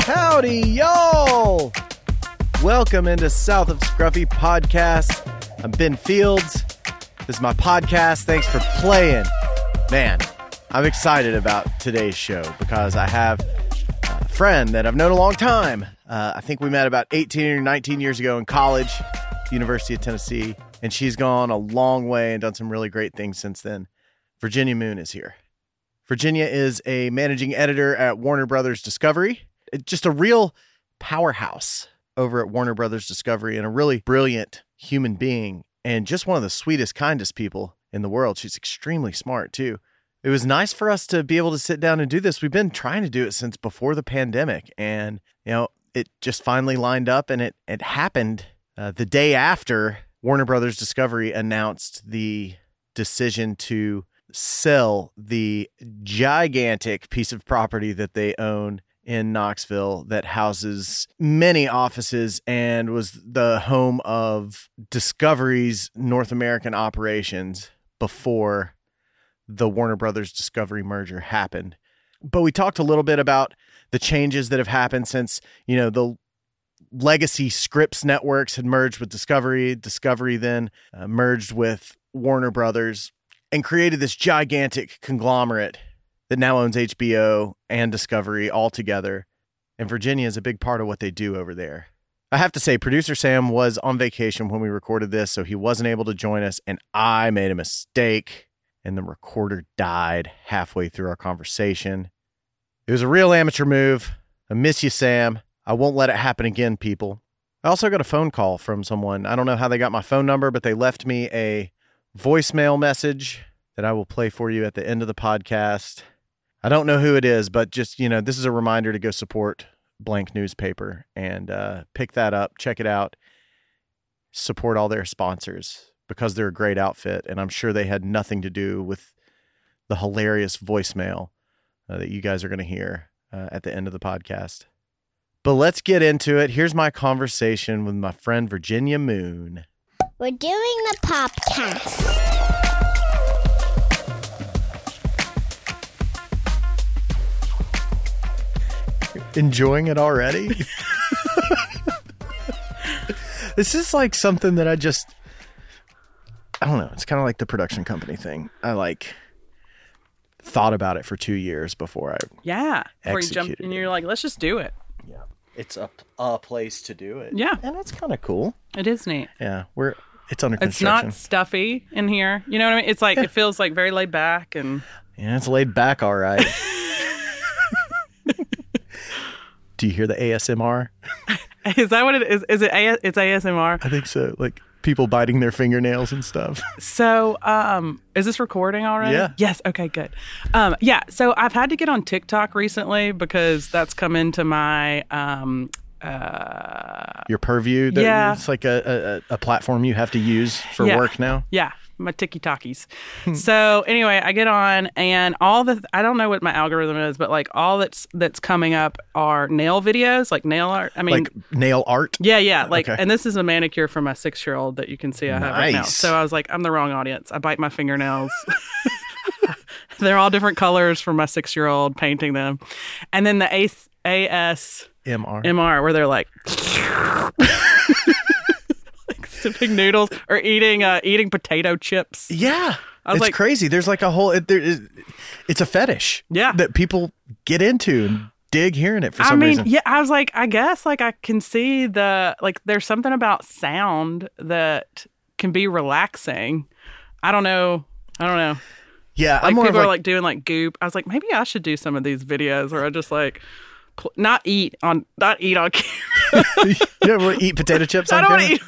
Howdy, y'all! Welcome into South of Scruffy podcast. I'm Ben Fields. This is my podcast. Thanks for playing. Man, I'm excited about today's show because I have a friend that I've known a long time. Uh, I think we met about 18 or 19 years ago in college, University of Tennessee, and she's gone a long way and done some really great things since then. Virginia Moon is here. Virginia is a managing editor at Warner Brothers Discovery. It- Just a real powerhouse over at Warner Brothers Discovery and a really brilliant human being and just one of the sweetest, kindest people in the world. She's extremely smart too. It was nice for us to be able to sit down and do this. We've been trying to do it since before the pandemic and, you know, it just finally lined up and it it happened uh, the day after Warner Brothers Discovery announced the decision to sell the gigantic piece of property that they own in Knoxville that houses many offices and was the home of Discovery's North American operations before the Warner Brothers Discovery merger happened. But we talked a little bit about the changes that have happened since, you know, the legacy scripts networks had merged with Discovery. Discovery then uh, merged with Warner Brothers and created this gigantic conglomerate that now owns HBO and Discovery all together. And Virginia is a big part of what they do over there. I have to say, producer Sam was on vacation when we recorded this, so he wasn't able to join us. And I made a mistake, and the recorder died halfway through our conversation. It was a real amateur move. I miss you, Sam. I won't let it happen again, people. I also got a phone call from someone. I don't know how they got my phone number, but they left me a voicemail message that I will play for you at the end of the podcast. I don't know who it is, but just, you know, this is a reminder to go support Blank Newspaper and uh, pick that up, check it out, support all their sponsors because they're a great outfit. And I'm sure they had nothing to do with the hilarious voicemail uh, that you guys are going to hear uh, at the end of the podcast. But let's get into it. Here's my conversation with my friend Virginia Moon. We're doing the podcast. enjoying it already. this is like something that I just I don't know. It's kind of like the production company thing. I like thought about it for 2 years before I Yeah. Before you jump Executed and it. you're like, let's just do it. It's a a place to do it. Yeah. And that's kind of cool. It is neat. Yeah, we're it's under It's construction. not stuffy in here. You know what I mean? It's like it feels like very laid back and yeah, it's laid back all right. do you hear the ASMR? is that what it is? Is it A- it's ASMR? I think so. Like people biting their fingernails and stuff. So, um, is this recording already? Yeah. Yes. Okay. Good. Um, yeah. So I've had to get on TikTok recently because that's come into my um, your purview. That Yeah. It's like a, a, a platform you have to use for Yeah. work now. Yeah, my ticky talkies. Hmm. so anyway, I get on and all the I don't know what my algorithm is, but like all that's that's coming up are nail videos, like nail art. I mean, Like nail art. yeah, yeah, like okay. and this is a manicure for my six year old that you can see I have right now. Nice. So I was like, I'm the wrong audience. I bite my fingernails. They're all different colors for my six year old painting them, and then the AS, AS MR. MR where they're like like sipping noodles or eating uh, eating potato chips. yeah. was It's like- crazy. There's like a whole, it, there is, it's a fetish. Yeah. That people get into and dig hearing it for I some mean, reason. yeah, I was like, I guess like I can see the like there's something about sound that can be relaxing. I don't know. I don't know. Yeah. Like I'm more of people like, are like doing like goop. I was like, maybe I should do some of these videos where I just like pl- not eat on not eat on camera. you ever wanna eat potato chips I on don't want camera? to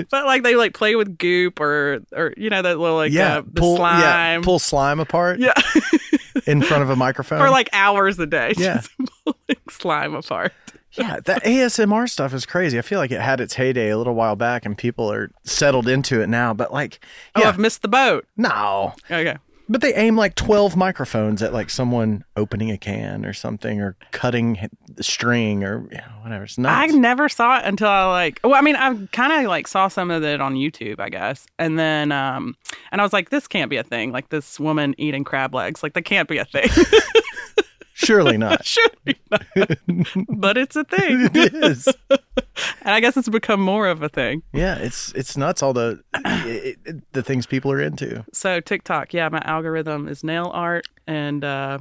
eat. but like they like play with goop or or you know that little like yeah, uh, the pull yeah, slime pull slime apart yeah in front of a microphone. for like hours a day Yeah. just pulling slime apart. yeah, that ASMR stuff is crazy. I feel like it had its heyday a little while back, and people are settled into it now. But like, Oh, yeah, I've missed the boat. no, Okay. But they aim like 12 microphones at like someone opening a can or something or cutting h- string or you know, whatever. It's I nuts. never saw it until I like. Well, I mean, I kind of like saw some of it on YouTube, I guess, and then um, and I was like, this can't be a thing. Like this woman eating crab legs, like that can't be a thing. Surely not. Should be not. but it's a thing. it is. And I guess it's become more of a thing. Yeah, it's it's nuts. All the it, it- the things people are into. So TikTok, yeah, my algorithm is nail art and uh,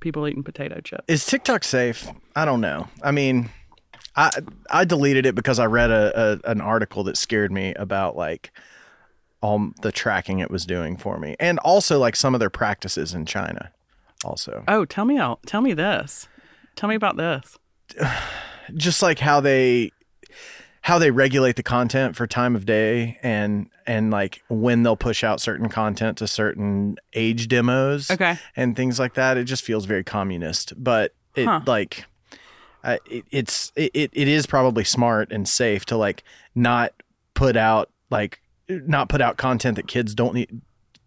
people eating potato chips. Is TikTok safe? I don't know. I mean, I I deleted it because I read a, a an article that scared me about like all the tracking it was doing for me, and also like some of their practices in China. Also, Oh, tell me all. Tell me this. Tell me about this. just like how they how they regulate the content for time of day and and like when they'll push out certain content to certain age demos Okay. and things like that it just feels very communist but it Huh. like uh, it, it's it, it it is probably smart and safe to like not put out like not put out content that kids don't need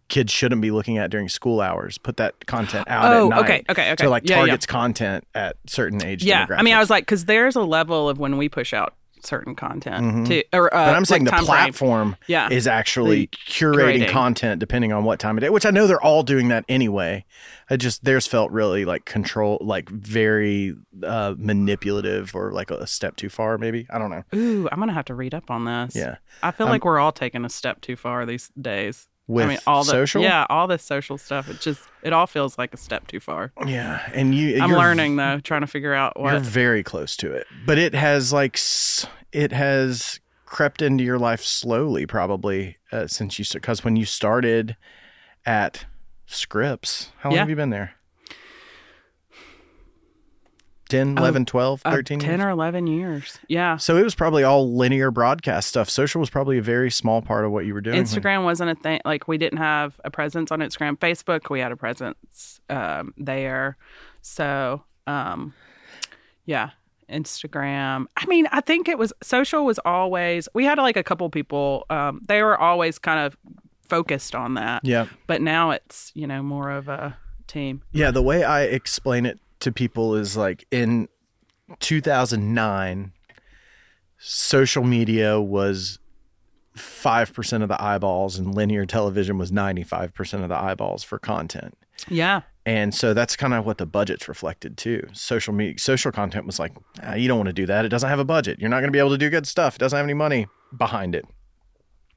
kids shouldn't be looking at during school hours put that content out at Oh, night okay, okay, okay. so like Yeah, yeah. targets content at certain age Yeah, I mean, demographics. I was like, because there's a level of when we push out certain content Mhm. too, or uh, But I'm saying like the time frame. platform Yeah, is actually curating, curating. content depending on what time of day, which I know they're all doing that anyway. I just theirs felt really like control, like very uh, manipulative or like a, step too far, maybe. I don't know. Ooh, I'm gonna have to read up on this. Yeah, I feel Um, like we're all taking a step too far these days. with I mean, all the social, yeah, all this social stuff. It just it all feels like a step too far. yeah. And you, I'm you're- learning though, trying to figure out You're what. very close to it, but it has like s- it has crept into your life slowly, probably uh, since you because when you started at Scripps, how long Yeah. have you been there? 10, Oh, 11, 12, uh, 13 10 years? or 11 years. Yeah. So it was probably all linear broadcast stuff. Social was probably a very small part of what you were doing. when- Instagram wasn't a thing. Like we didn't have a presence on Instagram. Facebook, we had a presence um, there. So, um, yeah, Instagram. I mean, I think it was social was always. We had like a couple people. Um, they were always kind of focused on that. Yeah. But now it's you know more of a team. Yeah, the way I explain it to people is like in 2009, social media was 5% of the eyeballs and linear television was 95% of the eyeballs for content. Yeah. And so that's kind of what the budgets reflected too. Social media, social content was like, "Ah, you don't want to do that. It doesn't have a budget. You're not going to be able to do good stuff. It doesn't have any money behind it.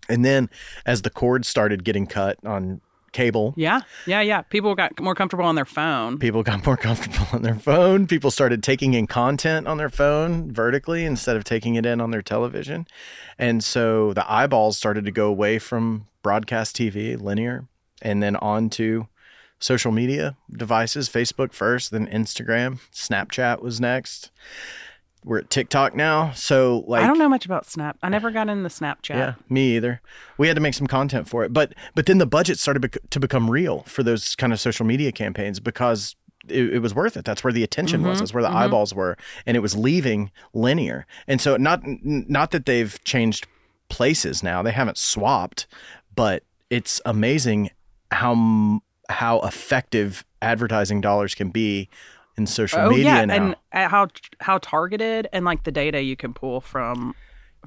And then as the cord started getting cut on cable, Yeah. Yeah. Yeah. People got more comfortable on their phone. people got more comfortable on their phone. People started taking in content on their phone vertically instead of taking it in on their television. And so the eyeballs started to go away from broadcast TV, linear, and then on to social media devices Facebook first, then Instagram. Snapchat was next. We're at TikTok now. So, like, I don't know much about Snap. I never got in the Snapchat. yeah, me either. We had to make some content for it, but but then the budget started bec- to become real for those kind of social media campaigns because it, it was worth it. That's where the attention Mm-hmm. was. That's where the eyeballs were, and it was leaving linear. And so not n- not that they've changed places now. They haven't swapped, but it's amazing how m- how effective advertising dollars can be in social oh media yeah now. and uh, how how targeted and like the data you can pull from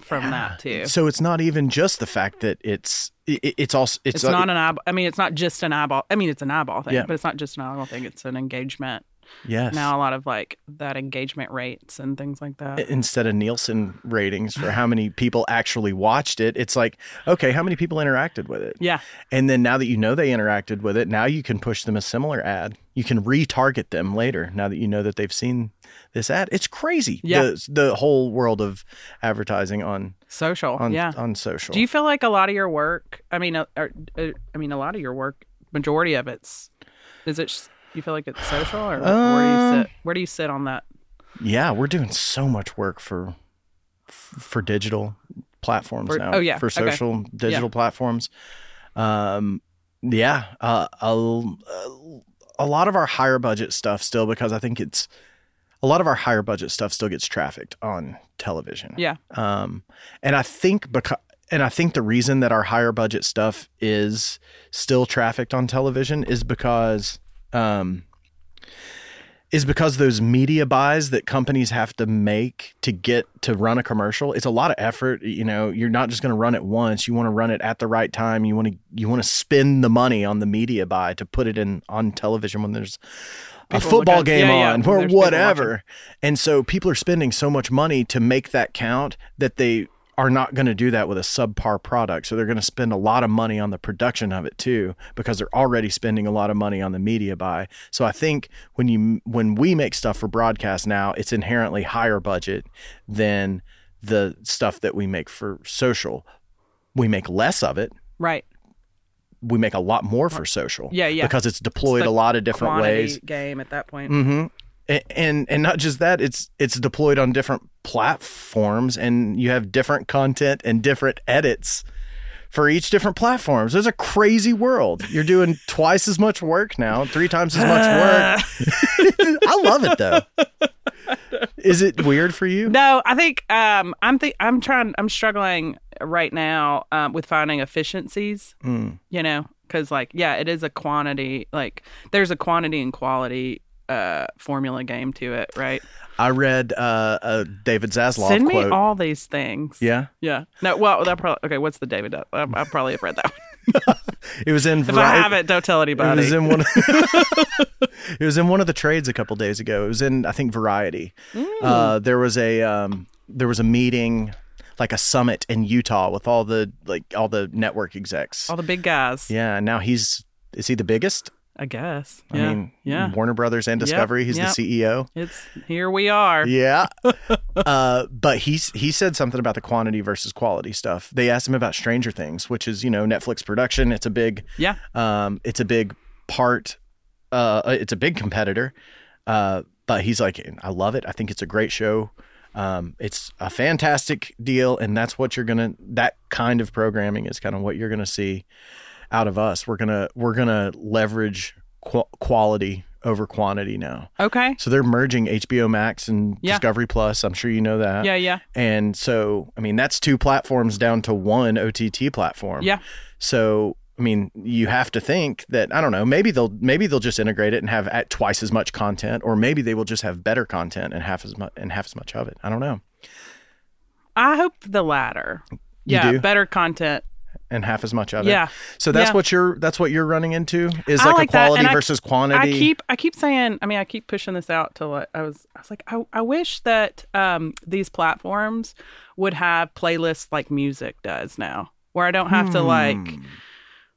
from that too Ah, so it's not even just the fact that it's it, it's also it's, it's uh, not an eyeball i mean it's not just an eyeball i mean it's an eyeball thing Yeah. but it's not just an eyeball thing it's an engagement yes now a lot of like that engagement rates and things like that instead of Nielsen ratings for how many people actually watched it, it's like, okay, how many people interacted with it? yeah And then now that you know they interacted with it, now you can push them a similar ad. You can retarget them later now that you know that they've seen this ad. It's crazy. Yeah. The, the whole world of advertising on social on yeah on social. do you feel like a lot of your work i mean uh, or, uh, i mean a lot of your work majority of it's is it s- you feel like it's social or where do you Um, sit where do you sit on that yeah, we're doing so much work for for digital platforms For- now. oh, yeah. for Okay. social digital platforms. Um, yeah, uh, a a lot of our higher budget stuff still because I think it's a lot of our higher budget stuff still gets trafficked on television. yeah Um, and I think because and I think the reason that our higher budget stuff is still trafficked on television is because um, is because those media buys that companies have to make to get to run a commercial it's a lot of effort you know you're not just going to run it once you want to run it at the right time you want to you want to spend the money on the media buy to put it in on television when there's a People look football at- game yeah, yeah, on when or there's people whatever and so people are spending so much money to make that count that they are not going to do that with a subpar product. So they're going to spend a lot of money on the production of it too because they're already spending a lot of money on the media buy. So I think when you when we make stuff for broadcast now, it's inherently higher budget than the stuff that we make for social. We make less of it. Right. We make a lot more for social. Yeah, yeah. Because it's deployed the a lot of different Quantity ways. game at that point. Mm-hmm. And and not just that, it's it's deployed on different platforms, and you have different content and different edits for each different platforms. There's a crazy world. You're doing twice as much work now, three times as much work. I love it though. Is it weird for you? No, I think um, I'm th- I'm trying I'm struggling right now um, with finding efficiencies. Mm. You know, because like yeah, it is a quantity like there's a quantity and quality uh, formula game to it, right? I read uh, a David Zaslav Send me quote. all these things. yeah, Yeah. No. Well, that probably okay. What's the David? I, I probably have read that. One. it was in If Variety- I haven't, don't tell It anybody. was in one. Of, it was in one of the trades a couple days ago. It was in I think Variety. Mm. Uh, there was a um, there was a meeting, like a summit in Utah with all the like all the network execs. all the big guys. yeah, and now he's is he the biggest? I guess. Yeah. I mean, yeah. Warner Brothers and Discovery. He's yep. the E CEO. It's here we are. Yeah. uh, but he he said something about the quantity versus quality stuff. They asked him about Stranger Things, which is you know Netflix production. It's a big Yeah. um, it's a big part. Uh, it's a big competitor. Uh, but he's like, I love it. I think it's a great show. Um, it's a fantastic deal, and that's what you're gonna. That kind of programming is kind of what you're gonna see out of us. We're gonna we're gonna leverage qu- quality over quantity now. Okay. So they're merging HBO Max and Yeah. Discovery Plus. I'm sure you know that. Yeah. Yeah. And so, I mean, that's two platforms down to one OTT platform. Yeah. So I mean, you have to think that I don't know. Maybe they'll maybe they'll just integrate it and have at twice as much content, or maybe they will just have better content and half as much and half as much of it. I don't know, I hope the latter. yeah. do? Better content. and half as much of Yeah. it. So that's Yeah. what you're that's what you're running into is I like, like a that, and quality I- versus quantity. I keep I keep saying I mean I keep pushing this out till I, I was I was like I, I wish that um these platforms would have playlists like music does now where I don't have to like Hmm.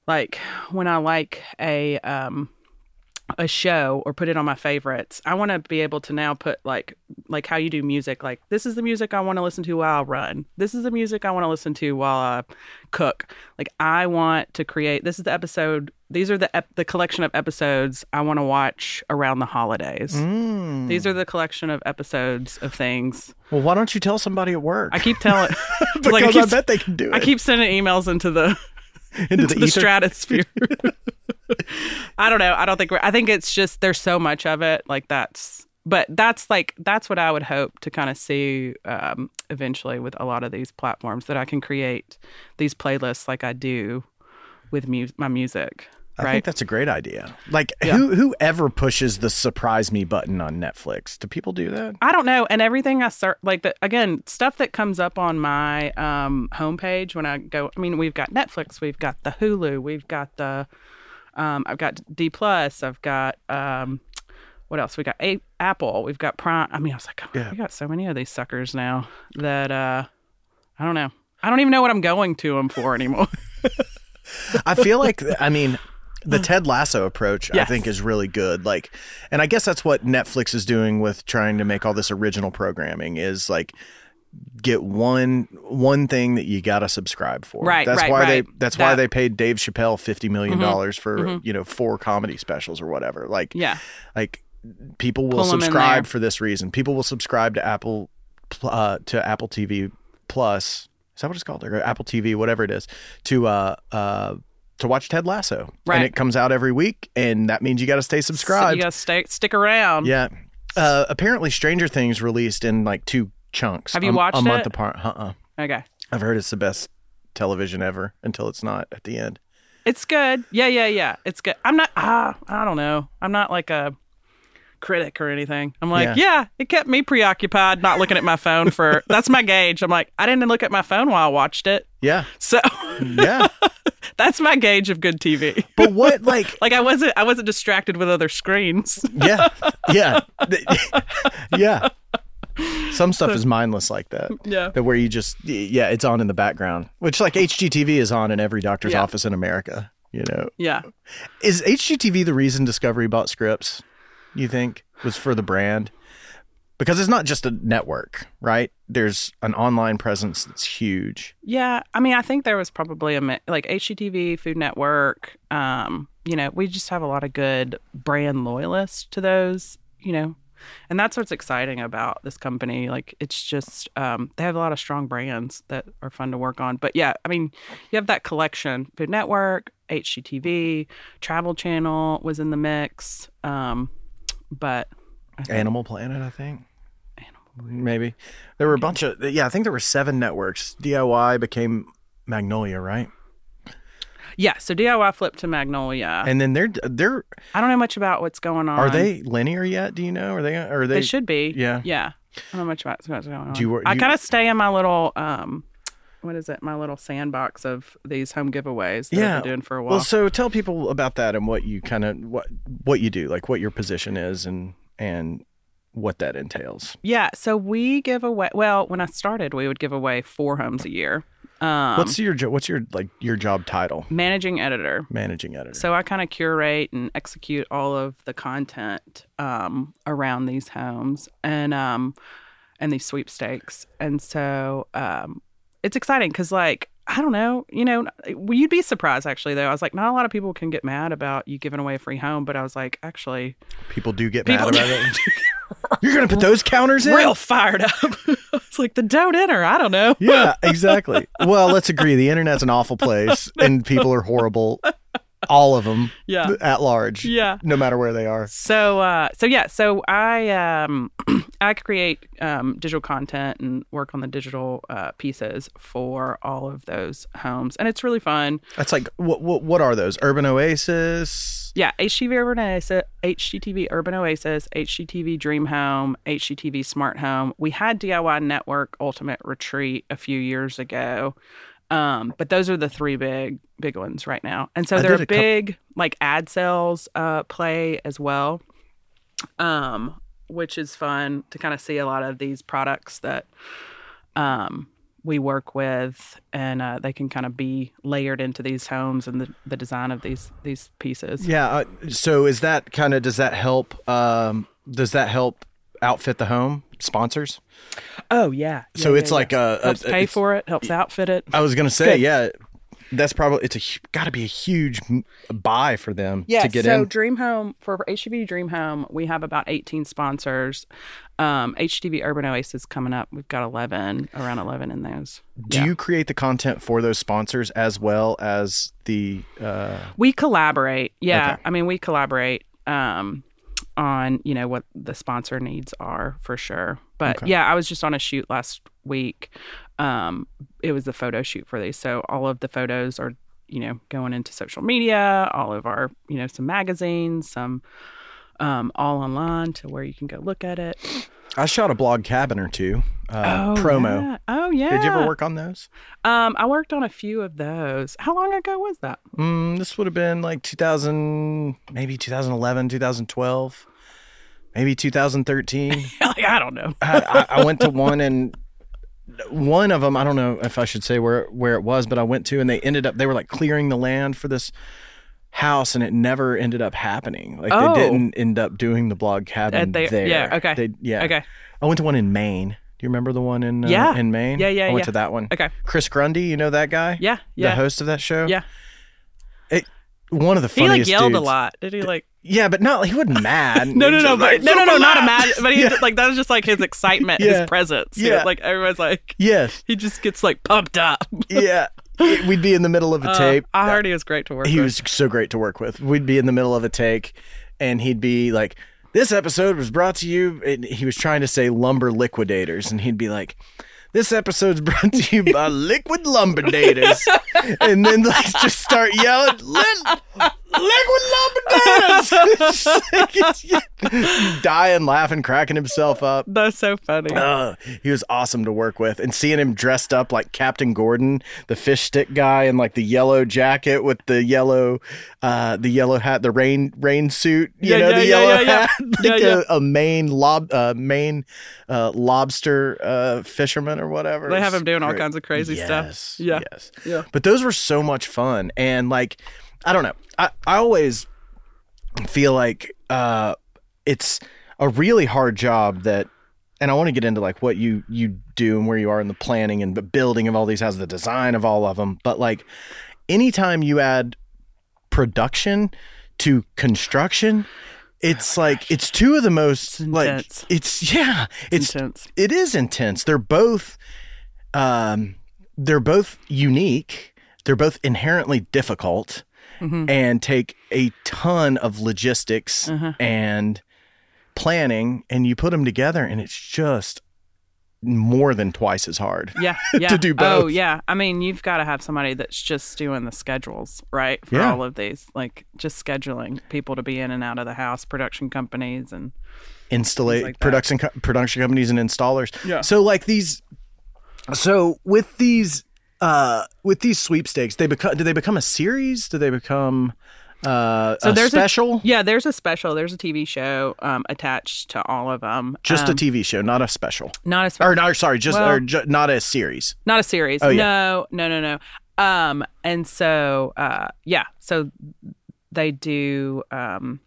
like when I like a um a show or put it on my favorites I want to be able to now put like like how you do music like this is the music I want to listen to while I run this is the music I want to listen to while I cook like I want to create this is the episode these are the ep- the collection of episodes I want to watch around the holidays Mm. these are the collection of episodes of things well, why don't you tell somebody at work? I keep telling because like, I, I, keep, bet they can do it. I keep sending emails into the into to the, the ether. stratosphere. I don't know. I don't think we're, I think it's just there's so much of it. Like that's, but that's like that's what I would hope to kind of see um, eventually with a lot of these platforms that I can create these playlists like I do with mu- my music. I right? think that's a great idea. Like Yeah. who whoever pushes the surprise me button on Netflix? Do people do that? I don't know. And everything I search, like the again stuff that comes up on my um, homepage when I go. I mean, we've got Netflix, we've got the Hulu, we've got the, um, I've got D plus, I've got um, what else? We got A- Apple, we've got Prime. I mean, I was like, oh, Yeah. we got so many of these suckers now that uh, I don't know. I don't even know what I'm going to them for anymore. I feel like I mean the Ted Lasso approach I Yes. think is really good. Like and I guess that's what Netflix is doing with trying to make all this original programming is like get one one thing that you got to subscribe for. Right, That's right, why right. they that's why That- Mm-hmm, they paid Dave Chappelle 50 million dollars for, you know, four comedy specials or whatever. Like yeah, like people will Pull 'em in subscribe there. for this reason. People will subscribe to Apple pl- uh, to Apple TV Plus. Is that what it's called? Or Apple TV, whatever it is, to uh, uh, to watch Ted Lasso, Right. and it comes out every week, and that means you got to stay so you subscribed. gotta stay stick around. yeah. Uh, apparently, Stranger Things released in like two chunks. Have you a, a watched month it? apart? Uh. uh Okay. I've heard it's the best television ever until it's not at the end. It's good. Yeah, yeah, yeah. It's good. I'm not. Ah, I don't know. I'm not like a critic or anything. I'm Yeah. like, yeah. it kept me preoccupied, not looking at my phone for that's my gauge. I'm like, I didn't look at my phone while I watched it. Yeah. So Yeah. that's my gauge of good TV. but what like Like I wasn't I wasn't distracted with other screens. yeah. Yeah. yeah. Some stuff is mindless like that. Yeah. That where you just yeah, it's on in the background. Which like HGTV is on in every doctor's Yeah. office in America, you know. Yeah. Is HGTV the reason Discovery bought Scripps? You think was for the brand? Because it's not just a network, right? There's an online presence that's huge. Yeah, I mean, I think there was probably a mi- like HGTV, Food Network. Um, you know, we just have a lot of good brand loyalists to those. You know, and that's what's exciting about this company. Like, it's just um, they have a lot of strong brands that are fun to work on. But yeah, I mean, you have that collection: Food Network, HGTV, Travel Channel was in the mix. Um, but I think- Animal Planet, I think. Maybe there were a bunch of yeah. I think there were seven networks. DIY became Magnolia, right? yeah, so DIY flipped to Magnolia. And then they're they're I don't know much about what's going on. are they linear yet? Do you know? Are they are they? They should be. Yeah. Yeah. I don't know much about what's going on. Do you wor- I you- kind of stay in my little, um, what is it? My little sandbox of these home giveaways that Yeah. I've been doing for a while. well, so tell people about that and what you kind of what what you do, like what your position is and and what that entails. yeah. So we give away, well, when I started, we would give away four homes a year. Um, what's your jo- what's your like your job title? managing editor? Managing editor. So I kind of curate and execute all of the content um, around these homes and um, and these sweepstakes. And so um, it's exciting because, like, I don't know, you know, well, you'd be surprised actually. Though I was like, not a lot of people can get mad about you giving away a free home, but I was like, actually, people do get people mad about it. You're gonna put those counters in? real fired up. I was like, the don't enter. I don't know. Yeah, exactly. well, let's agree. The internet's an awful place, and people are horrible. All of them Yeah, at large, yeah. no matter where they are. So uh, so yeah, so I um, I create um, digital content and work on the digital uh, pieces for all of those homes, and it's really fun. That's like what what what are those? Urban Oasis. Yeah, HGTV Urban Oasis, HGTV Urban Oasis, HGTV Dream Home, HGTV Smart Home. We had DIY Network Ultimate Retreat a few years ago, um, but those are the three big big ones right now. And so I there did are a couple- big like ad sales uh, play as well, um, which is fun to kind of see a lot of these products that um, we work with, and uh, they can kind of be layered into these homes and the, the design of these these pieces. Yeah. Uh, so is that kind of does that help? Um, does that help outfit the home sponsors? Oh yeah. Yeah, so yeah, it's yeah. like a, a- helps pay it's- Uh, for it, helps outfit it. I was gonna say, Good. yeah, that's probably it's a hu- got to be a huge m- buy for them Yeah. to get so in. Dream Home for HGTV Dream Home, we have about 18 sponsors. Um, HGTV Urban Oasis coming up. We've got 11, around 11 in those. Do Yeah. you create the content for those sponsors as well as the? Uh, We collaborate. Yeah. Okay. I mean, we collaborate um, on, you know, what the sponsor needs are for sure. But Okay. yeah, I was just on a shoot last week. Um, it was the photo shoot for these. So all of the photos are, you know, going into social media, all of our, you know, some magazines, some um, all online to where you can go look at it. I shot a blog cabin or two. Uh, promo. yeah. Oh, yeah. Did you ever work on those? Um, I worked on a few of those. How long ago was that? Mm, this would have been like 2000, maybe 2011, 2012, maybe 2013. like, I don't know. I, I, I went to one and one of them. I don't know if I should say where where it was, but I went to and they ended up. They were like clearing the land for this house, and it never ended up happening. Like Oh. they didn't end up doing the blog cabin At the- there. yeah, okay. They, yeah. Okay. I went to one in Maine. Do you remember the one in uh, Yeah. in Maine? Yeah, yeah, I went yeah. to that one. Okay. Chris Grundy, you know that guy? Yeah. Yeah. the host of that show. Yeah. It, one of the He funniest. like yelled a dudes. lot. Did he like? Yeah, but no, he wasn't mad. No, He was no, no, just like, but, no, no, no, "Super not a loud!" mad. But he Yeah. like that was just like his excitement, Yeah. his presence. dude. Yeah. like everyone's like Yes. he just gets like pumped up. Yeah. It- we'd be in the middle of a Uh, tape. I heard he was great to work he with. was so great to work with. We'd be in the middle of a take, and he'd be like, "This episode was brought to you." And he was trying to say lumber liquidators, and he'd be like. This episode's brought to you by Liquid Lumberdators. and then like just start yelling, "Lit- Liquid Love Dying, laughing, cracking himself up. That's so funny. Ugh, Uh, he was awesome to work with, and seeing him dressed up like Captain Gordon, the fish stick guy, and like the yellow jacket with the yellow, uh, the yellow hat, the rain rain suit, you Yeah, know, yeah, the yeah, yellow yeah, yeah. hat, Yeah, like yeah. A, a Maine lob, uh, Maine uh, lobster uh, fisherman or whatever. They have him doing all Great. kinds of crazy Yes, stuff. Yeah. Yes. Yeah. But those were so much fun. And like, I don't know. I, I always feel like uh it's a really hard job that and I want to get into like what you you do and where you are in the planning and the building of all these houses, the design of all of them. But like anytime you add production to construction, it's like it's two of the most like intense. it's yeah, it's Intense. it is intense. They're both um they're both unique. They're both inherently difficult Mhm. and take a ton of logistics Uh-huh. and planning and you put them together and it's just more than twice as hard. Yeah, yeah. do Oh, both. yeah. I mean, you've got to have somebody that's just doing the schedules, right? For Yeah. all of these, like just scheduling people to be in and out of the house, production companies, and Installate like that. production co- production companies and installers. Yeah. So like these so with these uh with these sweepstakes, they become do they become a series? Do they become uh So a there's a- special? yeah, there's a special, there's a TV show um, attached to all of them. Just um, a TV show, not a special. not a special. Or no, sorry, just Well- or ju- not a series. not a series. Oh, yeah. No, no, no, no. Um, and so, uh, yeah, so they do. Um,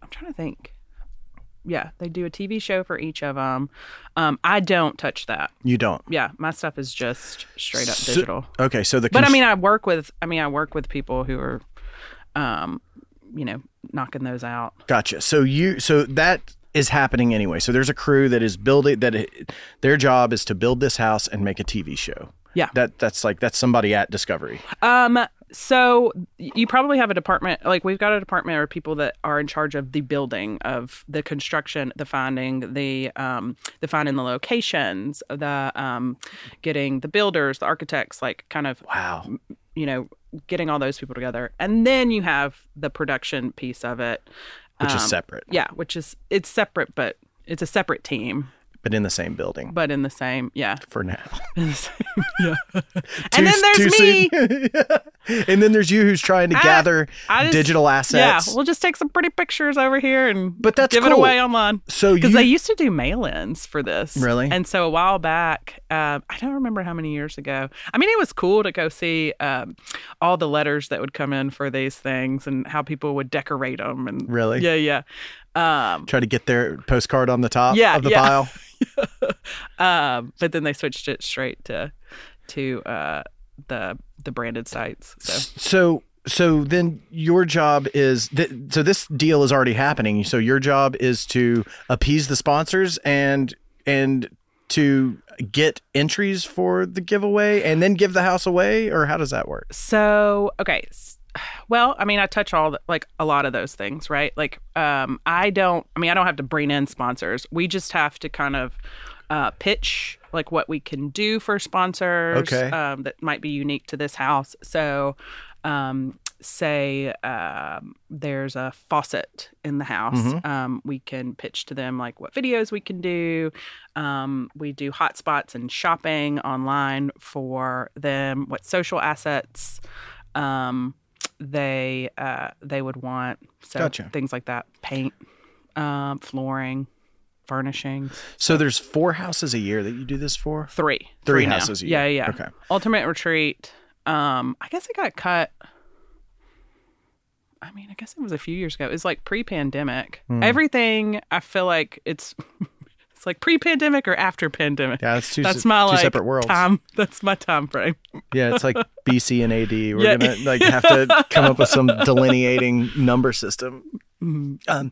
I'm trying to think. Yeah, they do a TV show for each of them. Um, I don't touch that. You don't. Yeah, my stuff is just straight up So- digital. Okay, so the But I const- mean, I work with. I mean, I work with people who are, um, you know, knocking those out. gotcha. So you so that is happening anyway. So there's a crew that is building that it, their job is to build this house and make a TV show. Yeah. That that's like that's somebody at Discovery. Um, so you probably have a department like we've got a department or people that are in charge of the building of the construction, the finding, the um, the finding the locations, the um, getting the builders, the architects, like kind of Wow. you know getting all those people together, and then you have the production piece of it, Which is Um, separate, Yeah, which is it's separate, but it's a separate team, but in the same building but in the same yeah. for now. in the same- yeah. Too- and then there's too me. soon. and then there's you who's trying to I- gather I just- digital assets. Yeah, we'll just take some pretty pictures over here and But that's give it cool. away online. so you Because they used to do mail-ins for this, Really? And so a while back, um, I don't remember how many years ago. I mean, it was cool to go see um, all the letters that would come in for these things and how people would decorate them. And Really? yeah, yeah, um, try to get their postcard on the top Yeah, of the yeah. pile. um, but then they switched it straight to to uh, the the branded sites. So So so then your job is th- so this deal is already happening. So your job is to appease the sponsors and and to get entries for the giveaway and then give the house away or how does that work? So, okay. s- Well, I mean, I touch all the, like a lot of those things, right? Like, um, I don't. I mean, I don't have to bring in sponsors. We just have to kind of uh, pitch like what we can do for sponsors Okay. um, that might be unique to this house. So, um, say um, there's a faucet in the house, um, we can pitch to them like what videos we can do. Um, we do hotspots and shopping online for them. What social assets um, they uh, they would want? So Gotcha. things like that, paint, um, flooring, furnishings. So there's four houses a year that you do this for? Three, Three now. houses a Yeah, year. yeah. Okay. Ultimate retreat. Um, I guess it got cut. I mean, I guess it was a few years ago. It was like pre-pandemic. Hmm. Everything I feel like it's it's like pre-pandemic or after pandemic. Yeah, it's two, that's se- my two like separate worlds. time. That's my time frame. Yeah, it's like BC and AD. We're Yeah. gonna like have to come up with some delineating number system. Mm-hmm. Um,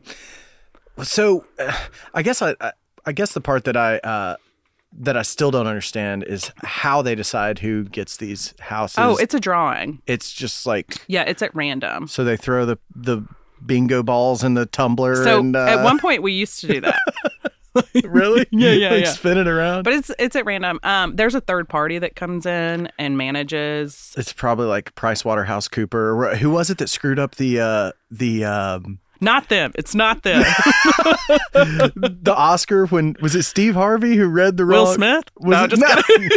so uh, I guess I, I I guess the part that I uh, that I still don't understand is how they decide who gets these houses. Oh, it's a drawing. it's just like Yeah, it's at random. so they throw the the bingo balls in the tumbler So and uh, at one point we used to do that. really? Yeah, yeah, like yeah. spin it around. but it's it's at random. Um, there's a third party that comes in and manages. it's probably like Price Waterhouse Cooper. Who was it that screwed up the uh, the um, Not them. It's not them. the Oscar when was it Steve Harvey who read the Will wrong- Smith. Was no, it- just kidding.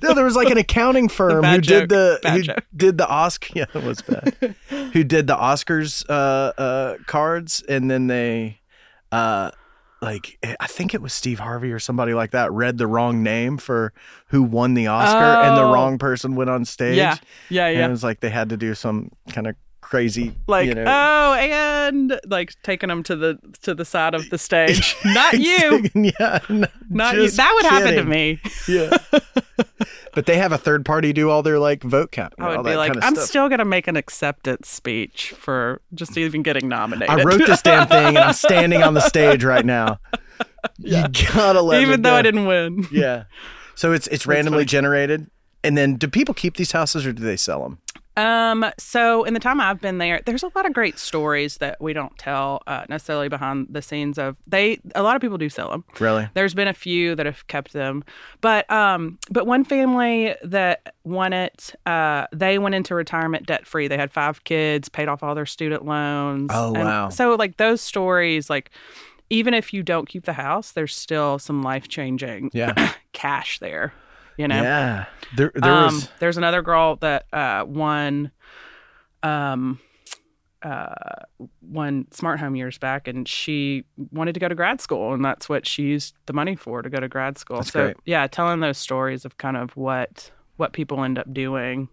no, there was like an accounting firm who bad did joke. the Bad who joke. did the Oscar. Yeah, it was bad. who did the Oscars uh, uh, cards, and then they, uh, like I think it was Steve Harvey or somebody like that read the wrong name for who won the Oscar, and the Oh. wrong person went on stage. yeah, yeah, and it yeah. was like they had to do some kind of crazy Like you know, oh, and like taking them to the to the side of the stage. not you. yeah, no, Not you. just That would happen to kidding. me. Yeah. but they have a third party do all their like vote counting. and I all would be that like, kind of I'm stuff. still gonna make an acceptance speech for just even getting nominated. I wrote this damn thing and I'm standing on the stage right now. You gotta let me even though go. I didn't win. Yeah. So it's it's randomly generated. And then do people keep these houses or do they sell them? Um, so in the time I've been there, there's a lot of great stories that we don't tell uh, necessarily behind the scenes of they. A lot of people do sell them. Really? There's been a few that have kept them, but um, but one family that won it, uh, they went into retirement debt free. They had five kids, paid off all their student loans. Oh, And wow. So like those stories, like even if you don't keep the house, there's still some life changing Yeah. cash there. You know Yeah. There there um, was there's another girl that uh, won um uh won smart home years back and she wanted to go to grad school and that's what she used the money for to go to grad school That's so great. yeah telling those stories of kind of what what people end up doing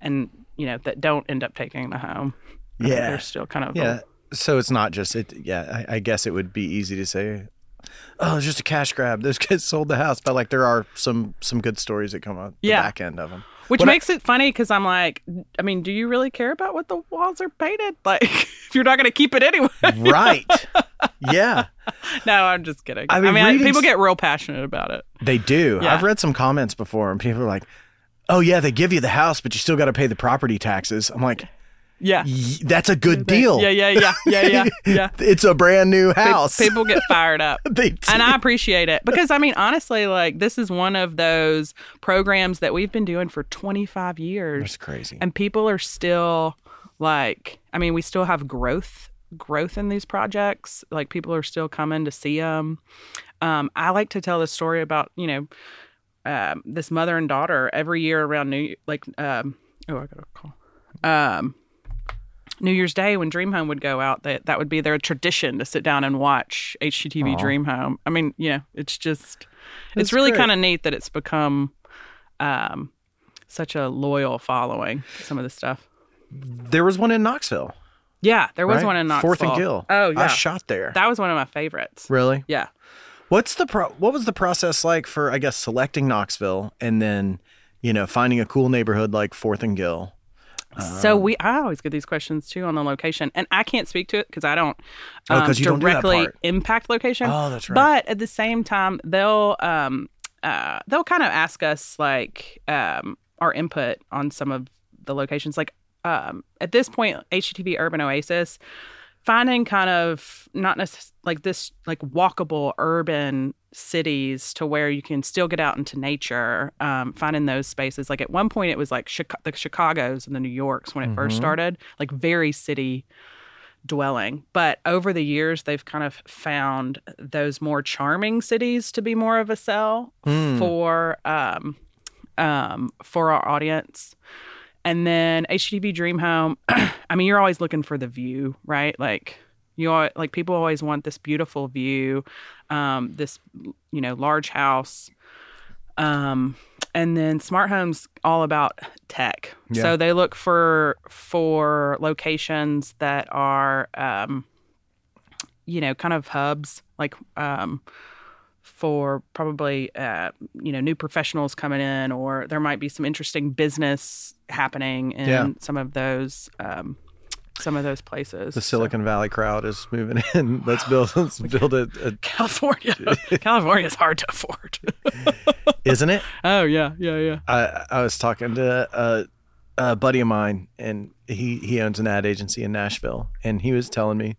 and you know that don't end up taking the home I think Yeah. they're still kind of Yeah. So it's not just it yeah, I, I guess it would be easy to say Oh, it's just a cash grab. Those kids sold the house, but like there are some some good stories that come out the Yeah. back end of them. Which What I- makes it funny because I'm like, I mean, do you really care about what the walls are painted? Like, if you're not going to keep it anyway. Right. yeah. No, I'm just kidding. I I mean, mean, I- reading people s- get real passionate about it. They do. Yeah. I've read some comments before, and people are like, "Oh yeah, they give you the house, but you still got to pay the property taxes." I'm like, Yeah. "Y- "That's a good deal. Yeah, yeah, yeah, yeah, yeah, yeah. It's a brand new Pe- house." People get fired up. They do. And I appreciate it because I mean, honestly, like this is one of those programs that we've been doing for 25 years, That's crazy. and people are still like, I mean, we still have growth, growth in these projects. Like people are still coming to see them. Um, I like to tell the story about you know um, this mother and daughter every year around New like um, oh I got a call um, New Year's Day when Dream Home would go out that that would be their tradition to sit down and watch HGTV Dream Home. I mean yeah it's just That's it's really great. kind of neat that it's become um, such a loyal following some of the stuff. there was one in Knoxville. Yeah, there was right? one in Knoxville. Fourth and Gill. Ah, Oh I yeah, shot there. that was one of my favorites. really? Yeah. What's the pro- what was the process like for I guess selecting Knoxville and then you know finding a cool neighborhood like Fourth and Gill? So Um, we, I always get these questions too on the location, and I can't speak to it because I don't Oh, um, 'cause you don't do that directly part. impact location. Oh, that's right. But at the same time, they'll um, uh, they'll kind of ask us like um, our input on some of the locations. Like um, at this point, HGTV Urban Oasis finding kind of not necessarily like this like walkable urban cities to where you can still get out into nature um, finding those spaces like at one point it was like Chica- the chicagos and the new yorks when it first Mhm. started like very city dwelling but over the years they've kind of found those more charming cities to be more of a sell Hmm. for um, um, for our audience. And then HGTV Dream Home. I mean, you're always looking for the view, right? Like you are, like people always want this beautiful view, um, this you know large house. Um, and then smart homes all about tech. Yeah. So they look for for locations that are um, you know kind of hubs like um, for probably uh, you know new professionals coming in or there might be some interesting business happening in Yeah. some of those um, some of those places The Silicon Valley crowd is moving in. Let's build let's build uh, a, a california california is hard to afford isn't it? oh yeah yeah yeah I I was talking to a, a buddy of mine, and he he owns an ad agency in Nashville, and he was telling me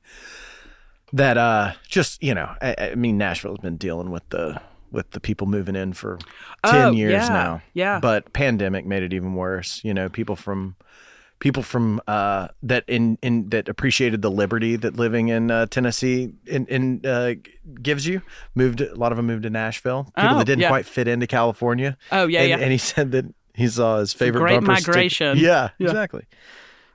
that uh just you know I, I mean Nashville's been dealing with the with the people moving in for 10 Oh, years yeah, now yeah. but pandemic made it even worse you know people from people from uh that in in that appreciated the liberty that living in uh, Tennessee in in uh, gives you moved a lot of them moved to Nashville people Oh, that didn't yeah. quite fit into California Oh yeah, and, yeah. and he said that he saw his favorite great bumper stick- migration. Yeah, Yeah. exactly.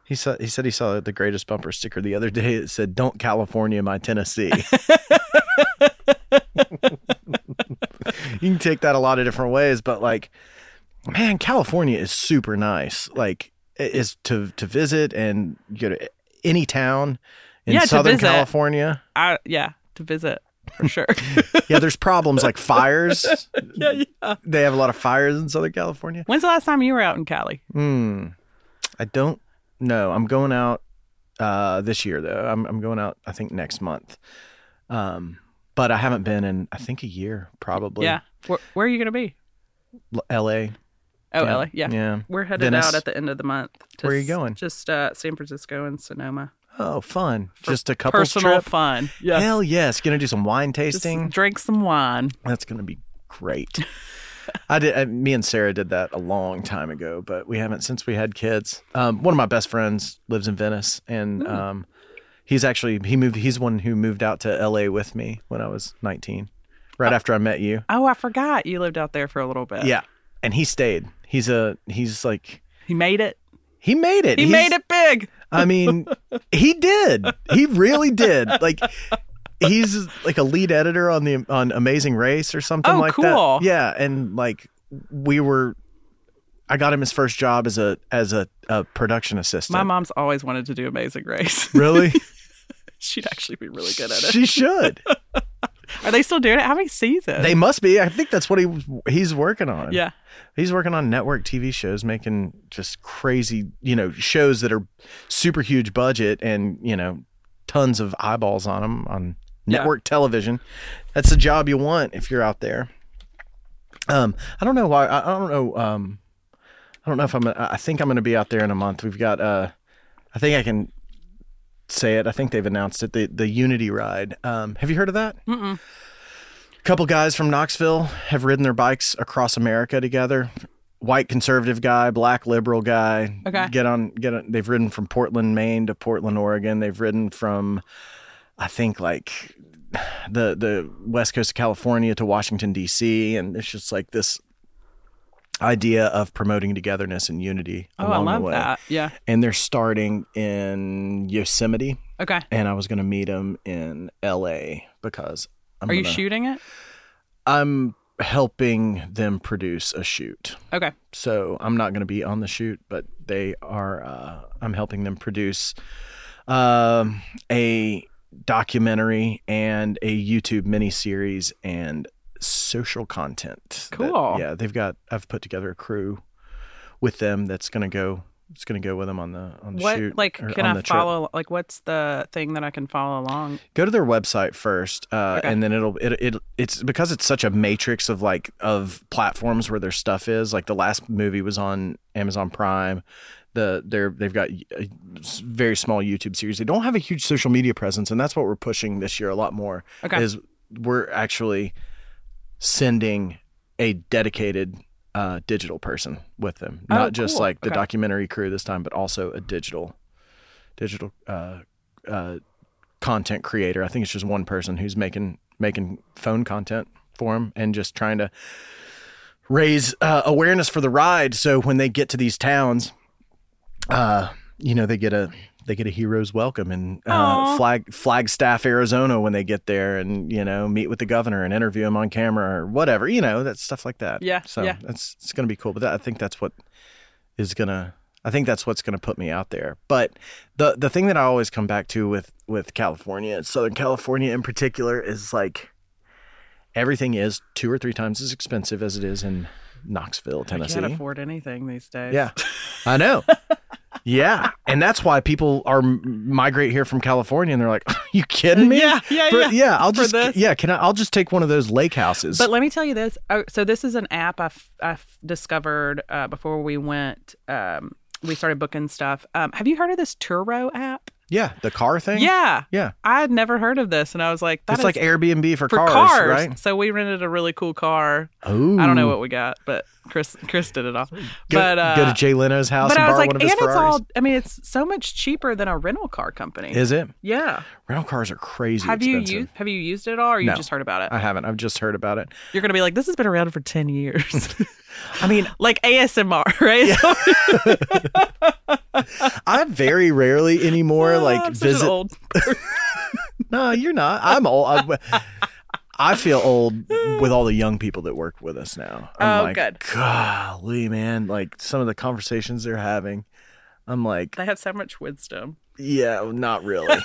He saw. He said he saw the greatest bumper sticker the other day. It said, "Don't California my Tennessee." you can take that a lot of different ways, but like, man, California is super nice. Like, it is to to visit and go to any town in Yeah, to Southern visit. California. I, yeah, to visit for sure. Yeah, there's problems like fires. yeah, yeah. They have a lot of fires in Southern California. When's the last time you were out in Cali? Hmm. I don't know. I'm going out uh, this year though. I'm I'm going out. I think next month. Um, but I haven't been in I think a year probably. Yeah. Where, where are you gonna be? L- L.A. Oh, Yeah. LA. Yeah. Yeah. We're headed Venice. out at the end of the month. to Where are you s- going? Just uh, San Francisco and Sonoma. Oh, fun. Just a couple Personal trip. fun. Yeah. Hell yes. Gonna do some wine Just tasting. drink some wine. That's gonna be great. I did. I, me and Sarah did that a long time ago, but we haven't since we had kids. Um, one of my best friends lives in Venice, and Hmm. um, he's actually he moved. He's one who moved out to L.A. with me when I was nineteen, right after I met you. Oh, I forgot you lived out there for a little bit. Yeah, and he stayed. He's a he's like He made it. he made it. He He's- made it big. I mean, he did. He really did. Like he's like a lead editor on the on Amazing Race or something Oh, like cool. that. Yeah, and like we were I got him his first job as a as a, a production assistant. My mom's always wanted to do Amazing Race. Really? She'd actually be really good at it. she should. Are they still doing it? How many seasons? They must be. I think that's what he he's working on. yeah. He's working on network TV shows, making just crazy, you know, shows that are super huge budget and, you know, tons of eyeballs on them on Yeah. network television. That's the job you want if you're out there. Um, I don't know why. I, I don't know. Um, I don't know if I'm, I think I'm going to be out there in a month. We've got, uh, I think I can say it. I think they've announced it. The, the Unity ride. Um, have you heard of that? Mm-mm. couple guys from Knoxville have ridden their bikes across America together. White conservative guy, black liberal guy. Okay. Get on, get on. They've ridden from Portland, Maine to Portland, Oregon. They've ridden from, I think, like the the west coast of California to Washington D.C. And it's just like this idea of promoting togetherness and unity Oh, I along love the way. that. Yeah. And they're starting in Yosemite, Okay. and I was going to meet them in L.A. because I'm Are you gonna- shooting it? I'm helping them produce a shoot. Okay. So I'm not going to be on the shoot, but they are. Uh, I'm helping them produce um, a documentary and a YouTube miniseries and social content. that- Cool. yeah, they've got. I've put together a crew with them that's going to go. It's going to go with them on the on the What shoot. like or can on I the trip. follow? Like, what's the thing that I can follow along? Go to their website first, uh, Okay. and then it'll it, it it's because it's such a matrix of like of platforms where their stuff is. Like the last movie was on Amazon Prime. The they're they've got a s- very small YouTube series. They don't have a huge social media presence, and that's what we're pushing this year a lot more. Okay. Is we're actually sending a dedicated uh, digital person with them, Oh, not just cool. like the Okay. documentary crew this time, but also a digital digital uh, uh, content creator. I think it's just one person who's making making phone content for them and just trying to raise uh, awareness for the ride. So when they get to these towns, uh, you know they get a they get a hero's welcome in uh, Aw. Flag Flagstaff, Arizona, when they get there, and you know meet with the governor and interview him on camera or whatever. You know that stuff like that. Yeah, So yeah. that's it's gonna be cool. But that, I think that's what is gonna I think that's what's gonna put me out there. But the the thing that I always come back to with with California, Southern California in particular, is like everything is two or three times as expensive as it is in Knoxville, I Tennessee. can't afford anything these days. Yeah, I know. yeah, and that's why people are migrate here from California, and they're like, "You kidding me? Yeah, yeah, For- yeah. I'll For just this. yeah, can I? I'll just take one of those lake houses. But let me tell you this. Oh, so this is an app I, f- I f- discovered uh, before we went. Um, we started booking stuff. Um, have you heard of this Turo app? Yeah, the car thing. Yeah. yeah. I had never heard of this, and I was like, "That's it's like Airbnb for, for cars, cars, right? So we rented a really cool car. Oh, I don't know what we got, but Chris Chris did it all. Go, but uh, go to Jay Leno's house but and I was borrow like, one of and his it's Ferraris. all. I mean, it's so much cheaper than a rental car company. Is it? yeah. Rental cars are crazy. Have expensive. you used Have you used it at all, or you No. just heard about it? I haven't. I've just heard about it. You're gonna be like, "This has been around for ten years," I mean, like ASMR, right? I very rarely anymore like I'm such an visit. old- No, you're not. I'm old. I, I feel old with all the young people that work with us now. I'm Oh, like, good. Golly, man! Like some of the conversations they're having, I'm like, They have so much wisdom. yeah, not really.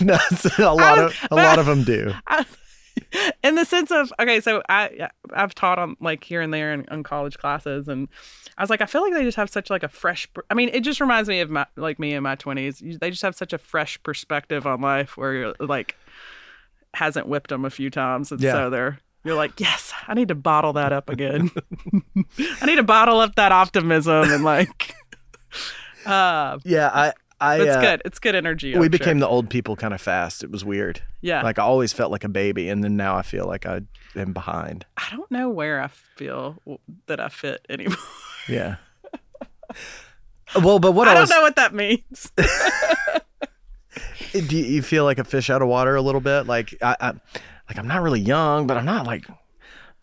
no, it's- a lot of a lot of them do. I- in the sense of okay so i i've taught on like here and there in, in college classes and i was like i feel like they just have such like a fresh per- i mean it just reminds me of my like me in my 20s You- they just have such a fresh perspective on life where you're like hasn't whipped them a few times and Yeah. so they're you're like yes i need to bottle that up again i need to bottle up that optimism and like uh Yeah, I, I. it's uh, good it's good energy We became the old people kind of fast. It was weird. yeah Like I always felt like a baby, and then now I feel like I am behind. i don't know where i feel w- that i fit anymore Yeah. Well, but what I I don't was, know what that means. do you you feel like a fish out of water a little bit? Like I, I like I'm not really young, but I'm not like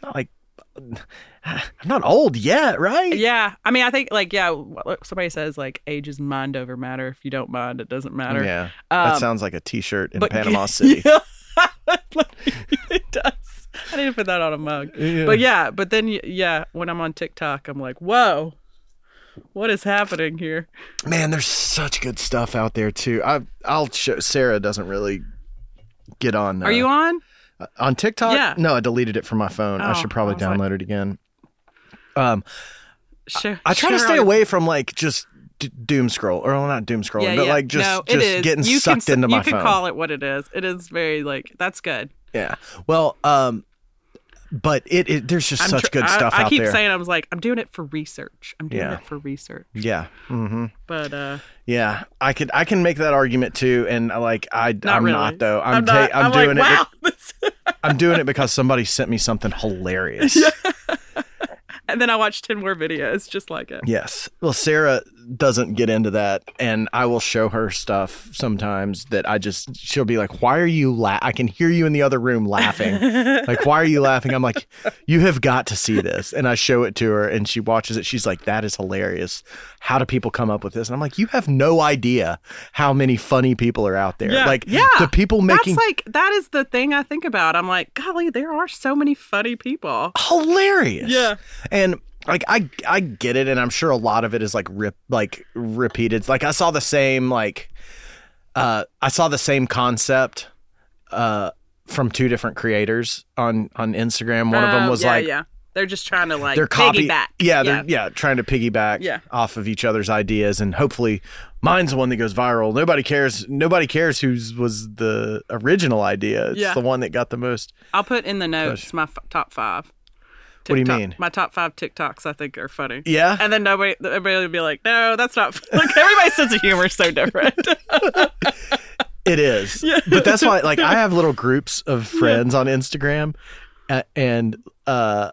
not like I'm not old yet, right? yeah, I mean, I think like yeah, what- somebody says like age is mind over matter. If you don't mind, it doesn't matter. Yeah. Um, That sounds like a t-shirt in but- Panama City. Yeah. it does. I need to put that on a mug. But yeah, but then y- yeah, when I'm on TikTok, I'm like, whoa, what is happening here? Man, there's such good stuff out there too. I I'll show Sarah doesn't really get on uh, Are you on? on TikTok? Yeah. No, I deleted it from my phone. I Oh, should probably I was like- download it again. Um Sure. I try to sure stay on- away from like just d- doom scroll or well, not doom scrolling, Yeah, but yeah. like just No, it just is. getting you sucked can, s- into my You can phone. call it what it is. It is very like that's good. Yeah. Well, um, but it, it there's just I'm such tr- good I- stuff I, out keep there. saying I was like, I'm doing it for research. I'm doing Yeah. it for research. yeah. hmm But uh Yeah. I could I can make that argument too, and I, like I Not I'm really. not though. I'm ta- I'm, doing it. like, Wow. this- be- I'm doing it because somebody sent me something hilarious. and then I watched 10 more videos just like it. Yes. Well, Sarah doesn't get into that, and I will show her stuff sometimes that I just she'll be like, "Why are you la I can hear you in the other room laughing. like, why are you laughing? I'm like, "You have got to see this," and I show it to her, and she watches it. She's like, "That is hilarious. How do people come up with this?" And I'm like, "You have no idea how many funny people are out there. Yeah. Like, Yeah. the people making." That's like, that is the thing I think about. I'm like, golly, there are so many funny people. hilarious. Yeah. And like I I get it and I'm sure a lot of it is like rip like repeated. Like I saw the same like uh I saw the same concept uh from two different creators on on Instagram. One of them Oh, was yeah, like yeah. They're just trying to like they're copy piggyback. Yeah, they're yeah, trying to piggyback Yeah. off of each other's ideas and hopefully mine's the one that goes viral. Nobody cares nobody cares whose was the original idea. It's Yeah. the one that got the most I'll put in the notes my f- top five. What do you TikTok- mean? My top five TikToks I think are funny. Yeah. And then nobody, everybody would be like, no, that's not. f- Like everybody's sense of humor is so different. It is. But that's why, like, I have little groups of friends on Instagram, uh, and uh,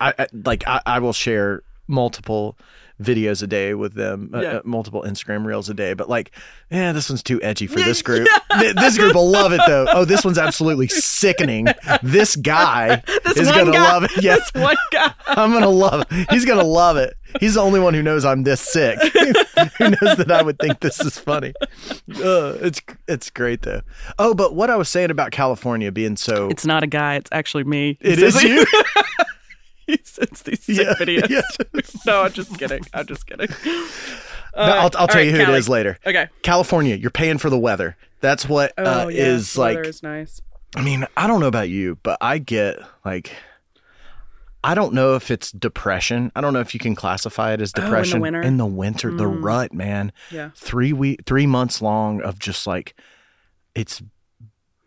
I, I like I, I will share multiple videos a day with them, uh, Yeah. uh, multiple Instagram reels a day. But like, yeah, this one's too edgy for this group. Th- this group will love it though. Oh, this one's absolutely sickening. This guy This is one gonna guy- love it. Yes, One guy. I'm gonna love it. He's gonna love it. He's the only one who knows I'm this sick. who knows that I would think this is funny. Uh, it's it's great though. Oh, but what I was saying about California being so It's not a guy. It's actually me. it is you. he sends these sick Yeah, videos. yeah. no, I'm just kidding. I'm just kidding. No, I'll, I'll tell you who it is Like, later. okay. California, you're paying for the weather. That's what uh, Oh, is like. nice. I mean, I don't know about you, but I get like. I don't know if it's depression. I don't know if you can classify it as Oh, in the depression winter? Mm. in the winter, the rut, man. Yeah. three week three months long of just like it's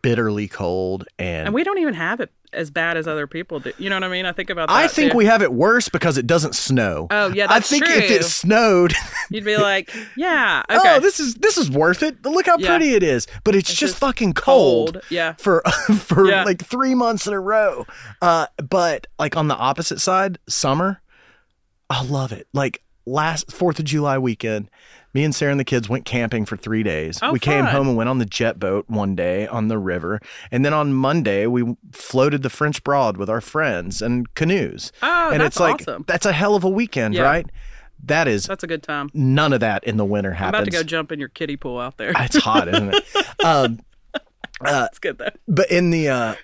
bitterly cold and, And we don't even have it as bad as other people do. You know what I mean? I think about that. I think too. we have it worse because it doesn't snow. Oh, yeah, I that's think if true. it snowed, You'd be like, yeah, okay. oh, this is this is worth it. Look how Yeah. pretty it is. But it's, just, just fucking cold. Yeah. for for Yeah. like three months in a row. Uh, but like on the opposite side, summer, I love it. Like last Fourth of July weekend, me and Sarah and the kids went camping for three days. Oh, we came fun. home and went on the jet boat one day on the river, and then on Monday we floated the French Broad with our friends and canoes. Oh, and that's it's like awesome. that's a hell of a weekend, Yeah. right? That is That's a good time. none of that in the winter I'm happens. about to go jump in your kiddie pool out there. it's hot, isn't it? Um, That's good though. but in the uh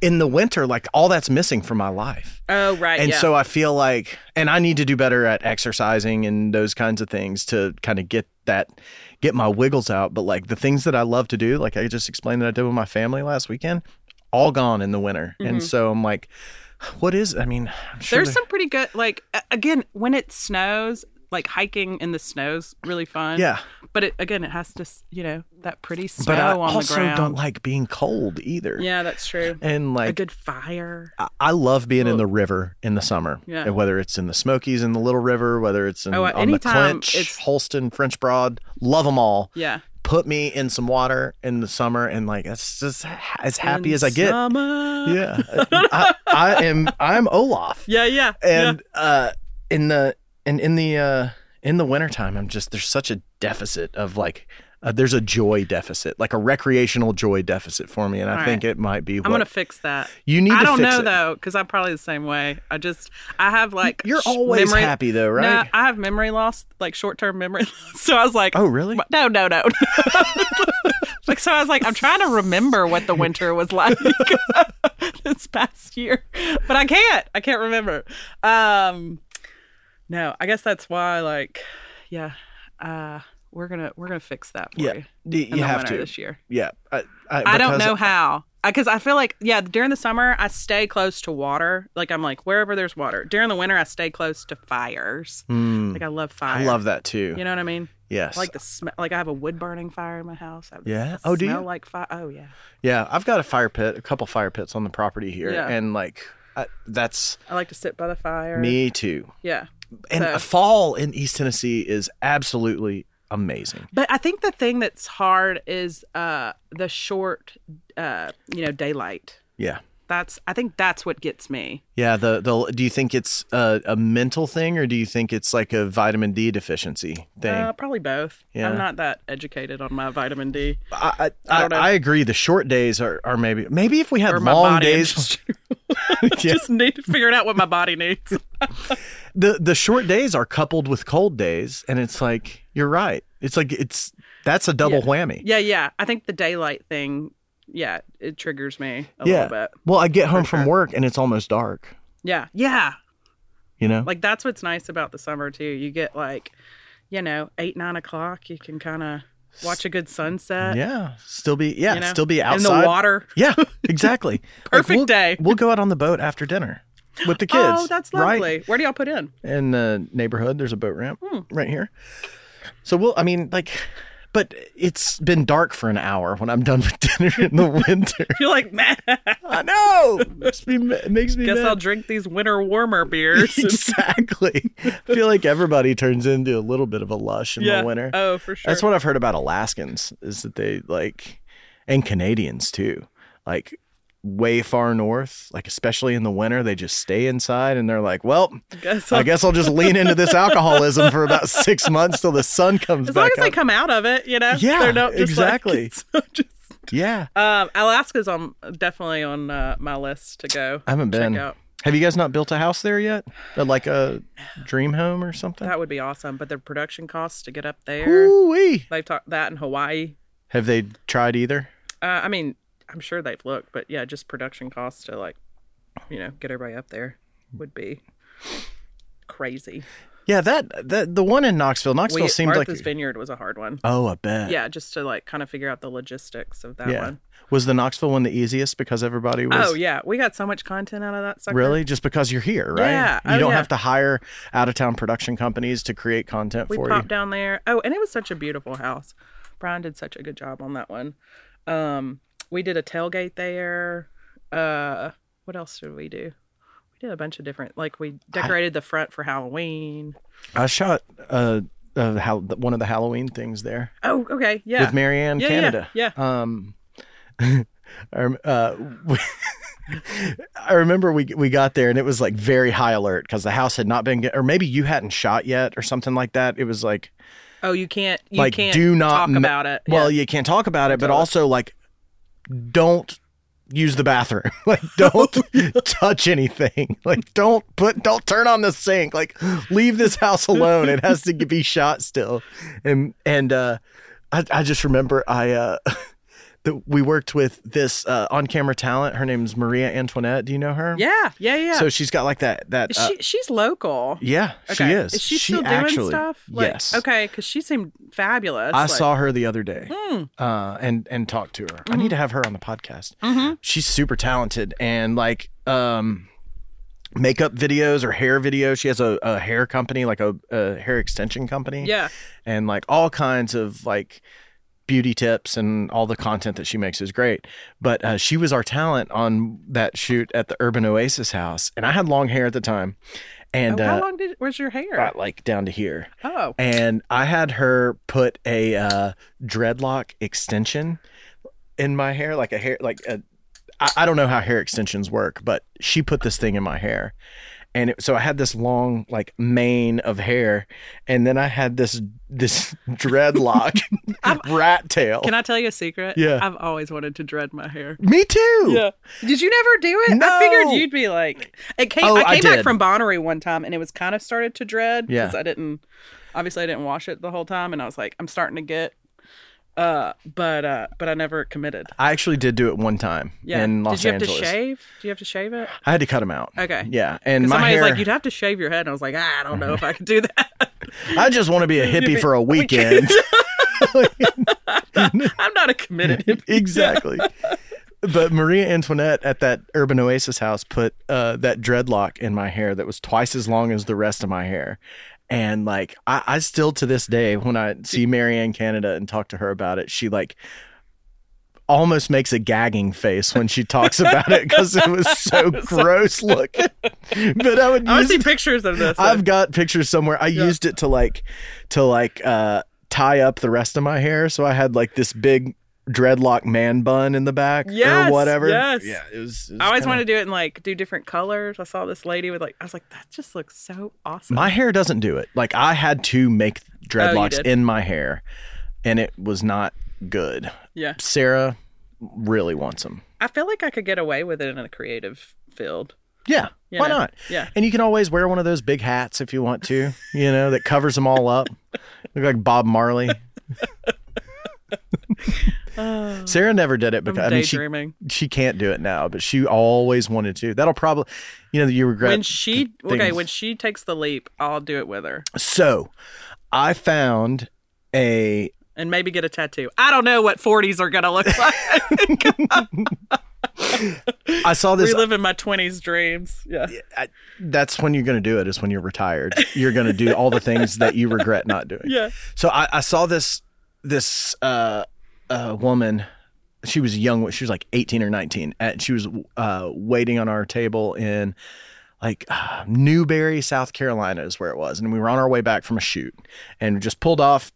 in the winter like all that's missing from my life Oh, right. and yeah. so i feel like and i need to do better at exercising and those kinds of things to kind of get that get my wiggles out but like the things that i love to do like i just explained that i did with my family last weekend all gone in the winter and so i'm like what is i mean i'm sure Mm-hmm. There's there- some pretty good, like, a- again, when it snows, like hiking in the snow's really fun. yeah But it, again, it has to, s- you know, that pretty snow but i on the also ground. don't like being cold either yeah, that's true. and a like good fire. I- I love being in the river in the summer, Yeah. and whether it's in the Smokies in the Little River, whether it's in, Oh, uh, on the anytime Clinch, it's- Holston, French Broad, love them all. Yeah. Put me in some water in the summer, and like that's just ha- as happy In as I get. summer. Yeah, I, I am. I'm Olaf, Yeah, yeah. and uh, in the and in the uh, in the wintertime, I'm just there's such a deficit of like. Uh, there's a joy deficit, like a recreational joy deficit for me, and I All think it might be. What I'm going to fix that. you need I to don't fix know it. though, because I'm probably the same way. I just I have like You're sh- always memory- happy though, right? No, I have memory loss, like short term memory. loss. So I was like, Oh, really? "What? no, no, no. like so, I was like, I'm trying to remember what the winter was like this past year, but I can't. I can't remember. Um, no, I guess that's why. Like, yeah, uh, we're gonna we're gonna fix that for Yeah, you. Y- in you the have winter to. this year. Yeah. I, I, I don't because know how. Because I feel like, yeah, during the summer, I stay close to water. Like, I'm like, wherever there's water. During the winter, I stay close to fires. Mm, Like, I love fire. I love that too. You know what I mean? yes. I like the smell. Like, I have a wood burning fire in my house. I Yeah? I Oh, do smell you? like fire. Oh, yeah. yeah. I've got a fire pit, a couple fire pits on the property here. Yeah. And like, I, that's I like to sit by the fire. me too. Yeah. And So- fall in East Tennessee is absolutely amazing. But I think the thing that's hard is uh the short, uh you know, daylight. Yeah. That's I think that's what gets me. Yeah. The, the, do you think it's a, a mental thing or do you think it's like a vitamin D deficiency thing? Uh, probably both. Yeah. I'm not that educated on my vitamin D. I, I I, I, don't know. I agree. The short days are, are maybe, maybe if we had Or my long body in days, general. Yeah. just need figuring out what my body needs. the the short days are coupled with cold days and it's like you're right it's like it's that's a double Yeah. whammy yeah, yeah. I think the daylight thing, yeah, it triggers me a Yeah. little bit. well i get home For from sure. work and it's almost dark Yeah, yeah. you know Like that's what's nice about the summer too. You get like, you know, eight nine o'clock. You can kind of watch a good sunset. yeah still be yeah you know, still be outside in the water. yeah exactly Perfect we'll, day. we'll go out on the boat after dinner with the kids oh, that's right? lovely. Hmm. Where do y'all put in? in the neighborhood. There's a boat ramp right here. So we'll, I mean, like, but it's been dark for an hour when I'm done with dinner in the winter. You're like, man, I know. Makes me, ma- makes me guess mad. I'll drink these winter warmer beers. exactly. I feel like everybody turns into a little bit of a lush in yeah. the winter. Oh, for sure. That's what I've heard about Alaskans is that they like, and Canadians too, like way far north, like especially in the winter, they just stay inside and they're like, well, guess I guess I'll just lean into this alcoholism for about six months till the sun comes as long back as they up. come out of it, you know. Yeah, They're not just like- exactly. so just yeah, Um, Alaska's on definitely on uh, my list to go. I haven't been. Check out. Have you guys not built a house there yet? Uh, Like a dream home or something? That would be awesome, but the production costs to get up there. Ooh-wee. They've talked that in Hawaii. Have they tried either? Uh, I mean, I'm sure they've looked, but yeah, just production costs to like, you know, get everybody up there would be crazy. Yeah, that, that the one in Knoxville. Knoxville We, seemed Martha's like Vineyard was a hard one. Oh, I bet. Yeah, just to like kind of figure out the logistics of that Yeah. one. Was the Knoxville one the easiest because everybody was Oh yeah, we got so much content out of that sucker. really just because you're here, right? Yeah. You Oh, don't yeah. have to hire out of town production companies to create content we for popped you. down there. Oh, and it was such a beautiful house. Brian did such a good job on that one. Um, we did a tailgate there. Uh, What else did we do? We did a bunch of different. Like we decorated the front for Halloween. I shot uh, uh how one of the Halloween things there Oh, okay, yeah, with Marianne Yeah, yeah, Canada. yeah. Um, I, rem- uh, I remember we we got there and it was like very high alert because the house had not been get- or maybe you hadn't shot yet or something like that. It was like Oh, you can't. You like can't do not talk ma- about it. Well, yeah. you can't talk about it, but Tell it. also like don't use the bathroom. Like don't touch anything. Like don't put don't turn on the sink. Like leave this house alone. It has to be shot still. And and uh I I just remember I uh that we worked with this uh on-camera talent. Her name's Maria Antoinette. Do you know her? yeah, yeah, yeah. So she's got like that that Is uh, she she's local. yeah, Okay. she is. she still doing actually, stuff? Like, yes. Okay, because she seemed fabulous. I like- saw her the other day Hmm. Mm-hmm. uh, and and talked to her. I need to have her on the podcast. Mhm. She's super talented and like um, makeup videos or hair videos. She has a, a hair company, like a, a hair extension company, Yeah. and like all kinds of like beauty tips and all the content that she makes is great. But uh, she was our talent on that shoot at the Urban Oasis house, and I had long hair at the time, and oh, how uh, long did? Where's your hair? got like down to here oh, and I had her put a uh, dreadlock extension in my hair, like a hair, like a. I, I don't know how hair extensions work, but she put this thing in my hair, and it, so I had this long like mane of hair, and then I had this this dreadlock rat tail. can I tell you a secret? Yeah. I've always wanted to dread my hair. Me too. Did you never do it? I No. figured you'd be like. It came, Oh, I I came back did. from Bonnery one time, and it was kind of started to dread Yeah. because I didn't. Obviously, I didn't wash it the whole time, and I was like, I'm starting to get. Uh, but uh, but I never committed. I actually did do it one time Yeah. in Los Did you Angeles. have to shave? Do you have to shave it? I had to cut them out. Okay. Yeah, and 'Cause my Somebody's hair. like, you'd have to shave your head, and I was like, ah, I don't know if I could do that. I just want to be a hippie for a weekend. I'm not a committed hippie. exactly. but Maria Antoinette at that Urban Oasis house put uh, that dreadlock in my hair that was twice as long as the rest of my hair. And like I, I still to this day, when I see Marianne Canada and talk to her about it, she like almost makes a gagging face when she talks about it because it was so gross looking. But I would I want use to see pictures of this. I've got pictures somewhere. I Yeah. used it to like to like uh tie up the rest of my hair. So I had like this big dreadlock man bun in the back Yes, or whatever. yes. Yeah, it was, it was I always kinda- want to do it in like do different colors. I saw this lady with like I was like that just looks so awesome. My hair doesn't do it. Like I had to make dreadlocks Oh, did. in my hair and it was not good. yeah, Sarah really wants them. I feel like I could get away with it in a creative field. Yeah. you why know? not? Yeah, And you can always wear one of those big hats if you want to, you know, that covers them all up. Look like Bob Marley. oh, Sarah never did it I'm because I mean she daydreaming. she can't do it now, but she always wanted to. That'll probably, you know, you regret. when she okay, things. when she takes the leap, I'll do it with her so, I found a. and maybe get a tattoo. I don't know what 40s are gonna look like. I saw this. Reliving my 20s dreams. Yeah, I, that's when you're going to do it. Is when you're retired. You're going to do all the things that you regret not doing. yeah. So I, I saw this this uh, uh, woman. She was young. She was like 18 or 19, and she was uh, waiting on our table in like uh, Newberry, South Carolina, is where it was. And we were on our way back from a shoot, and just pulled off,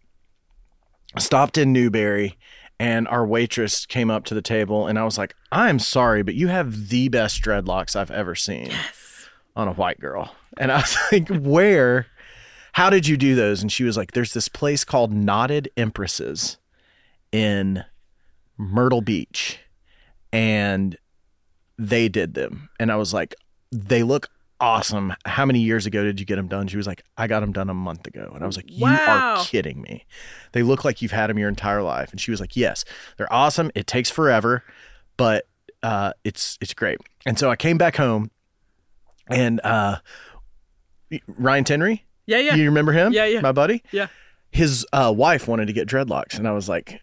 stopped in Newberry, and our waitress came up to the table, and I was like, "I'm sorry, but you have the best dreadlocks I've ever seen." on a white girl. And I was like, where? How did you do those? And she was like, there's this place called Knotted Empresses in Myrtle Beach. And they did them. And I was like, they look awesome. How many years ago did you get them done? She was like, I got them done a month ago. And I was like, you Wow. are kidding me. They look like you've had them your entire life. And she was like, yes, they're awesome. It takes forever, but uh, it's it's great. And so I came back home and uh Ryan Tenry, Yeah, yeah. you remember him? Yeah, yeah. My buddy? Yeah. His uh, wife wanted to get dreadlocks, and I was like,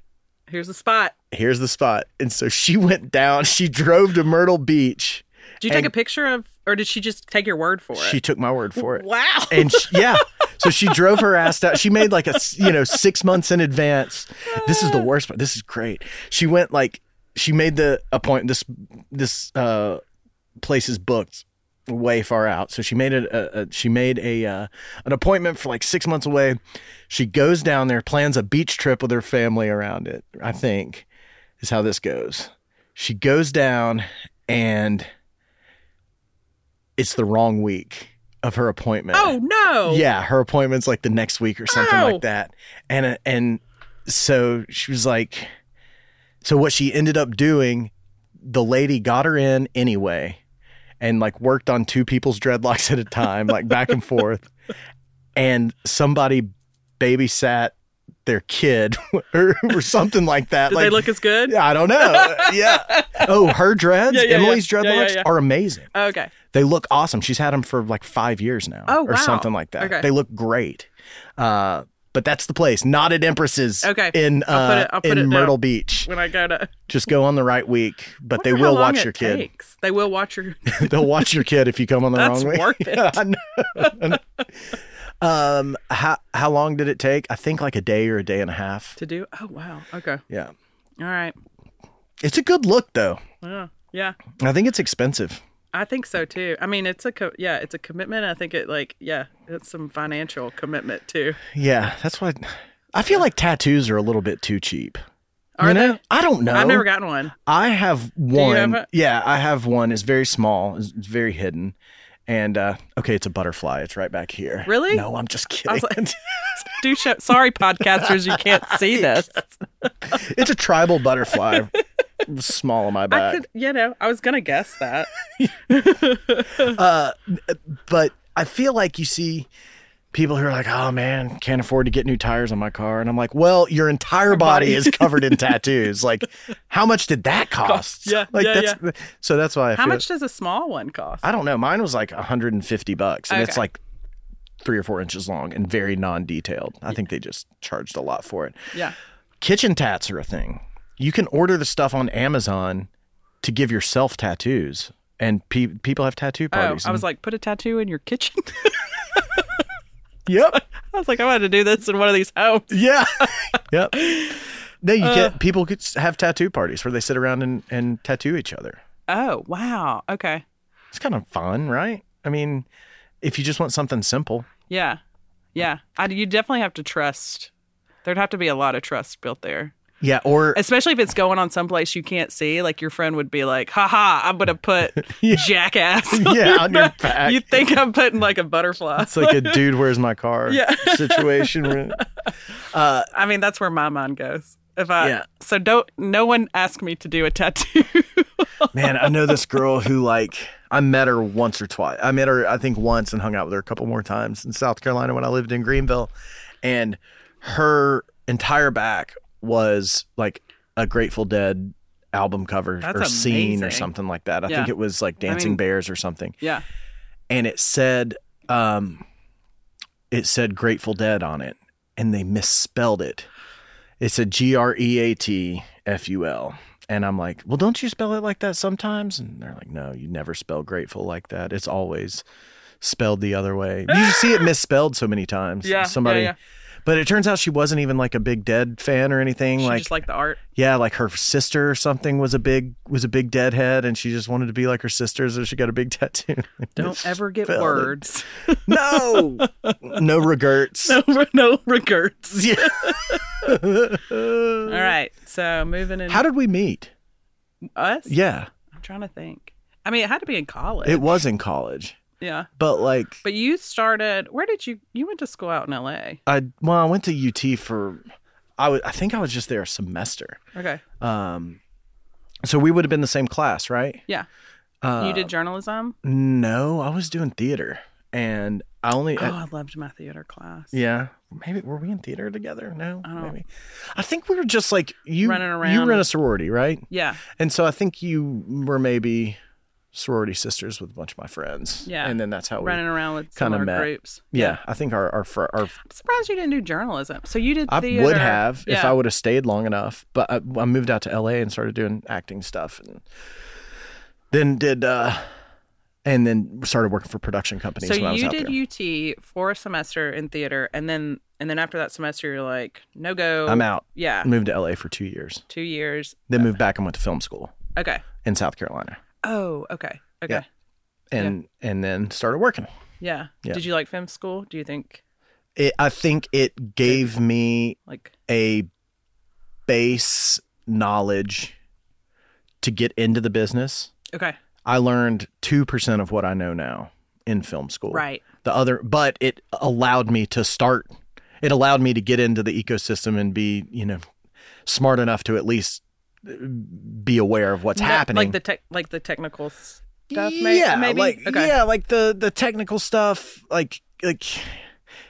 Here's the spot. here's the spot. And so she went down, she drove to Myrtle Beach. Did you take And- a picture of, or did she just take your word for it? She took my word for it. Wow. And she, yeah, so she drove her ass out. She made like a, s- you know, six months in advance. This is the worst part. This is great. She went like, she made the appointment, this, this, uh, places booked way far out. So she made it. A, a, she made a uh, an appointment for like six months away. She goes down there, plans a beach trip with her family around it. I think is how this goes. She goes down, and it's the wrong week of her appointment. Oh no. Yeah, her appointment's like the next week or something Ow. like that. And uh, and so she was like so what she ended up doing, the lady got her in anyway and like worked on two people's dreadlocks at a time, like back and forth. And somebody babysat their kid or, or something like that. Did like they look as good? I don't know. Yeah. Oh, her dreads, Yeah, yeah, Emily's yeah. dreadlocks Yeah, yeah, yeah. are amazing. Okay. They look awesome. She's had them for like five years now, Oh, or wow. something like that. Okay. They look great. Uh, but that's the place, not at Empresses. Okay. in uh, I'll put it- I'll put in it down. Myrtle Beach. When I go to, Just go on the right week, but they Wonder how will long watch it your kid. takes. They will watch your. They'll watch your kid if you come on the That's wrong week. worth it. Yeah, I know. um, how how long did it take? I think like a day or a day and a half. to do. Oh wow. Okay. Yeah, All right. it's a good look though. Yeah. Yeah. I think it's expensive. I think so too. I mean, it's a co- yeah, it's a commitment. I think it like yeah, it's some financial commitment too. Yeah, that's why. I feel like tattoos are a little bit too cheap. Are you know? they? I don't know. I've never gotten one. I have you one. have it? Yeah, I have one. It's very small. It's it's very hidden. And uh, okay, it's a butterfly. It's right back here. Really? No, I'm just I kidding. was like, do show. Sorry, podcasters, you can't see this. it's a tribal butterfly. small on my I back. could, you know, I was gonna guess that. uh, but I feel like you see people who are like, "Oh man, can't afford to get new tires on my car," and I'm like, "Well, your entire body body. is covered in tattoos. Like, how much did that cost? Yeah, like yeah, that's so that's why I How feel, much does a small one cost? I don't know. Mine was like 150 bucks, and it's Okay. like three or four inches long and very non-detailed. I think they just charged a lot for it. yeah. Kitchen tats are a thing. You can order the stuff on Amazon to give yourself tattoos, and pe- people have tattoo Oh, parties. I was like, put a tattoo in your kitchen. yep, I was like, I wanted to do this in one of these homes. yeah, yep. No, you Uh. get people could s- have tattoo parties where they sit around and, and tattoo each other. Oh wow. Okay. It's kind of fun, right? I mean, if you just want something simple, Yeah. Yeah. I, you definitely have to trust. There'd have to be a lot of trust built there. yeah, or especially if it's going on someplace you can't see. Like your friend would be like, "Haha, I'm gonna put Yeah. jackass." on Yeah, your on your back." back. You think I'm putting like a butterfly? It's like a dude, where's my car Yeah. situation. where- Uh, I mean, that's where my mind goes. If I Yeah. so don't, no one asked me to do a tattoo. man, I know this girl who like I met her once or twice. I met her, I think, once and hung out with her a couple more times in South Carolina when I lived in Greenville, and her entire back was like a Grateful Dead album cover That's or scene or amazing. something like that. I Yeah. think it was like Dancing mean- Bears or something, yeah, and it said, um, it said Grateful Dead on it, and they misspelled it. It said G R E A T F U L. And I'm like, well, don't you spell it like that sometimes? And they're like, no, you never spell grateful like that. It's always spelled the other way. You just see it misspelled so many times. yeah, Somebody, Yeah, yeah. but it turns out she wasn't even like a big Dead fan or anything. She like, just like the art. yeah, like her sister or something was a big was a big Deadhead, and she just wanted to be like her sister, so she got a big tattoo. Don't ever get Misspelled it. words. No, no regrets. No, no regrets. Yeah. All right, so moving in How did we meet? us. Yeah, I'm trying to think. I mean, it had to be in college. it was in college, yeah. but like But you started. Where did you? You went to school out in L.A. I well, I went to UT for I wa- I think I was just there a semester. Okay. Um, so we would have been the same class, right? Yeah. Uh, you did journalism. No, I was doing theater, and I only uh, oh, I loved my theater class. yeah. Maybe were we in theater together? No, I don't- maybe. I think we were just like you. Running You around. were in a sorority, right? Yeah. And so I think you were maybe sorority sisters with a bunch of my friends. Yeah. And then that's how we Running around with kinda similar met. groups. Yeah, I think our our fr- our I'm surprised you didn't do journalism. So you did I theater. would have if Yeah. I would have stayed long enough, but I, I moved out to LA and started doing acting stuff and then did uh and then started working for production companies So when I was you out did there. UT for a semester in theater and then and then after that semester you're like, no go. I'm out. Yeah. Moved to LA for 2 years. Two years. Then moved back and went to film school Okay. in South Carolina. Oh, okay. Okay. Yeah. and and then started working. Yeah. Yeah. Did you like film school? Do you think It, I think it gave me like a base knowledge to get into the business. okay, I learned 2% of what I know now in film school. right. The other but it allowed me to start. It allowed me to get into the ecosystem and be, you know, smart enough to at least be aware of what's No, happening. Like the tech like the technical stuff may- yeah, maybe? like Okay. yeah, like the the technical stuff, like like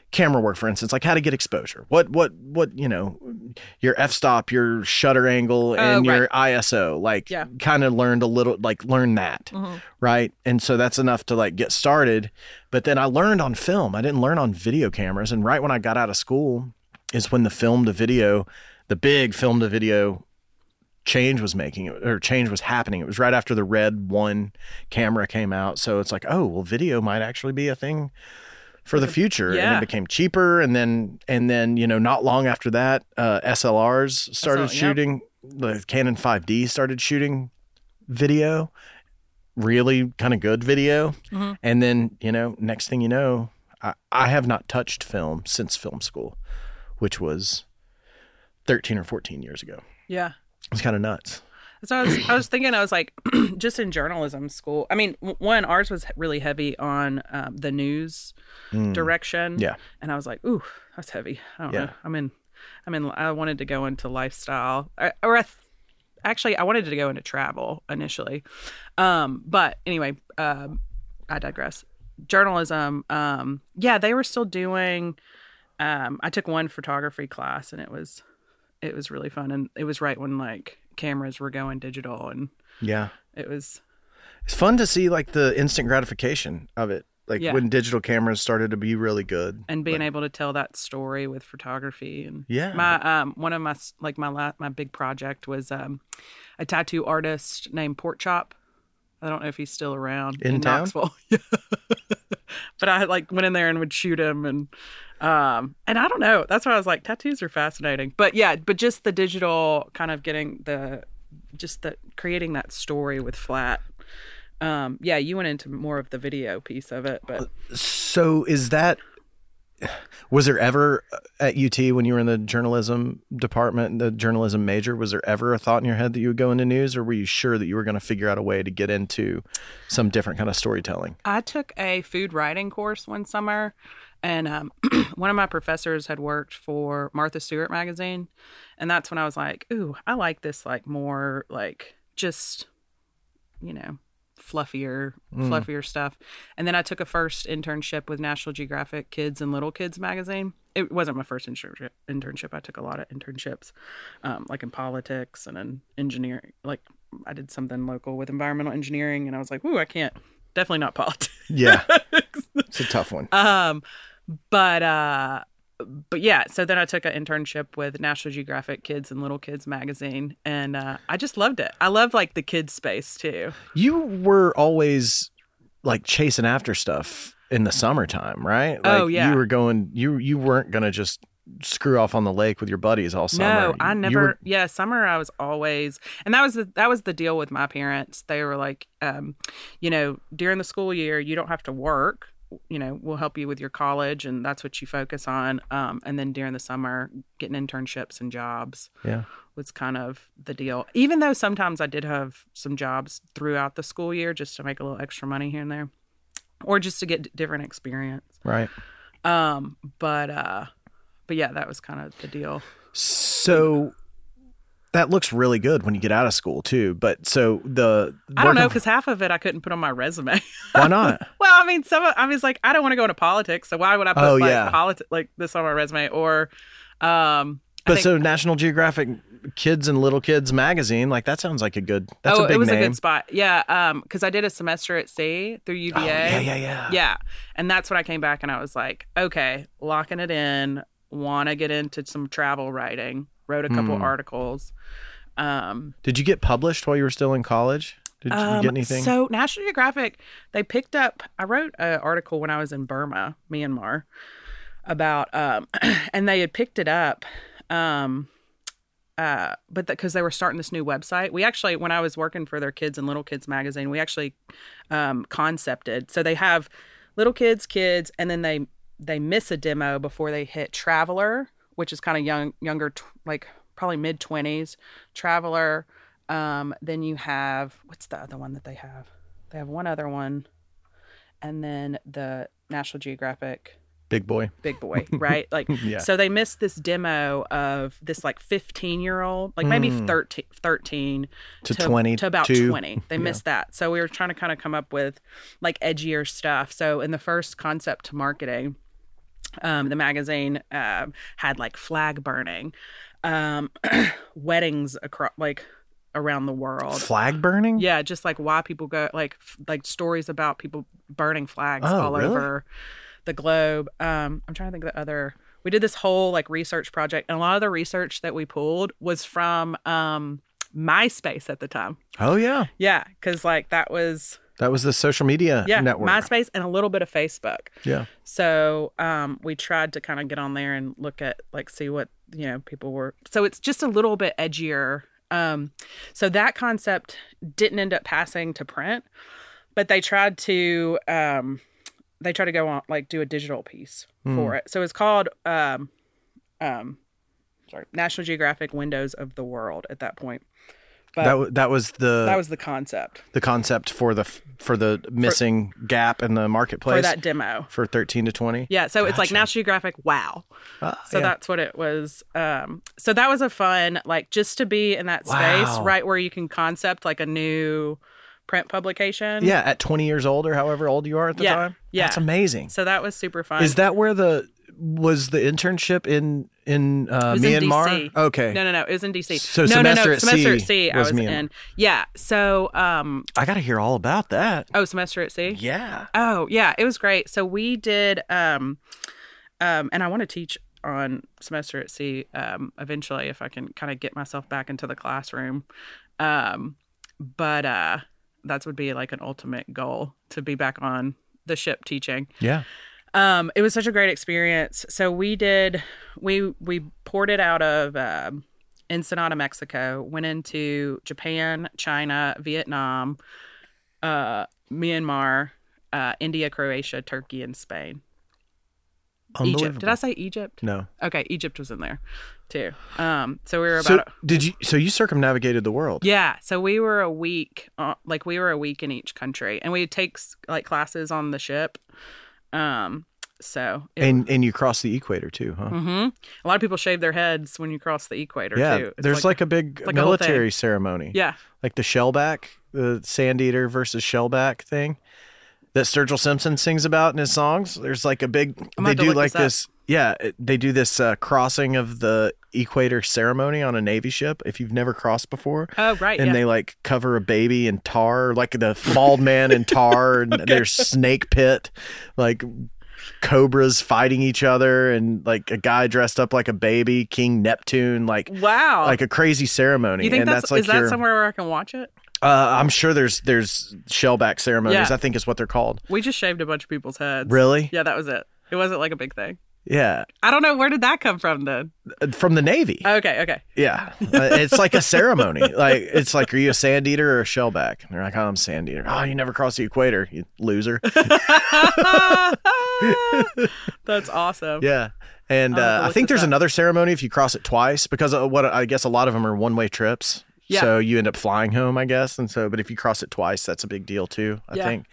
camera work, for instance, like how to get exposure. What what what you know, your f stop, your shutter angle, and Oh, right. your ISO. Like Yeah. kind of learned a little, like learned that Mhm. right, and so that's enough to like get started. But then I learned on film. I didn't learn on video cameras. And right when I got out of school is when the film to video, the big film to video change was making or change was happening. It was right after the red one camera came out. So it's like, oh, well, video might actually be a thing for the future. And Yeah. it became cheaper. And then, and then, you know, not long after that, uh, SLRs started SL, yep. shooting, the Canon 5D started shooting video, really kind of good video. Mhm. And then, you know, next thing you know, I, I have not touched film since film school, which was 13 or 14 years ago. Yeah. It's kind of nuts. So I was, I was thinking, I was like, just in journalism school. I mean, w- one, ours was really heavy on um, the news Mm. direction. Yeah. And I was like, ooh, that's heavy. I don't Yeah. know. I'm in, I'm in, I wanted to go into lifestyle or, or I th- actually I wanted to go into travel initially. Um, but anyway, um, I digress. Journalism. Um, yeah, they were still doing, um, I took one photography class and it was, it was really fun. And it was right when like cameras were going digital and Yeah. it was, It's fun to see like the instant gratification of it. Like Yeah. when digital cameras started to be really good. and being able to tell that story with photography and Yeah. my um one of my s- like my la- my big project was um a tattoo artist named Pork Chop. I don't know if he's still around In town? Knoxville. but I like went in there and would shoot him and um and I don't know. That's why I was like tattoos are fascinating. But yeah, but just the digital kind of getting the just the creating that story with flat. Um yeah, you went into more of the video piece of it, but so is that was there ever uh, at UT when you were in the journalism department, the journalism major, was there ever a thought in your head that you would go into news or were you sure that you were going to figure out a way to get into some different kind of storytelling? I took a food writing course one summer, and um, one of my professors had worked for Martha Stewart magazine, and that's when I was like, "Ooh, I like this like more like just, you know, fluffier, Mm. fluffier stuff." And then I took a first internship with National Geographic Kids and Little Kids magazine. It wasn't my first internship. Internship. I took a lot of internships, um, like in politics and in engineering. Like I did something local with environmental engineering, and I was like, "Ooh, I can't." Definitely not politics. Yeah. it's a tough one. Um, but uh, but yeah. So then I took an internship with National Geographic Kids and Little Kids magazine, and uh, I just loved it. I love like the kids space too. You were always like chasing after stuff in the summertime, right? Like, Oh, yeah. You were going. You you weren't gonna just screw off on the lake with your buddies all summer. No, I You never. were- yeah, summer I was always, and that was the that was the deal with my parents. They were like, um, you know, during the school year, you don't have to work. You know, we'll help you with your college, and that's what you focus on. Um, and then during the summer, getting internships and jobs. Yeah. was kind of the deal. Even though sometimes I did have some jobs throughout the school year just to make a little extra money here and there, or just to get d- different experience. right. Um, but uh, but yeah, that was kind of the deal. So that looks really good when you get out of school too. But so the I don't know working- because half of it I couldn't put on my resume. why not? well, I mean, some of, I was like, I don't want to go into politics, so why would I put Oh, like yeah. politi- like this on my resume or um. I But think- so National Geographic Kids and Little Kids magazine, like that sounds like a good. That's oh, a big it was name. a good spot. Yeah, um, because I did a semester at sea through UVA. Oh, yeah, yeah, yeah. Yeah. And that's when I came back and I was like, okay, locking it in, want to get into some travel writing. Wrote a couple Hmm. articles. Um, Did you get published while you were still in college? Did you um, get anything? So, National Geographic, they picked up, I wrote an article when I was in Burma, Myanmar, about, um, and they had picked it up. Um, uh, but because they were starting this new website, we actually, when I was working for their kids and little kids magazine, we actually um, concepted. So they have little kids, kids, and then they they miss a demo before they hit traveler, which is kind of young, younger, tw- like probably mid twenties. Traveler. Um, then you have what's the other one that they have? They have one other one, and then the National Geographic Big boy. big boy, right? Like, Yeah. so they missed this demo of this like 15 year old, like maybe 13, 13 To 20, to about two. 20. They missed that. So we were trying to kind of come up with like edgier stuff. So in the first concept to marketing, um, the magazine um had like flag burning, um, weddings across like around the world. Flag burning? Yeah, just like why people go like f- like stories about people burning flags Oh, all really? over the globe. Um I'm trying to think of the other we did this whole like research project and a lot of the research that we pulled was from um MySpace at the time. Oh, yeah. Yeah, cuz like that was That was the social media yeah, network. MySpace and a little bit of Facebook. yeah. So um, we tried to kind of get on there and look at like see what you know people were. So it's just a little bit edgier. Um, so that concept didn't end up passing to print, but they tried to um, they tried to go on like do a digital piece for it. So it's called um, um, sorry National Geographic Windows of the World at that point. But that wa- that was the that was the concept the concept for the f- for the missing gap in the marketplace for that demo. for 13 to 20. Yeah, so it's like National Geographic. Wow. Ah, So yeah. that's what it was. Um, so that was a fun, like, just to be in that Wow. space, right where you can concept like a new print publication. yeah, at 20 years old or however old you are at the Yeah, time. yeah. That's amazing. So that was super fun. Is that where the was the internship in in uh, It was in Myanmar? DC. Okay. No, no, no. It was in DC. So no, no, semester no. at semester at sea sea. I was was Myanmar. in. Yeah. So, um, I got to hear all about that. oh, semester at sea. Yeah. Oh, yeah. It was great. So we did, um, um, and I want to teach on semester at sea um, eventually if I can kind of get myself back into the classroom. Um, but uh, that would be like an ultimate goal to be back on the ship teaching. Yeah. Um, it was such a great experience. So we did, we we poured it out of um, Ensenada, Mexico, went into Japan, China, Vietnam, uh, Myanmar, uh, India, Croatia, Turkey, and Spain. Unbelievable. Egypt. Did I say Egypt? No. Okay, Egypt was in there too. Um, so we were about So did you so you circumnavigated the world? yeah. So we were a week, uh, like we were a week in each country, and we would take s- like classes on the ship. Um, so it, And and you crossed the equator too, huh? Mhm. a lot of people shave their heads when you cross the equator Yeah. too. It's There's like, a big like a whole thing. military ceremony. yeah, like the shellback, the sand eater versus shellback thing that Sturgill Simpson sings about in his songs. There's like a big I'm they about to do look like this up. this yeah, it- they do this uh, crossing of the equator ceremony on a navy ship if you've never crossed before. oh right, And yeah. they like cover a baby in tar, like the bald man in tar, and there's snake pit, like cobras fighting each other, and like a guy dressed up like a baby, King Neptune, like wow, like a crazy ceremony. you think and that's, that's, like is that your, somewhere where I can watch it? uh, I'm sure there's there's shellback ceremonies. Yeah. I think is what they're called. We just shaved a bunch of people's heads. Really? Yeah, that was it. It wasn't like a big thing. Yeah, I don't know where did that come from then. from the Navy. Okay, okay. yeah, Uh, it's like a ceremony. Like it's like, are you a sand eater or a shellback? And they're like, oh, I'm a sand eater. Oh, you never cross the equator, you loser. That's awesome. Yeah. And I'll have uh, to I look think this there's up. another ceremony if you cross it twice because uh, what I guess a lot of them are one way trips. Yeah. So you end up flying home, I guess. And so, but if you cross it twice, that's a big deal too, I Yeah. think.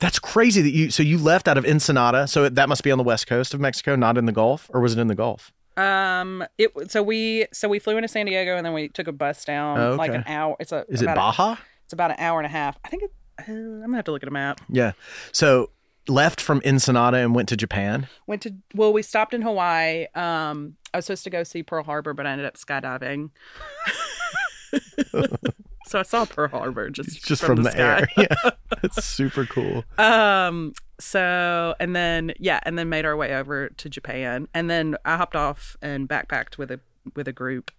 That's crazy that you, so you left out of Ensenada. So that must be on the west coast of Mexico, not in the Gulf, or was it in the Gulf? Um. It so we so we flew into San Diego and then we took a bus down Oh, like okay. an hour. It's a Is about it a- Baja? it's about an hour and a half. I think it, uh, I'm gonna have to look at a map. Yeah. So left from Ensenada and went to Japan. Went to well, we stopped in Hawaii. Um, I was supposed to go see Pearl Harbor, but I ended up skydiving. so I saw Pearl Harbor just Just from, from, the, the, sky. air. Yeah. That's super cool. Um. So and then yeah, and then made our way over to Japan, and then I hopped off and backpacked with a with a group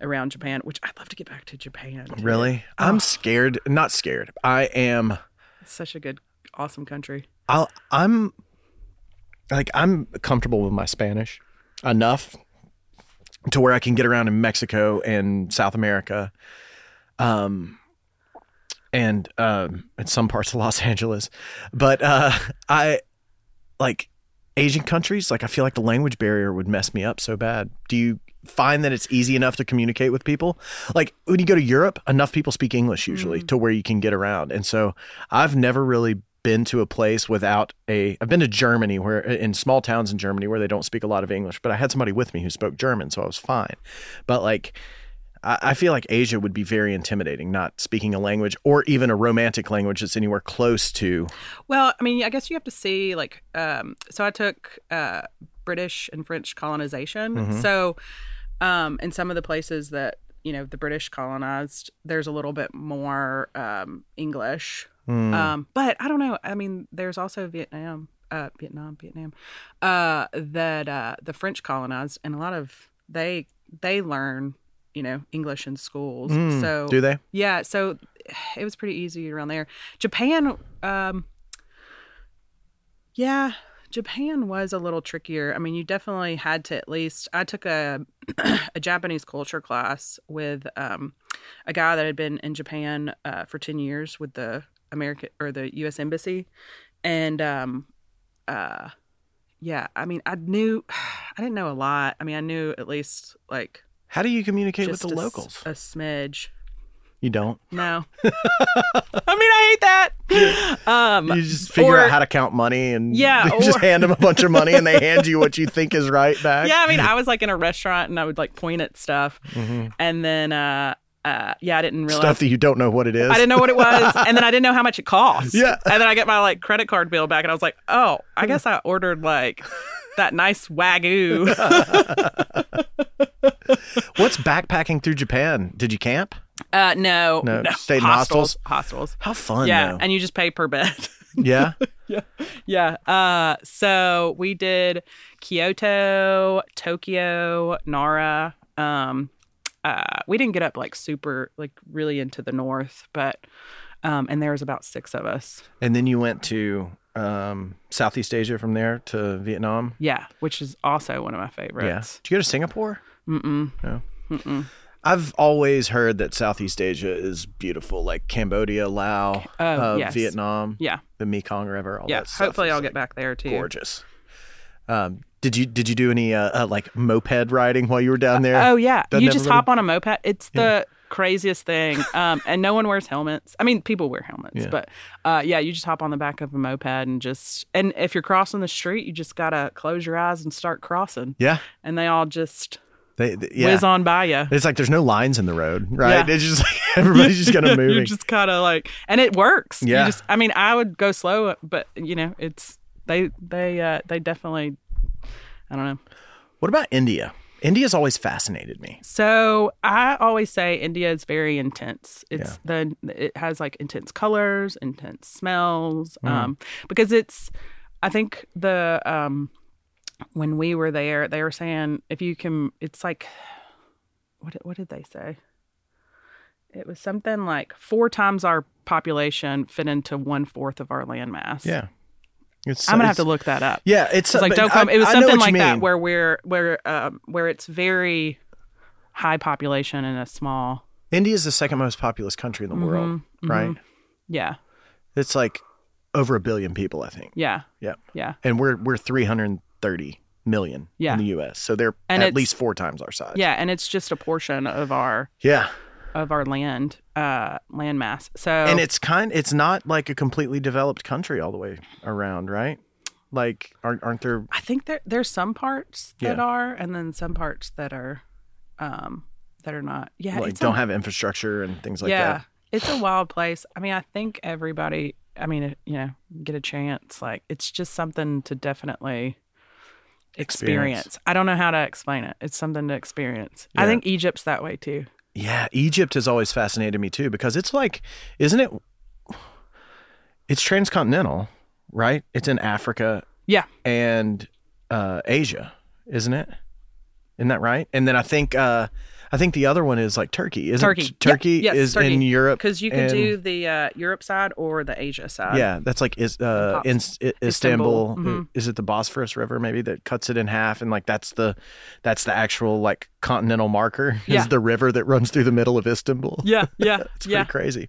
around Japan, which I'd love to get back to Japan. dude. Really? Oh. I'm scared. Not scared. I am. It's such a good, awesome country. I'll, I'm like I'm comfortable with my Spanish enough to where I can get around in Mexico and South America, um, and um, in some parts of Los Angeles. But uh, I like Asian countries. Like I feel like the language barrier would mess me up so bad. Do you find that it's easy enough to communicate with people? Like when you go to Europe, enough people speak English usually Mm. to where you can get around. And so I've never really been to a place without a I've been to Germany where in small towns in Germany where they don't speak a lot of English, but I had somebody with me who spoke German, so I was fine. But like I, I feel like Asia would be very intimidating, not speaking a language or even a romantic language that's anywhere close to Well, I mean, I guess you have to see like um so I took uh British and French colonization. Mhm. So um in some of the places that, you know, the British colonized, there's a little bit more um English. Mm, Um but I don't know. I mean, there's also Vietnam, uh Vietnam, Vietnam. Uh that uh the French colonized and a lot of they they learn, you know, English in schools. mm. so do they? yeah, so it was pretty easy around there. Japan, um, yeah, Japan was a little trickier. I mean, you definitely had to at least. I took a a Japanese culture class with um, a guy that had been in Japan uh, for ten years with the American or the U.S. embassy, and um, uh, yeah, I mean, I knew I didn't know a lot. I mean, I knew at least like How do you communicate with just the a s- locals? a smidge. you don't. No. I mean, I hate that. Um, You just figure or- out how to count money and Yeah, you just or- hand them a bunch of money and they hand you what you think is right back. yeah, I mean, I was like in a restaurant and I would like point at stuff, Mhm. and then uh, uh, yeah, I didn't realize. Stuff that you don't know what it is. I didn't know what it was, and then I didn't know how much it cost. Yeah. and then I get my like credit card bill back, and I was like, oh, I guess I ordered like that nice wagyu. What's backpacking through Japan? Did you camp? uh, no, No, Oh, stayed in hostels, hostels. How fun, yeah, though. and you just pay per bed. yeah. Yeah. Uh, so we did Kyoto, Tokyo, Nara. Um, uh, we didn't get up like super, like really into the north, but um, and there was about six of us. And then you went to um, Southeast Asia from there to Vietnam. Yeah, which is also one of my favorites. Yeah. Did you go to Singapore? Mm-mm. No. Mm-mm. I've always heard that Southeast Asia is beautiful, like Cambodia, Laos, Oh, uh, yes. Vietnam, Yeah. the Mekong River. All Yeah. that stuff Hopefully, is, I'll like, get back there too. Gorgeous. Um, did you did you do any uh, uh, like moped riding while you were down there? Oh yeah, Doesn't you just everybody- hop on a moped. It's the craziest thing, um, and no one wears helmets. I mean, people wear helmets, Yeah. but uh, yeah, you just hop on the back of a moped and just. And if you're crossing the street, you just gotta close your eyes and start crossing, yeah, and they all just they, they- yeah. whiz on by you. It's like there's no lines in the road, right? It's just like everybody's just kind of moving. you're just kind of like, and it works. You Yeah. just- I mean, I would go slow, but you know, it's they they uh, they definitely. I don't know. What about India? India's always fascinated me. So I always say India is very intense. It's the it has like intense colors, intense smells, Mm. um, because it's. I think the um, when we were there, they were saying if you can, it's like, what did- what did they say? It was something like four times our population fit into one fourth of our landmass. Yeah, it's, I'm gonna have it's- to look that up. Yeah, it's, It's like but don't I- come. It was I know something what you like that mean. where we're where um, where it's very high population and a small. India is the second most populous country in the world, mhm. right? Yeah, It's like over a billion people, I think. yeah, Yeah, yeah, and we're we're 330 million Yeah. in the U.S., so they're And at it's- least four times our size. yeah. And it's just a portion of our yeah, of our land uh land mass. So and it's kind. It's not like a completely developed country all the way around, right? Like, aren't aren't there? I think there there's some parts that Yeah. are, and then some parts that are, um, that are not. Yeah, like it's don't a, have infrastructure and things like yeah, that. it's a wild place. I mean, I think everybody. I mean, it- you know, get a chance. Like it's just something to definitely experience. Experience. I don't know how to explain it. It's something to experience. I Yeah. think Egypt's that way too. Yeah, Egypt has always fascinated me too because it's like, isn't it? It's transcontinental, right? It's in Africa Yeah. and uh, Asia, isn't it? Isn't that right? And then I think uh, I think the other one is like Turkey. Isn't Turkey. t- Turkey Yep. Yes, is Turkey. in Europe because you can and- do the uh, Europe side or the Asia side. yeah, that's like is uh, Pop- in, I- Istanbul. uh, Istanbul, mhm. Is it the Bosphorus River maybe that cuts it in half and like that's the that's the actual like continental marker Yeah. is the river that runs through the middle of Istanbul. yeah, yeah, It's pretty yeah. crazy.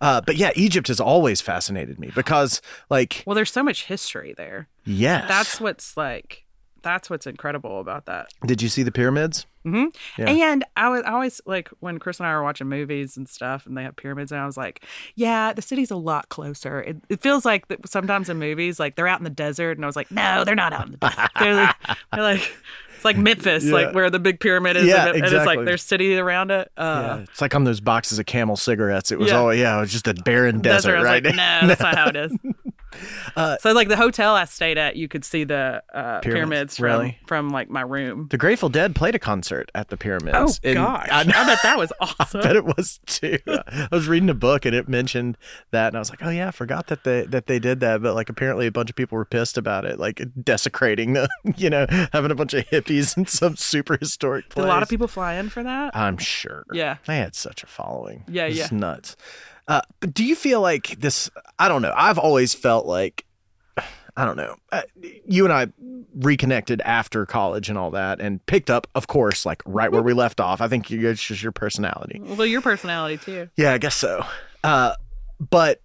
Uh, but yeah, Egypt has always fascinated me because like Well, there's so much history there. yes, That's what's like. That's what's incredible about that. Did you see the pyramids? hmm Yeah. And I was I always like when Chris and I were watching movies and stuff, and they have pyramids, and I was like, "Yeah, the city's a lot closer." It, it feels like that sometimes in movies, like they're out in the desert, and I was like, "No, they're not out in the desert. They're, like- they're like it's like Memphis, Yeah. like where the big pyramid is, Yeah, and, it- and it's exactly. like there's city around it." Uh, yeah, it's like on those boxes of Camel cigarettes. It was Yeah. all yeah, it was just a barren desert, I was right? Uh, Like, no, that's not how it is. so like the hotel I stayed at, you could see the uh, Pyramids, pyramids, from, really? from like my room. the Grateful Dead played a concert at the Oh pyramids. in- gosh, I I, know. bet that was I awesome. bet it was too. I was reading a book and it mentioned that, and I was like, "Oh yeah, I forgot that they that they did that." But like, apparently, a bunch of people were pissed about it, like desecrating the, you know, having a bunch of hippies in some super historic Did place. a lot of people fly in for that? I'm sure. Yeah. They had such a following. Yeah, it's yeah. nuts. Uh, but do you feel like this? I don't know. I've always felt like, I don't know. Uh, you and I reconnected after college and all that, and picked up, of course, like right where we left off. I think you- it's just your personality. Well, your personality too. Yeah, I guess so. Uh, but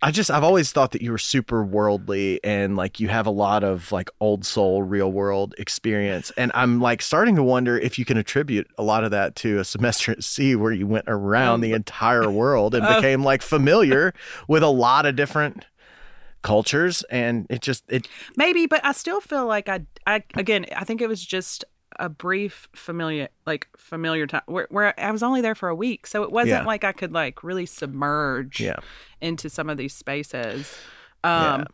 I just I've always thought that you were super worldly and like you have a lot of like old soul real world experience and I'm like starting to wonder if you can attribute a lot of that to a semester at sea where you went around the entire world and Oh. became like familiar with a lot of different cultures and it just it Maybe, but I still feel like I, I again, I think it was just a brief familiar, like familiar time where, where I was only there for a week, so it wasn't Yeah. like I could like really submerge yeah into some of these spaces. Um, Yeah.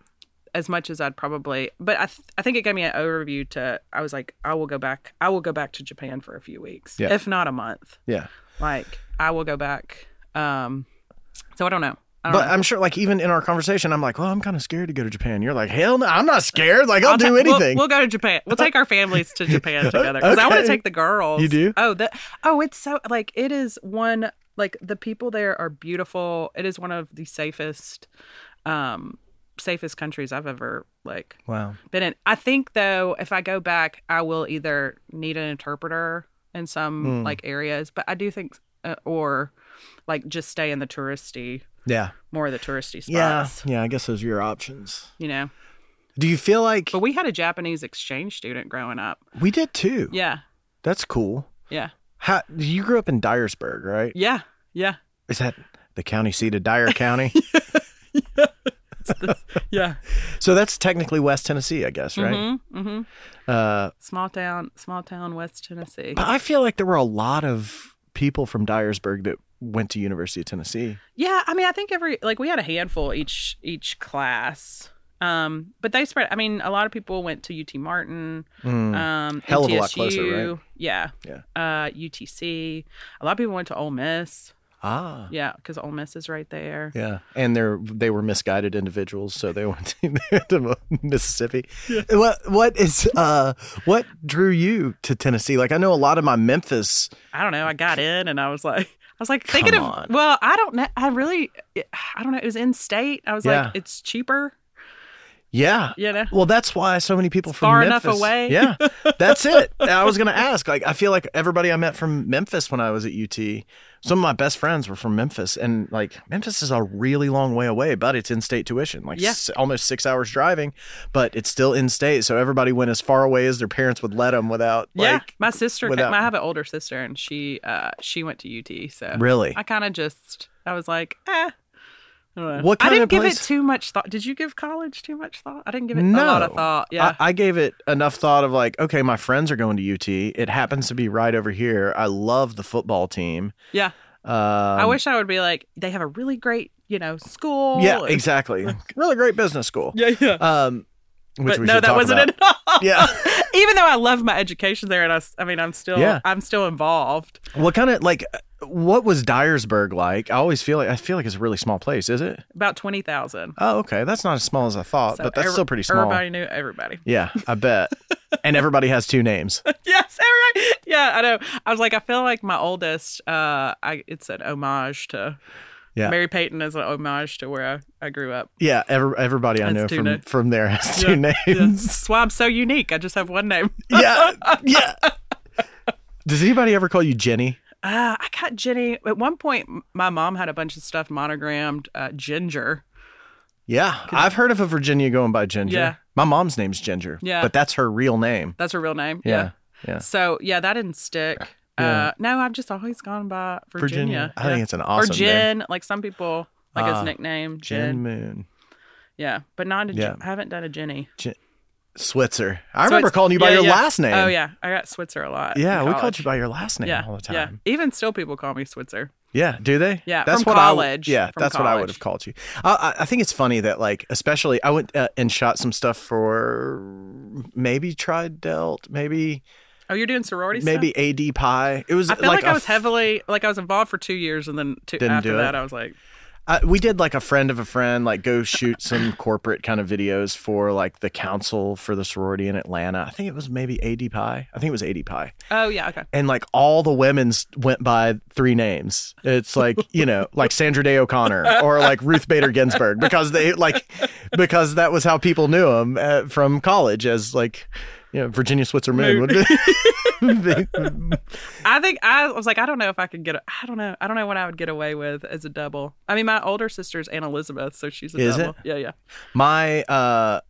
As much as I'd probably, but I, th- I think it gave me an overview to. I was like, I will go back. I will go back to Japan for a few weeks, Yeah. if not a month. yeah Like I will go back. Um, so I don't know. I don't but know. I'm sure like even in our conversation I'm like well I'm kind of scared to go to Japan you're like hell no I'm not scared like I'll, I'll do ta- we'll- anything We'll, go to Japan. We'll take our families to Japan together because I want Okay. to take the girls. You do? Oh, that. Oh, it's so like it is one like the people there are beautiful. It is one of the safest, um, safest countries I've ever like wow been in. I think though, if I go back, I will either need an interpreter in some Hmm. like areas, but I do think uh, or like just stay in the touristy yeah more of the touristy spots. Yeah, yeah. I guess those are your options. You know, Do you feel like but we had a Japanese exchange student growing up. we did too? Yeah. that's cool. Yeah. How you grew up in Dyersburg, right? Yeah, yeah, Is that the county seat of Dyer County? yeah. so that's technically West Tennessee, I guess, right? Mm-hmm, mm-hmm. Uh, Small town, small town, West Tennessee. but I feel like there were a lot of people from Dyersburg that went to University of Tennessee. Yeah, I mean, I think every like we had a handful each each class. Um, but they spread. I mean, a lot of people went to UT Martin, Mm. um, Hell of a MTSU, lot closer, right? Yeah, Yeah. Uh, UTC. A lot of people went to Ole Miss. ah, yeah. Yeah, because Ole Miss is right there. and they're they were misguided individuals, so they went to, to Mississippi. What what is uh what drew you to Tennessee? Like I know a lot of my Memphis I don't know. I got in and I was like, I was like thinking Come of. on. Well, I don't know. I really, I don't know. It was in state. I was Yeah. like, it's cheaper. Yeah. You know. Well, that's why so many people from far enough Memphis, away. Yeah, that's it. I was gonna ask. Like, I feel like everybody I met from Memphis when I was at UT, some of my best friends were from Memphis, and like Memphis is a really long way away, but it's in-state tuition, like Yeah. s- almost six hours driving, but it's still in-state. So everybody went as far away as their parents would let them without. Yeah, Like, my sister. without- I have an older sister, and she uh she went to UT. So Really? I kind of just I was like, eh. I don't know. What I kind didn't of give place- it too much thought. Did you give college too much thought? I didn't give it No. a lot of thought. Yeah, I, I gave it enough thought of like, okay, my friends are going to UT. It happens to be right over here. I love the football team. yeah. Um, I wish I would be like they have a really great you know school. Yeah, and- exactly. really great business school. Yeah, yeah. Um, which but we no, should that talk wasn't about. it at all. Yeah. Even though I love my education there, and I, s- I mean, I'm still, Yeah. I'm still involved. What kind of like? What was Dyersburg like? I always feel like I feel like it's a really small place. Is it? About twenty thousand. Oh, okay. That's not as small as I thought, Oh, but that's still pretty small. Everybody knew everybody. Yeah, I bet. and everybody has two names. Yes, everybody yeah, I know. I was like, I feel like my oldest. Uh, I it's an homage to Yeah. Mary Payton is an homage to where I, I grew up. Yeah, every, everybody I Has know two from na- from there has Yeah, two names. That's why I'm so unique. I just have one name. Yeah. yeah. Does anybody ever call you Jenny? Uh, I got Jenny. At one point, m- my mom had a bunch of stuff monogrammed uh, Ginger. Yeah, I've heard of a Virginia going by Ginger. Yeah. My mom's name's Ginger. Yeah. But that's her real name. That's her real name. Yeah. Yeah. So yeah, that didn't stick. Yeah. Uh, no, I've just always gone by Virginia. I think Yeah. it's an awesome or name. Jen. Like some people like his Ah, nickname Jen. Jen Moon. Yeah, but not a Yeah. yeah. I haven't done a Jenny. Switzer. I So remember it's- calling you by yeah, your yeah. last name. Oh yeah, I got Switzer a lot. Yeah, in we college. called you by your last name all the time. Yeah, even still people call me Switzer. Yeah, do they? Yeah, that's from what I- college, yeah, from that's what I would college. have called you. I, I- I think it's funny that like, especially I went uh, and shot some stuff for maybe Tridelt, maybe Oh, you're doing sorority stuff? maybe AD Pie. It was I feel like, like, I a was heavily like I was involved for two years, and then two, Didn't after do that it. I was like, Uh, we did like a friend of a friend, like go shoot some corporate kind of videos for like the council for the sorority in Atlanta. I think it was maybe AD Pi. I think it was AD Pi. oh yeah, okay, And like all the women's went by three names. It's like, you know, like Sandra Day O'Connor or like Ruth Bader Ginsburg because they like, because that was how people knew them uh, from college as like, you know, Virginia Switzer Moon. would be- I think I was like, I don't know if I could get, a, I don't know, I don't know what I would get away with as a double. I mean, my older sister's Aunt Elizabeth, so she's a Is double. it? Yeah, yeah. my, uh,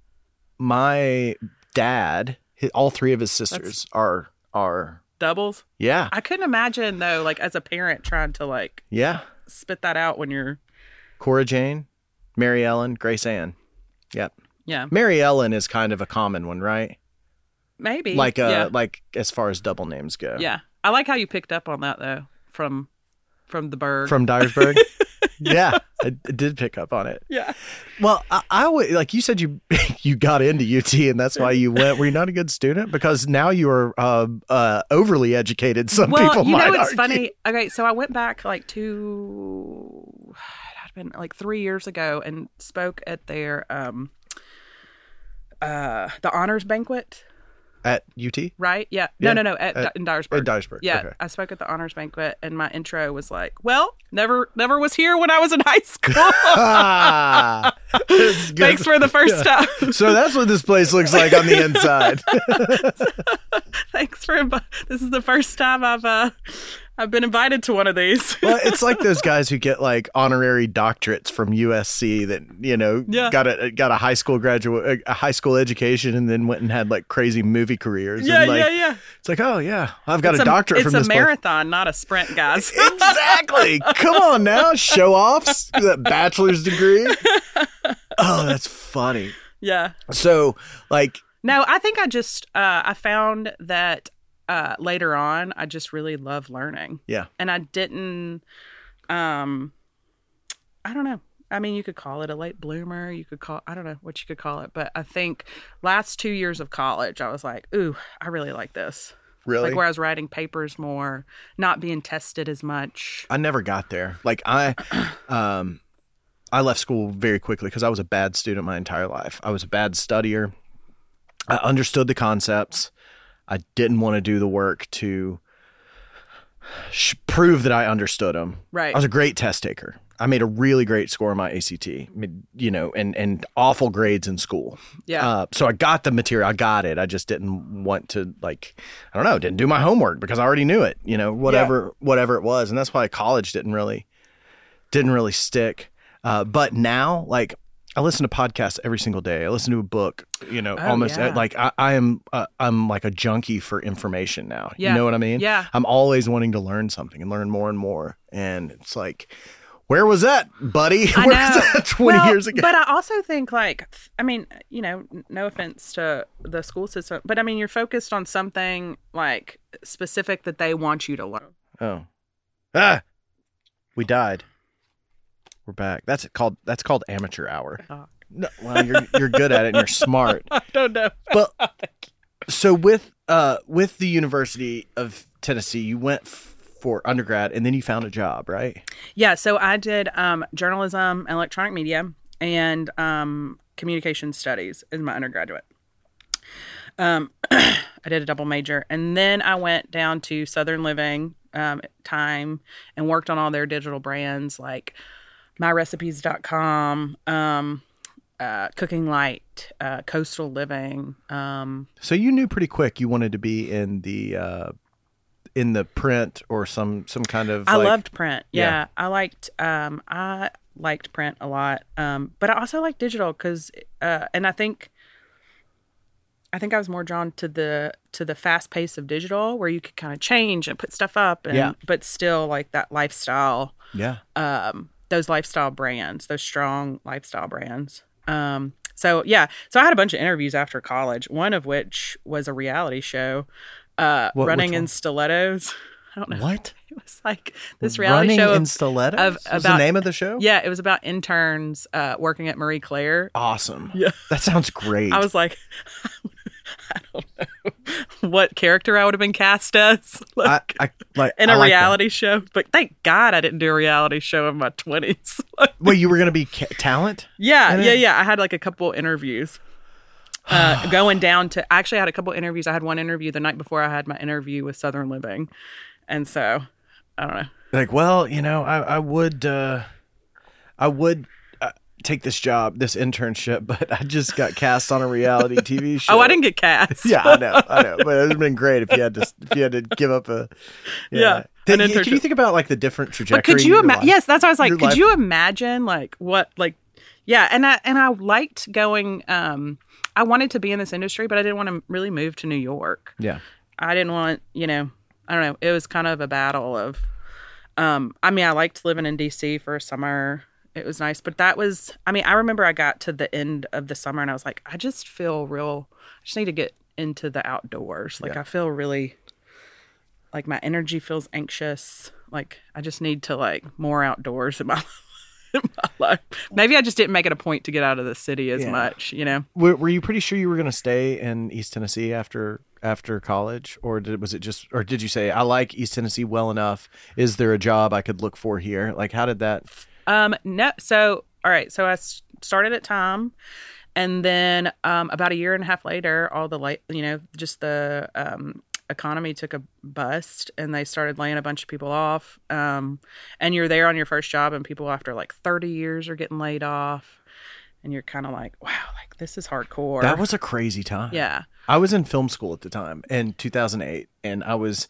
my dad, hi- all three of his sisters are, are, Doubles. yeah. I couldn't imagine though, like as a parent trying to like Yeah. spit that out when you're, Cora Jane, Mary Ellen, Grace Ann. Yep. yeah, Mary Ellen is kind of a common one, right? maybe Like uh yeah. like as far as double names go. Yeah, I like how you picked up on that though from from the bird. From Dyersburg. yeah. I, I did pick up on it. yeah, Well, I, I would like you said you you got into UT and that's why you went. Were you not a good student? Because now you are uh, uh, overly educated. Some well, people you might know it's argue. funny. Okay, so I went back like two, I'd been like three years ago and spoke at their um uh the honors banquet. at UT Right? Yeah. Yeah. No, no, no. At, At- in Dyersburg. at Dyersburg. Yeah, Okay. I spoke at the honors banquet, and my intro was like, "Well, never, never was here when I was in high school. Ah, It's good. Thanks for the first Yeah. time. So that's what this place looks like on the inside. Thanks for invi- this is the first time I've uh, I've been invited to one of these. well, it's like those guys who get like honorary doctorates from USC that you know Yeah. got a got a high school graduate a high school education and then went and had like crazy movie careers. yeah, and, like, yeah, yeah. It's like oh yeah, I've got it's a doctorate It's from a this place. marathon, not a sprint, guys. exactly. Come on now, show offs. That bachelor's degree. Oh, that's funny. yeah. So like No, I think I just uh, I found that uh, later on I just really love learning. Yeah. and I didn't. Um, I don't know. I mean, you could call it a late bloomer. You could call I don't know what you could call it, but I think last two years of college, I was like, ooh, I really like this. really. Like where I was writing papers more, not being tested as much. I never got there. Like I, um, I left school very quickly because I was a bad student my entire life. I was a bad studier. I understood the concepts. I didn't want to do the work to sh- prove that I understood them. Right. I was a great test taker. I made a really great score on my ACT. I mean, You know, and and awful grades in school. Yeah. Uh, so I got the material. I got it. I just didn't want to like, I don't know, didn't do my homework because I already knew it. You know, whatever whatever it was, and that's why college didn't really didn't really stick. Uh, but now, like, I listen to podcasts every single day. I listen to a book. You know, Oh, almost yeah. like I, I am. Uh, I'm like a junkie for information now. Yeah. You know what I mean? Yeah. I'm always wanting to learn something and learn more and more. And it's like, where was that, buddy? I where was know. that 20 Well, years ago? But I also think, like, I mean, you know, n- no offense to the school system, but I mean, you're focused on something like specific that they want you to learn. Oh. Ah. We died. We're back. That's called that's called amateur hour. Oh. No, well, you're you're good at it and you're smart. I don't know. But so with uh with the University of Tennessee, you went f- for undergrad and then you found a job, right? Yeah, so I did um, journalism, and electronic media, and um, communication studies in my undergraduate. Um, I did a double major, and then I went down to Southern Living um, at time and worked on all their digital brands like myrecipes.com, um, uh, Cooking Light, uh, Coastal Living. Um, So you knew pretty quick you wanted to be in the uh, in the print or some some kind of. I like, loved print. Yeah. Yeah. I liked um I liked print a lot. Um but I also liked digital cuz uh and I think I think I was more drawn to the to the fast pace of digital where you could kind of change and put stuff up and Yeah. but still like that lifestyle Yeah, um those lifestyle brands, those strong lifestyle brands. Um so yeah, so I had a bunch of interviews after college, one of which was a reality show uh What- which running one? in stilettos. I don't know. what It was like this reality running show. in Of, stilettos of- was the about- name of the show? yeah, it was about interns uh, working at Marie Oh, Claire. awesome. Yeah. that sounds great. I was like, I don't know what character I would have been cast as I, like, I like in a a reality show, but thank God I didn't do a reality show in my twenties. Wait, you were gonna be ca- talent? yeah, And yeah, it- yeah. I had like a couple interviews. Uh, going down to I actually had a couple interviews. I had one interview the night before I had my interview with Southern Living, and so I don't know. Like, well, you know, I I would uh, I would. uh, Take this job, this internship, but I just got cast on a reality TV show. Oh, I didn't get cast. Yeah, I know, I know. But it would have been great if you had to if you had to give up a Yeah, Then an you- can you internship. think about like the different But trajectory? could in you your imagine? life? Yes, that's what I was like. your Could life- you imagine like what like yeah? And I and I liked going. Um, I wanted to be in this industry, but I didn't want to really move to New York. Yeah. I didn't want you know. I don't know. It was kind of a battle of. Um, I mean, I liked living in DC for a summer. It was nice, but that was. I mean, I remember I got to the end of the summer and I was like, I just feel real. I just need to get into the outdoors. Like I feel really like my energy feels anxious like i just need to like more outdoors in my, in my life maybe i just didn't make it a point to get out of the city as Yeah. much you know Were, were you pretty sure you were going to stay in East Tennessee after after college, or did was it just, or did you say I like East Tennessee well enough? Is there a job I could look for here? Like, how did that? um no so all right so i s- started at time and then um about a year and a half later all the light you know just the um economy took a bust and they started laying a bunch of people off um and you're there on your first job and people after like 30 years are getting laid off and you're kind of like wow like this is hardcore That was a crazy time. yeah I was in film school at the time in 2008, and I was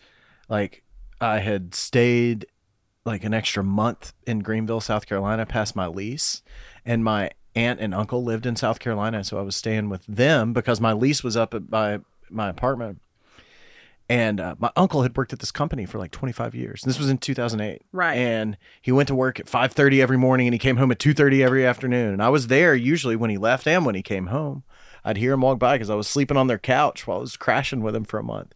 like, I had stayed like an extra month in Greenville, South Carolina, past my lease, and my aunt and uncle lived in South Carolina, so I was staying with them because my lease was up at my my apartment. And uh, my uncle had worked at this company for like 25 years. This was in 2008, Right. And he went to work at 5:30 every morning, and he came home at 2:30 every afternoon. And I was there usually when he left and when he came home. I'd hear him walk by because I was sleeping on their couch while I was crashing with him for a month.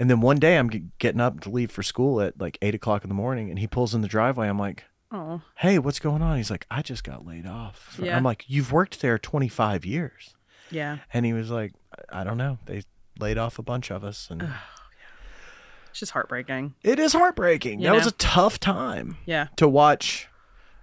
And then one day I'm g- getting up to leave for school at like eight o'clock in the morning, and he pulls in the driveway. I'm like, Oh, "Hey, what's going on?" He's like, "I just got laid off." Yeah. I'm like, "You've worked there 25 years," yeah. and he was like, "I I don't know. They laid off a bunch of us, and It's just heartbreaking. it is heartbreaking. You that was know? a tough time Yeah. to watch."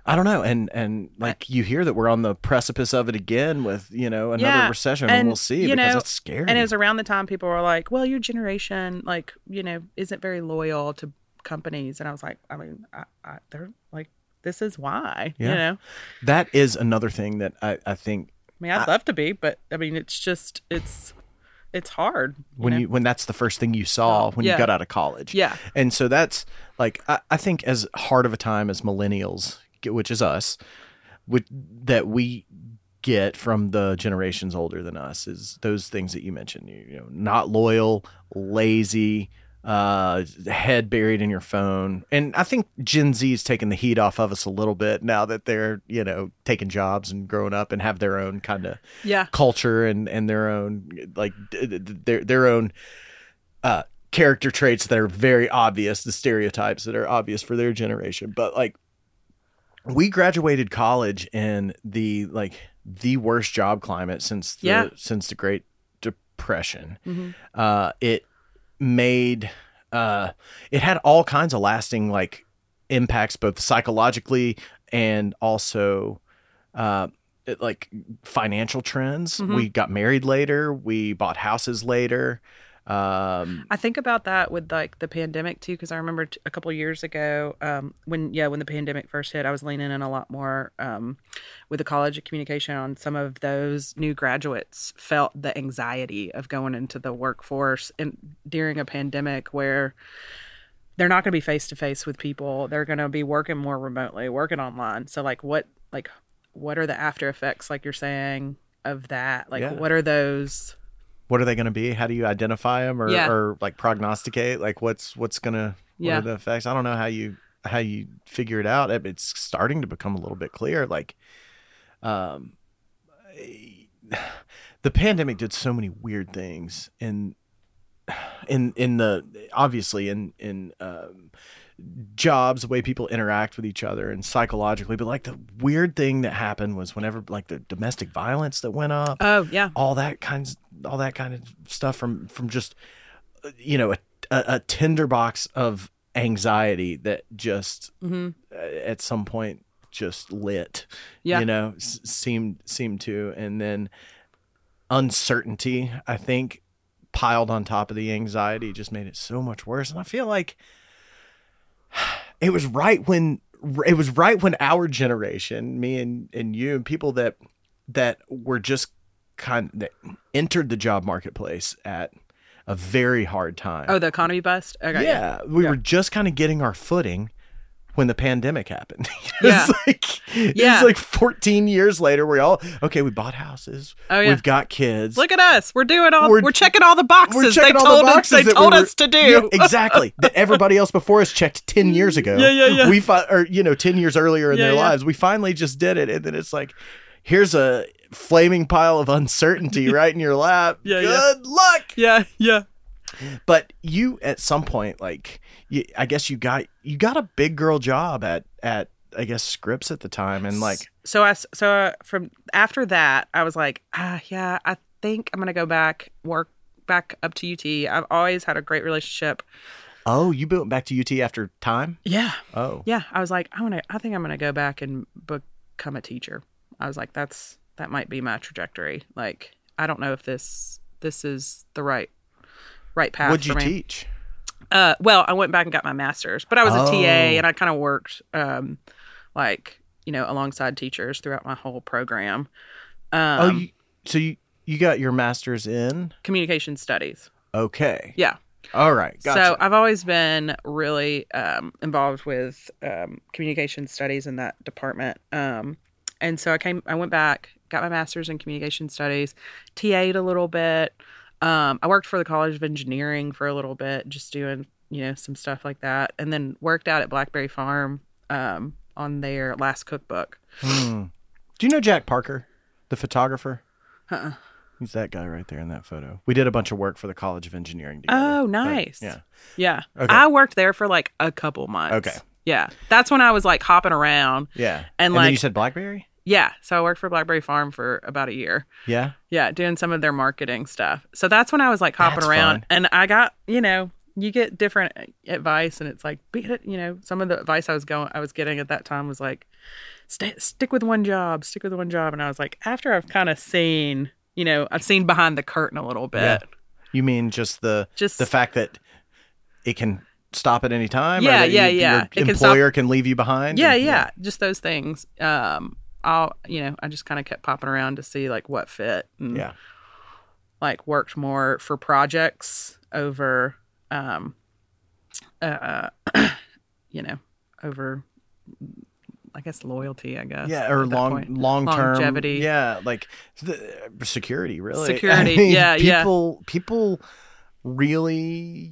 I don't know, and and like you hear that we're on the precipice of it again with you know another Yeah, recession, and, and we'll see you because know, that's scary. And it was around the time people were like, well, your generation, like, you know, isn't very loyal to companies. And I was like, I mean, I, I, they're like, this is why, Yeah. you know? that is another thing that I, I think I mean, I'd love to be, but I mean, it's just, it's, it's hard. when know? Oh, you when that's the first thing you saw when you yeah. got out of college. yeah. And so that's like I, I think as hard of a time as millennials, get- which is us, which, that we get from the generations older than us is those things that you mentioned. You, you know, not loyal, lazy, uh, head buried in your phone. And I think Gen Z is taking the heat off of us a little bit now that they're you know taking jobs and growing up and have their own kind of Yeah. culture and and their own like d- d- d- their their own uh character traits that are very obvious the stereotypes that are obvious for their generation but like we graduated college in the like the worst job climate since the Yeah. since the great depression Mhm. uh it made uh it had all kinds of lasting like impacts both psychologically and also uh it- like financial trends. We got married later. We bought houses later. Um, I think about that with like the pandemic too, because I remember t- a couple years ago um, when yeah when the pandemic first hit, I was leaning in a lot more um, with the College of Communication on some of those new graduates felt the anxiety of going into the workforce and during a pandemic where they're not going to be face to face with people, they're going to be working more remotely, working online. So like what like what are the after effects like you're saying of that? Like Yeah. what are those? what are they going to be? How do you identify them or, Yeah. or like prognosticate? Like what's what's gonna what Yeah. are the effects? I don't know how you how you figure it out. It- It's starting to become a little bit clear. Like, um, the pandemic did so many weird things in in in the obviously in in um, jobs, the way people interact with each other and psychologically. But like the weird thing that happened was whenever like the domestic violence that went up Oh yeah, all that kinds all that kind of stuff from from just uh, you know a, a, a tinderbox of anxiety that just mm-hmm. uh, at some point just lit yeah. you know s- seemed seemed to and then uncertainty i think piled on top of the anxiety just made it so much worse and i feel like it was right when it was right when our generation me and and you and people that that were just kind that entered the job marketplace at a very hard time Oh, the economy bust. Okay. yeah, we Yeah. were just kind of getting our footing when the pandemic happened. Yeah. it's like Yeah. it's like 14 years later we all okay, we bought houses. Oh, yeah. We've got kids. Look at us. We're doing all. We're, We're- checking all the boxes. we're checking they all told the boxes us. They that we told were- us to do. Yeah, exactly. That everybody else before us checked 10 years ago. Yeah, yeah, yeah. We fi- or you know 10 years earlier in Yeah, their yeah. lives. We finally just did it and then it's like here's a flaming pile of uncertainty right in your lap. Yeah, yeah. Good luck. Yeah. Yeah. but you at some point like you, i guess you got you got a big girl job at at i guess scripts at the time and like So I s- so uh, from after that, I was like, ah, yeah, I think I'm gonna go back work back up to UT. I've always had a great relationship. oh you went back to ut after time Yeah. oh Yeah. I was like, I want to. I think I'm gonna go back and become a teacher. I was like, that's that might be my trajectory. Like, I don't know if this this is the right right path. what'd you for me. teach Uh, well, I went back and got my master's, but I was a Oh. TA and I kind of worked, um, like you know, alongside teachers throughout my whole program. Um, oh you, so you you got your master's in communication studies. okay Yeah. all right gotcha. So I've always been really um, involved with um, communication studies in that department. Um, and so I came, I went back, got my master's in communication studies, TA'd a little bit. Um, I worked for the College of Engineering for a little bit, just doing, you know, some stuff like that. And then worked out at Blackberry Farm um, on their last cookbook. Hmm. do you know jack parker the photographer Uh-uh. he's that guy right there in that photo we did a bunch of work for the college of engineering together. Oh, But, nice. yeah Yeah. Okay. I worked there for like a couple months. Okay. Yeah. That's when I was like hopping around. yeah And, then like- you said blackberry Yeah. So I worked for Blackberry Farm for about a year. yeah Yeah, doing some of their marketing stuff. So that's when I was like hopping That's around fun. and I got, you know, you get different advice and it's like, be it, you know, some of the advice I was going I was getting at that time was like stay, stick with one job, stick with one job and I was like after I've kind of seen, you know, I've seen behind the curtain a little bit. Yeah. you mean just the Just the fact that it can stop at any time. or Yeah, that yeah, you- yeah. Your It can stop- employer can, leave you behind. yeah, and- yeah, just those things. Um I'll, you know, I just kind of kept popping around to see like what fit and yeah. like worked more for projects over um uh you know over i guess loyalty i guess Yeah, or at that long, point. long term Longevity. Yeah, like the, uh, security, really. Security, yeah, yeah. people, People, really.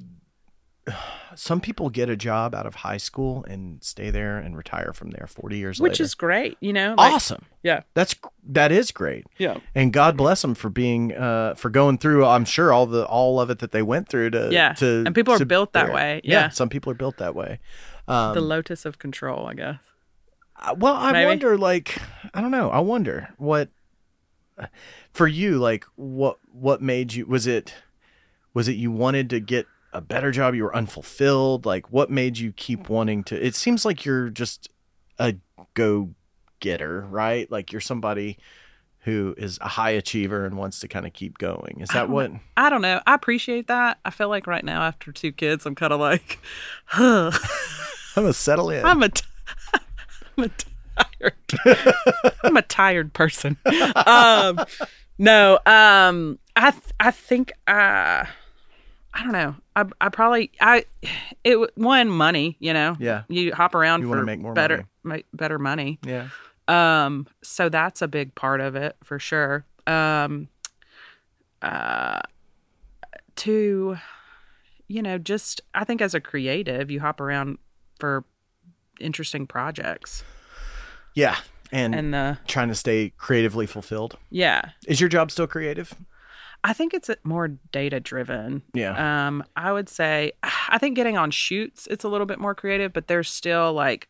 Some people get a job out of high school and stay there and retire from there forty years which later. is great you know like- awesome. yeah That's that is great. yeah and God bless them for being uh for going through I'm sure all the all of it that they went through to Yeah. to And people are to built that there. way. Yeah. some people are built that way the um lotus of control i guess I- Uh, well I maybe. wonder like I don't know I wonder what for you like what what made you was it was it you wanted to get a better job you were unfulfilled like what made you keep wanting to it seems like you're just a go getter, right? Like you're somebody who is a high achiever and wants to kind of keep going. Is that what? I don't know. I appreciate that. I feel like right now after two kids, I'm kind of like, huh, I'm gonna settle in. I'm a, t- I'm a tired, I'm a tired person. Um, no, um, I, th- I think, uh, I don't know. I, I probably, I, it w- one money, you know, Yeah. you hop around You wanna for make more better, Make better money. yeah. Um, so that's a big part of it for sure. Um, uh, to, you know, just I think as a creative, you hop around for interesting projects Yeah. And, and the trying to stay creatively fulfilled. yeah, Is your job still creative? I think it's more data driven. Yeah. Um, I would say I think getting on shoots it's a little bit more creative, but there's still like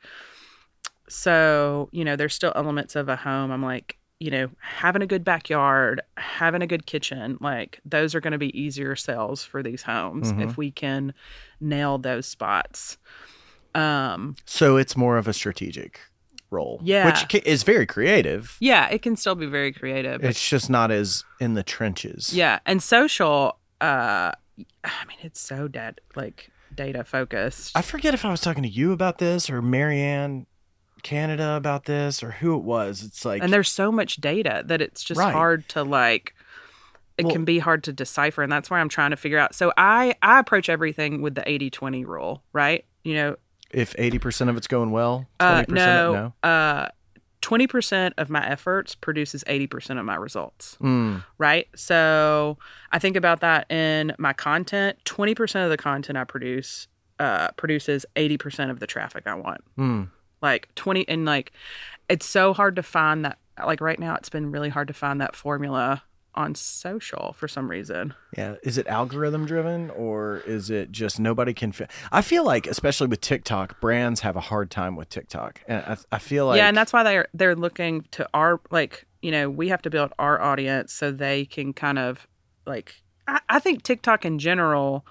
so, you know, there's still elements of a home. I'm like, you know, having a good backyard, having a good kitchen, like those are going to be easier sales for these homes if we can nail those spots. Um, So it's more of a strategic role. Yeah. Which ca- is very creative. yeah, it can still be very creative. It's just not as in the trenches. Yeah, and social uh I mean, it's so dead like data focused. I forget if I was talking to you about this or Marianne Canada about this or who it was. It's like and there's so much data that it's just Right. hard to like it Well- can be hard to decipher and that's where i'm trying to figure out so i i approach everything with the 80-20 rule right you know if 80% of it's going well, 20% uh, of no, uh 20% of my efforts produces 80% of my results Mm, right so i think about that in my content 20% of the content i produce uh, produces 80% of the traffic i want mm. like 20 and like it's so hard to find that like right now it's been really hard to find that formula on social for some reason Yeah. Is it algorithm driven or is it just nobody can? Fi- I feel like, especially with TikTok, brands have a hard time with TikTok. And I, I feel like. yeah and that's why they're they're looking to our like you know we have to build our audience so they can kind of like i, I think tiktok in general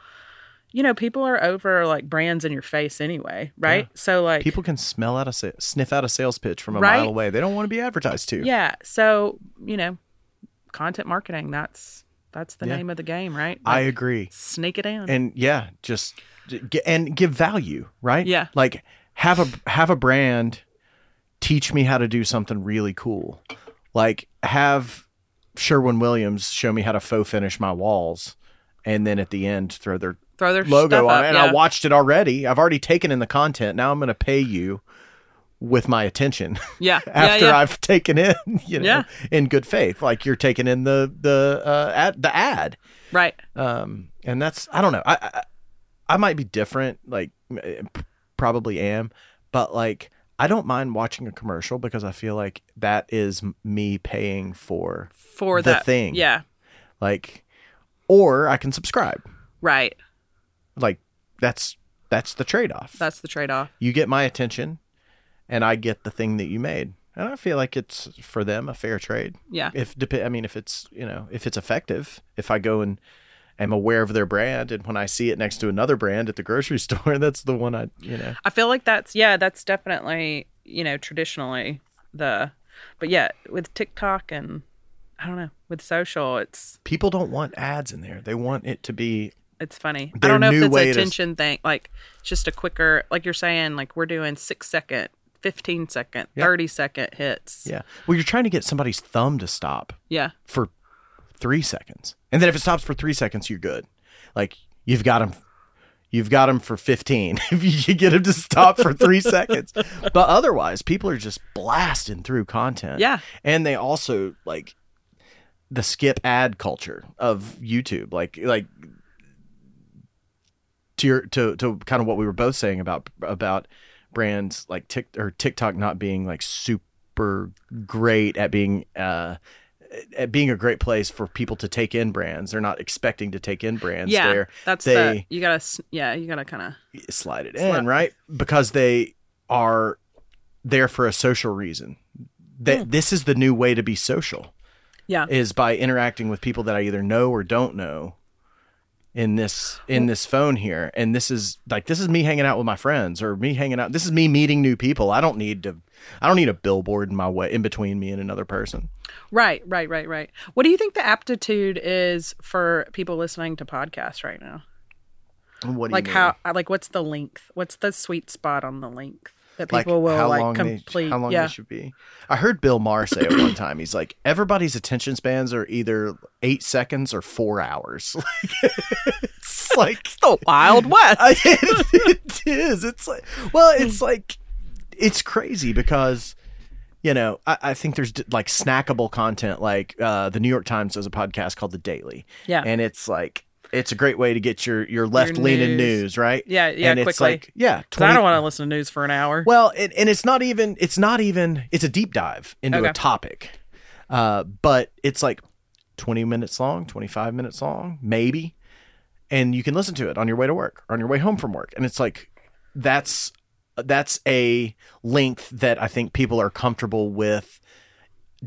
you know people are over like brands in your face anyway right so like People can smell out a sa- sniff out a sales pitch from a Right? mile away. They don't want to be advertised to. yeah so you know content marketing that's that's the Yeah. name of the game right I Like, agree. sneak it in and yeah just g- and give value right Yeah. like have a have a brand teach me how to do something really cool like have sherwin williams show me how to faux finish my walls and then at the end throw their throw their logo stuff on up, it and yeah. i watched it already i've already taken in the content now i'm going to pay you with my attention Yeah. after yeah, yeah. i've taken in you know Yeah. in good faith like you're taking in the the uh ad, the ad right. um and that's i don't know i i, I might be different like m- eh, p- probably am but like i don't mind watching a commercial because i feel like that is m- me paying for For the that thing. Yeah. like or i can subscribe Right. like that's that's the trade-off That's the trade off. you get my attention and i get the thing that you made and i feel like it's for them a fair trade Yeah. if dep- I mean if it's you know if it's effective if I go and am aware of their brand and when I see it next to another brand at the grocery store that's the one I you know I feel like that's yeah, that's definitely, you know, traditionally the but yeah, with TikTok and I don't know, with social it's people don't want ads in there they want it to be it's funny. Their I don't know new if it's way an to- attention thing. Like it's just a quicker like you're saying, like we're doing six second, fifteen second, Yeah. thirty second hits. yeah well you're trying to get somebody's thumb to stop Yeah. for 3 seconds and then if it stops for 3 seconds you're good like you've got them you've got them for 15 if you can get them to stop for 3 seconds but otherwise people are just blasting through content Yeah. and they also like the skip ad culture of YouTube. Like like to your to to kind of what we were both saying about about brands like Tik or TikTok not being like super great at being uh at being a great place for people to take in brands. They're not expecting to take in brands. yeah. They're that's they- the you gotta s- yeah, you gotta kinda slide it Sli- in, right? Because they are there for a social reason. That this is the new way to be social Yeah. is by interacting with people that I either know or don't know in this in this phone here and this is like this is me hanging out with my friends or me hanging out this is me meeting new people i don't need to I don't need a billboard in my way in between me and another person. Right, right, right, right. What do you think the aptitude is for people listening to podcasts right now? What do like you mean? how like what's the length? What's the sweet spot on the length that Like, people will how like long they- complete? how long yeah. they should be. I heard Bill Maher say at one time, he's like, everybody's attention spans are either eight seconds or four hours. Like, it's like the Wild West. I- it is. It's like, well, it's like, it's crazy because, you know, I, I think there's d- like snackable content. Like uh, the New York Times does a podcast called The Daily, yeah. and it's like it's a great way to get your your left leaning news. news. right? yeah, yeah, and it's quickly. like yeah, 'Cause I don't want to listen to news for an hour. well, and, and it's not even it's not even it's a deep dive into Okay. a topic, uh, but it's like twenty minutes long, twenty five minutes long, maybe, and you can listen to it on your way to work or on your way home from work, and it's like that's that's a length that I think people are comfortable with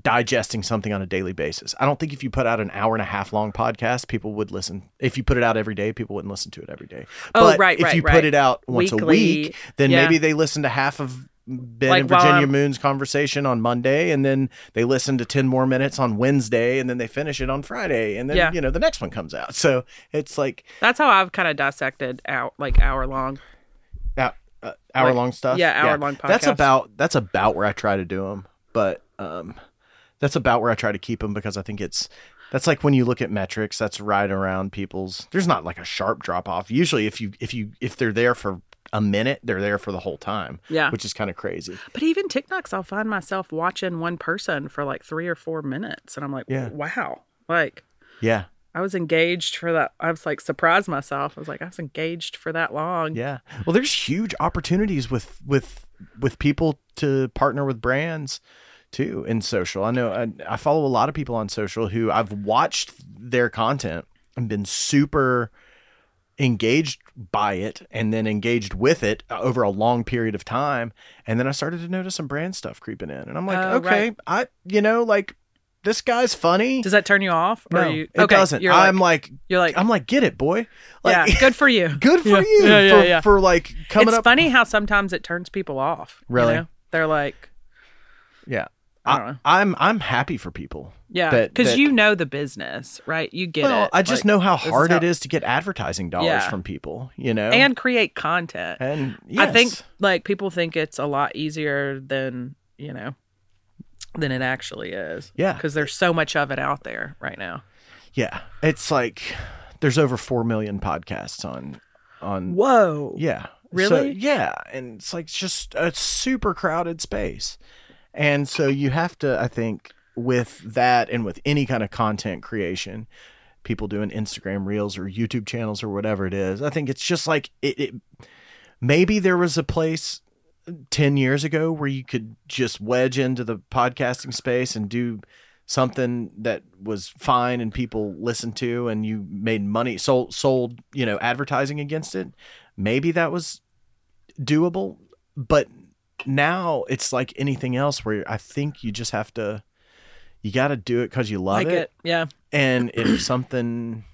digesting something on a daily basis. I don't think if you put out an hour and a half long podcast, people would listen. If you put it out every day, people wouldn't listen to it every day. Oh, but right, if right, you right. put it out once a Weekly, week, then yeah. maybe they listen to half of Ben Like, and while Virginia I'm- Moon's conversation on Monday, and then they listen to ten more minutes on Wednesday, and then they finish it on Friday, and then Yeah. you know the next one comes out. So it's like That's how I've kind of dissected out like hour long. uh, hour long stuff. yeah, hour-long That's podcasts. about that's about where I try to do them, but um, that's about where I try to keep them because I think it's that's like when you look at metrics. That's right around people's. There's not like a sharp drop off. Usually, if you if you if they're there for a minute, they're there for the whole time. Yeah. which is kind of crazy. But even TikToks, I'll find myself watching one person for like three or four minutes, and I'm like, Yeah. wow, like Yeah, I was engaged for that. I was like surprised myself. I was like, I was engaged for that long. yeah. Well, there's huge opportunities with with with people to partner with brands too in social. I know I, I follow a lot of people on social who I've watched their content and been super engaged by it and then engaged with it over a long period of time and then I started to notice some brand stuff creeping in and I'm like Oh, okay right. I you know like this guy's funny Does that turn you off? no are you, it doesn't You're like, I'm like, you're like, I'm like get it boy like yeah, good for you. good for Yeah. you Yeah, yeah, for, yeah. for like coming it's up funny how sometimes it turns people off. you Really? know? They're like, Yeah. I don't know. I'm I'm happy for people. yeah, That- because that- you know the business, right? You get well, it. I just Like, know how this is hard how- it is to get advertising dollars Yeah. from people, you know. and create content. and I think yes. like people think it's a lot easier than you know than it actually is. Yeah. because there's so much of it out there right now. Yeah. It's like there's over 4 million podcasts on on Whoa. Yeah. So, Really? yeah, and it's like just a super crowded space. And so you have to I think with that and with any kind of content creation, people doing Instagram reels or YouTube channels or whatever it is. I think it's just like it, it maybe there was a place 10 years ago where you could just wedge into the podcasting space and do something that was fine and people listened to and you made money sold sold you know advertising against it maybe that was doable but now it's like anything else where i think you just have to you got to do it because you love Like it. Yeah. and if something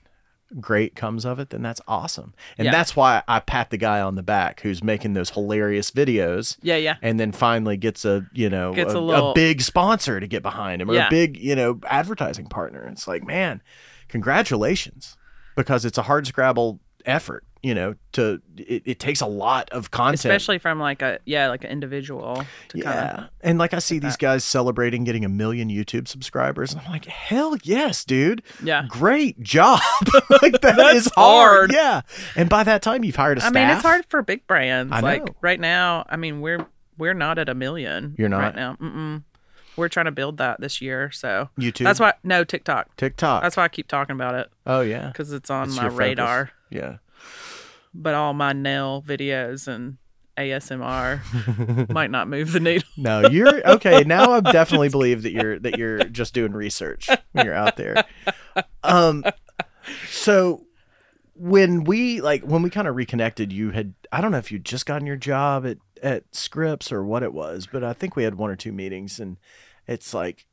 great comes of it, then that's awesome. And Yeah. that's why I pat the guy on the back who's making those hilarious videos Yeah. Yeah. and then finally gets a, you know, Gets a a, a little- big sponsor to get behind him or Yeah. a big, you know, advertising partner. It's like, man, congratulations because it's a hard scrabble effort, you know, to it, it takes a lot of content. Especially from like a yeah like an individual to kind of Yeah. And like I see these guys celebrating getting a million YouTube subscribers. And I'm like, hell yes, dude. yeah. Great job. like that That's is hard. hard. Yeah. And by that time you've hired a I staff. mean, it's hard for big brands. I like know. right now, I mean, we're we're not at a million. You're right not? now. Mm-mm. We're trying to build that this year, so YouTube. that's why no TikTok. TikTok. That's why I keep talking about it oh yeah. because it's on It's my your focus. radar. Yeah. But all my nail videos and ASMR might not move the needle. No, you're okay. Now I definitely believe that you're that you're just doing research when you're out there. Um so when we like when we kind of reconnected, you had I don't know if you'd just gotten your job at at Scripps or what it was, but I think we had one or two meetings and it's like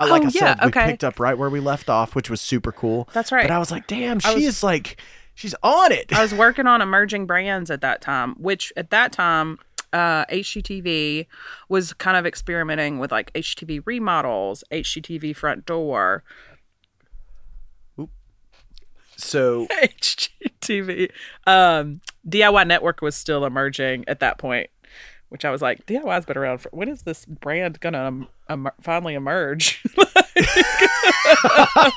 uh, like Oh, I yeah, said, we okay. picked up right where we left off, which was super cool. That's right. But I was like, damn, I she is like, she's on it. I was working on emerging brands at that time, which at that time uh, HGTV was kind of experimenting with like HGTV remodels, HGTV front door, So HGTV. Um, DIY Network was still emerging at that point, which I was like, DIY's been around for. When is this brand gonna um, emer- finally emerge?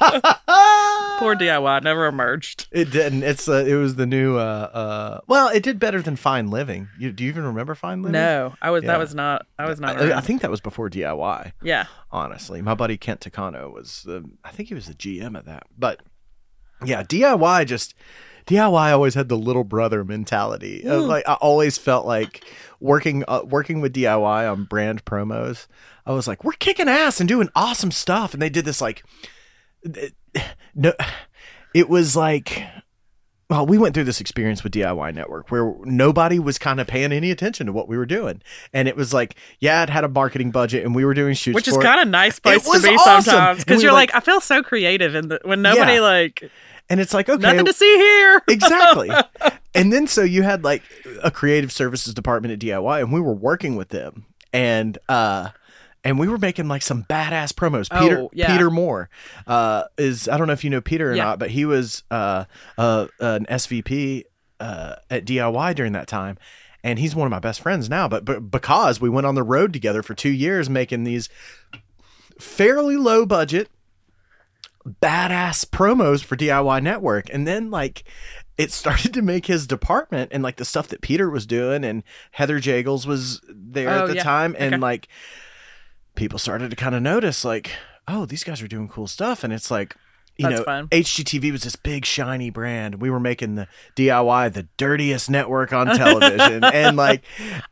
Poor DIY never emerged. it didn't. It's uh, it was the new. Uh, uh, well, it did better than Fine Living. You, do you even remember Fine Living? No, I was. Yeah. That was not. I was not. I, I around. think that was before DIY. yeah. Honestly, my buddy Kent Takano was the. I think he was the GM at that. But yeah, DIY just DIY always had the little brother mentality. Hmm. Uh, Like I always felt like working uh, working with DIY on brand promos. I was like, we're kicking ass and doing awesome stuff, and they did this like, it- no, it was like. Well, we went through this experience with DIY Network where nobody was kind of paying any attention to what we were doing, and it was like, yeah, it had a marketing budget, and we were doing shoots, which is for it. kind of nice place to was be awesome. sometimes And because we you're were like, I feel so creative in the, when nobody Yeah. like and it's like, okay, nothing to see here. exactly. and then so you had like a creative services department at DIY, and we were working with them, and uh, and we were making like some badass promos. Oh, Peter yeah. Peter Moore uh, is I don't know if you know Peter or Yeah. not, but he was uh, uh, an SVP uh, at DIY during that time. And he's one of my best friends now, but, but because we went on the road together for two years making these fairly low budget, badass promos for DIY Network. And then like it started to make his department and like the stuff that Peter was doing and Heather Jagels was there Oh, at the yeah. time. And Okay. like people started to kind of notice like, oh, these guys are doing cool stuff. And it's like, you That's know, fun. HGTV was this big shiny brand. We were making the DIY the dirtiest network on television, and like,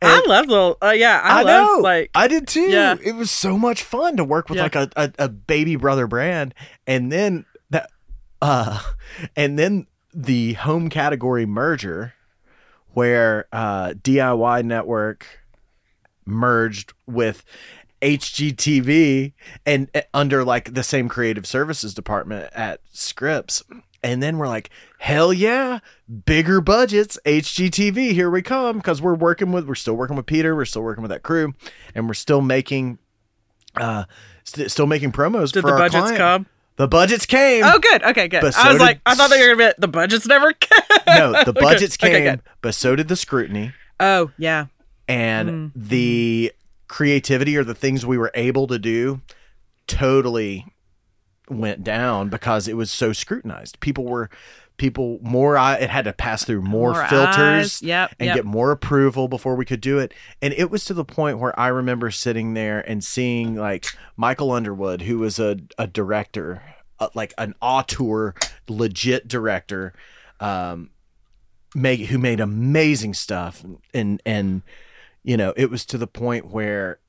I love the uh, yeah. I, I love know. like I did too. Yeah. It was so much fun to work with Yeah. like a, a, a baby brother brand. And then that uh and then the home category merger where uh DIY network merged with HGTV and uh, under like the same creative services department at Scripps. And then we're like, hell yeah, bigger budgets, HGTV, here we come. Because we're working with, we're still working with Peter, we're still working with that crew, and we're still making, uh, st- still making promos did for the our budgets client. come? The budgets came. Oh, good. Okay, good. But so I was did- like, I thought they were gonna be the budgets never came. No, the Okay, budgets okay, came, good. but so did the scrutiny. Oh yeah, and Mm-hmm. the creativity or the things we were able to do totally went down because it was so scrutinized. People were people more eye- it had to pass through more, More filters eyes. Yep, and yep. get more approval before we could do it. And it was to the point where I remember sitting there and seeing like Michael Underwood who was a a director uh, like an auteur legit director um make who made amazing stuff and and you know it was to the point where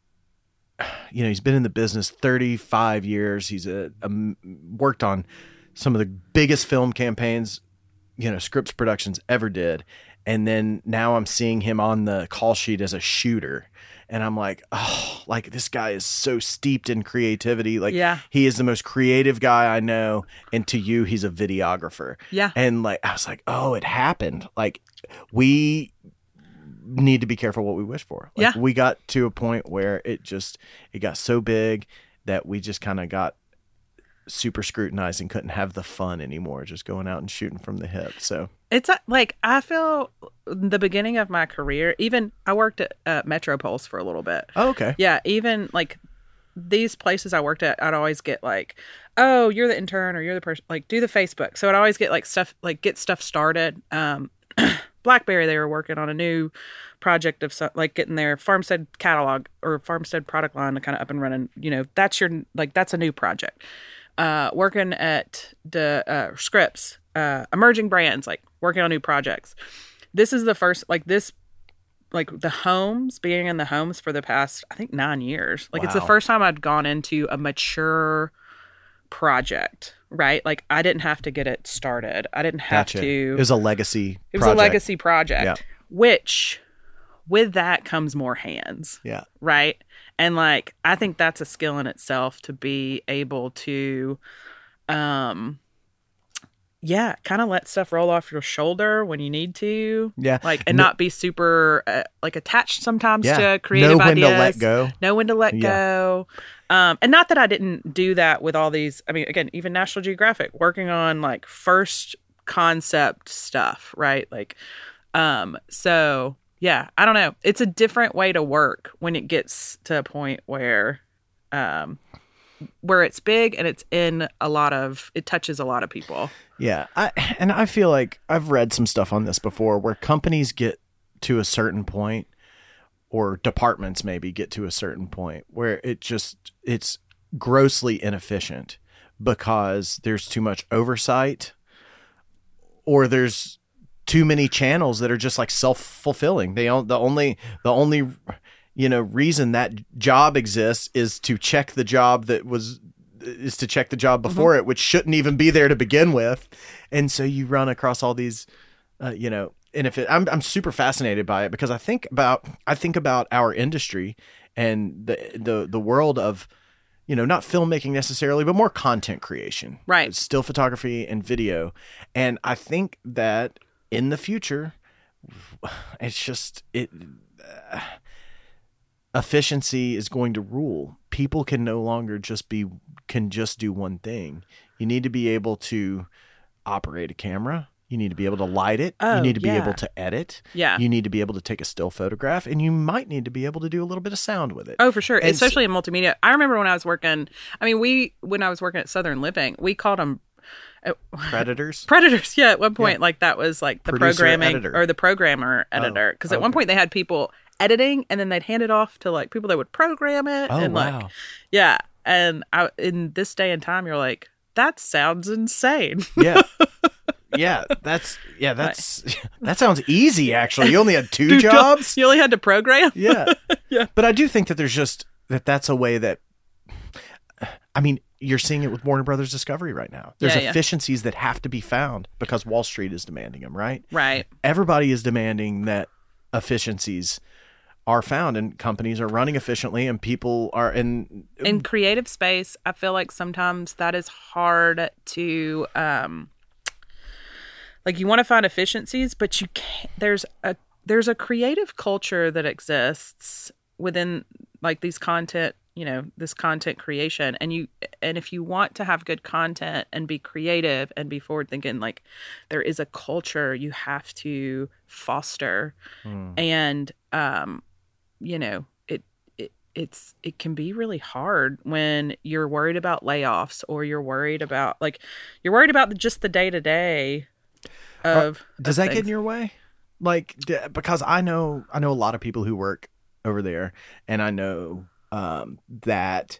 you know he's been in the business 35 years he's a, a m- worked on some of the biggest film campaigns you know scripts productions ever did and then now i'm seeing him on the call sheet as a shooter and i'm like oh like this guy is so steeped in creativity like Yeah. he is the most creative guy i know and to you he's a videographer yeah. and like i was like oh it happened like we need to be careful what we wish for like Yeah. we got to a point where it just it got so big that we just kind of got super scrutinized and couldn't have the fun anymore just going out and shooting from the hip so It's uh, like I feel the beginning of my career. Even I worked at uh, Metro Pulse for a little bit, oh, okay Yeah, even like these places I worked at, I'd always get like, "Oh, you're the intern, or you're the person." Like, do the Facebook. So I'd always get like stuff, like get stuff started. Um, BlackBerry, they were working on a new project of so- like getting their farmstead catalog or farmstead product line to kind of up and running. You know, that's your like that's a new project. Uh, working at the uh, scripts, uh, emerging brands, like working on new projects. This is the first like this like the homes being in the homes for the past i think nine years like it's the Wow. first time i'd gone into a mature project right like i didn't have to get it started i didn't have gotcha to it was a legacy it was a project. legacy project Yeah. which with that comes more hands yeah right? And like I think that's a skill in itself to be able to um yeah, kind of let stuff roll off your shoulder when you need to. Yeah. Like, and No- not be super uh, like attached sometimes yeah. to creative know when ideas. to let go. Know when to let Yeah. go. Um, and not that I didn't do that with all these. I mean, again, even National Geographic, working on like first concept stuff, right? Like, um, so yeah, I don't know. It's a different way to work when it gets to a point where, um, where it's big and it's in a lot of, it touches a lot of people. Yeah, I, and I feel like I've read some stuff on this before, where companies get to a certain point, or departments maybe get to a certain point where it just it's grossly inefficient because there's too much oversight, or there's too many channels that are just like self fulfilling. They don't, the only the only you know reason that job exists is to check the job that was is to check the job before it, which shouldn't even be there to begin with. And so you run across all these, uh, you know, and if it, I'm, I'm super fascinated by it because I think about, I think about our industry and the, the, the world of, you know, not filmmaking necessarily, but more content creation, Right. Still photography and video. And I think that in the future, it's just, it, uh, efficiency is going to rule. People can no longer just be can just do one thing. You need to be able to operate a camera. You need to be able to light it. Oh, you need to yeah. Uh. be able to edit. Yeah. You need to be able to take a still photograph and you might need to be able to do a little bit of sound with it. Oh, for sure, And s- especially in multimedia. I remember when I was working. I mean, we when I was working at Southern Living, we called them Predators. predators. Yeah, at one point, like that was like the Producer, programming editor. Oh, or the programmer editor. Because at one okay. point they had people editing, and then they'd hand it off to like people that would program it. Oh, and, wow. Like, yeah, and I, in this day and time, you're like, that sounds insane. yeah. Yeah, that's yeah, that's that sounds easy actually. You only had two jobs? you only had to program. yeah. Yeah. But I do think that there's just that that's a way that I mean, you're seeing it with Warner Brothers Discovery right now. There's Yeah, yeah. efficiencies that have to be found because Wall Street is demanding them, right? Right. Everybody is demanding that efficiencies are found and companies are running efficiently and people are and in creative space i feel like sometimes that is hard to um like you want to find efficiencies but you can't there's a there's a creative culture that exists within like these content you know this content creation and you and if you want to have good content and be creative and be forward thinking like there is a culture you have to foster Mm. and um you know it, it it's it can be really hard when you're worried about layoffs or you're worried about like you're worried about the, just the day to day of Does of that get in things. your way? Like d- because I know I know a lot of people who work over there, and I know um, that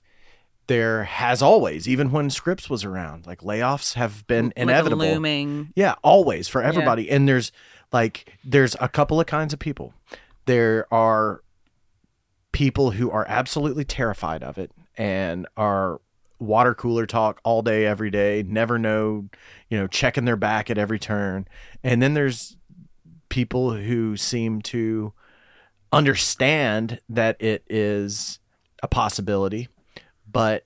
there has always, even when Scripps was around, like layoffs have been like a inevitable. looming Yeah, always for everybody. And there's like there's a couple of kinds of people. There are people who are absolutely terrified of it and are water cooler talk all day every day, never know, you know, checking their back at every turn. And then there's people who seem to understand that it is a possibility, but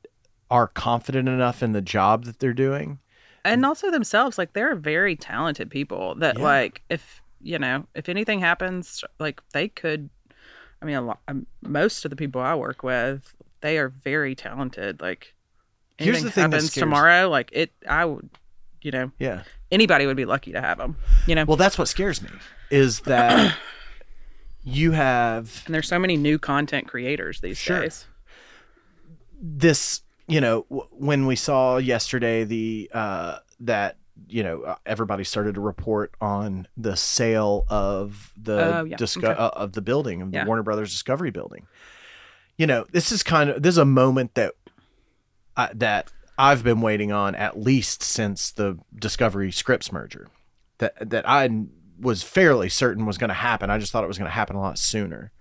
are confident enough in the job that they're doing and also themselves like they're very talented people that Yeah. like if you know if anything happens like they could i mean a lot, um, most of the people i work with they are very talented like Here's anything the thing that happens scares- tomorrow like it i would you know Yeah. anybody would be lucky to have them you know Well, that's what scares me is that you have and there's so many new content creators these Sure. days this, you know, w- when we saw yesterday the uh that you know uh, everybody started to report on the sale of the Oh, yeah. disco- Okay. uh, of the building of the Yeah. Warner Brothers Discovery building. You know, this is kind of this is a moment that I, that I've been waiting on at least since the Discovery Scripts merger. That that I was fairly certain was going to happen. I just thought it was going to happen a lot sooner.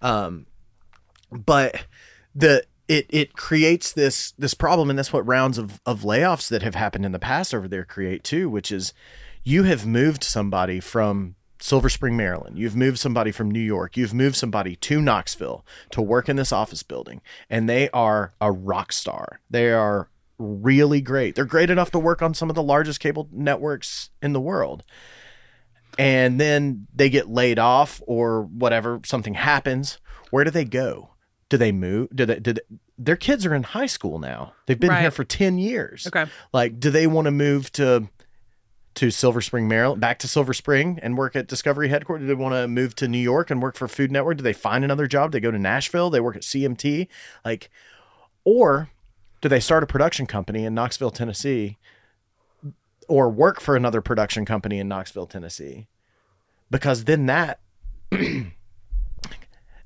Um, but the it it creates this this problem, and that's what rounds of of layoffs that have happened in the past over there create too, which is you have moved somebody from Silver Spring, Maryland. You've moved somebody from New York. You've moved somebody to Knoxville to work in this office building, and they are a rock star. They are really great. They're great enough to work on some of the largest cable networks in the world. And then they get laid off or whatever, something happens. Where do they go? Do they move? Do they, did their kids are in high school now. They've been here Right. for 10 years. Okay. Like, do they want to move to to Silver Spring, Maryland, back to Silver Spring and work at Discovery headquarters? Do they want to move to New York and work for Food Network? Do they find another job? They go to Nashville. They work at CMT. Like, or do they start a production company in Knoxville, Tennessee, or work for another production company in Knoxville, Tennessee? Because then that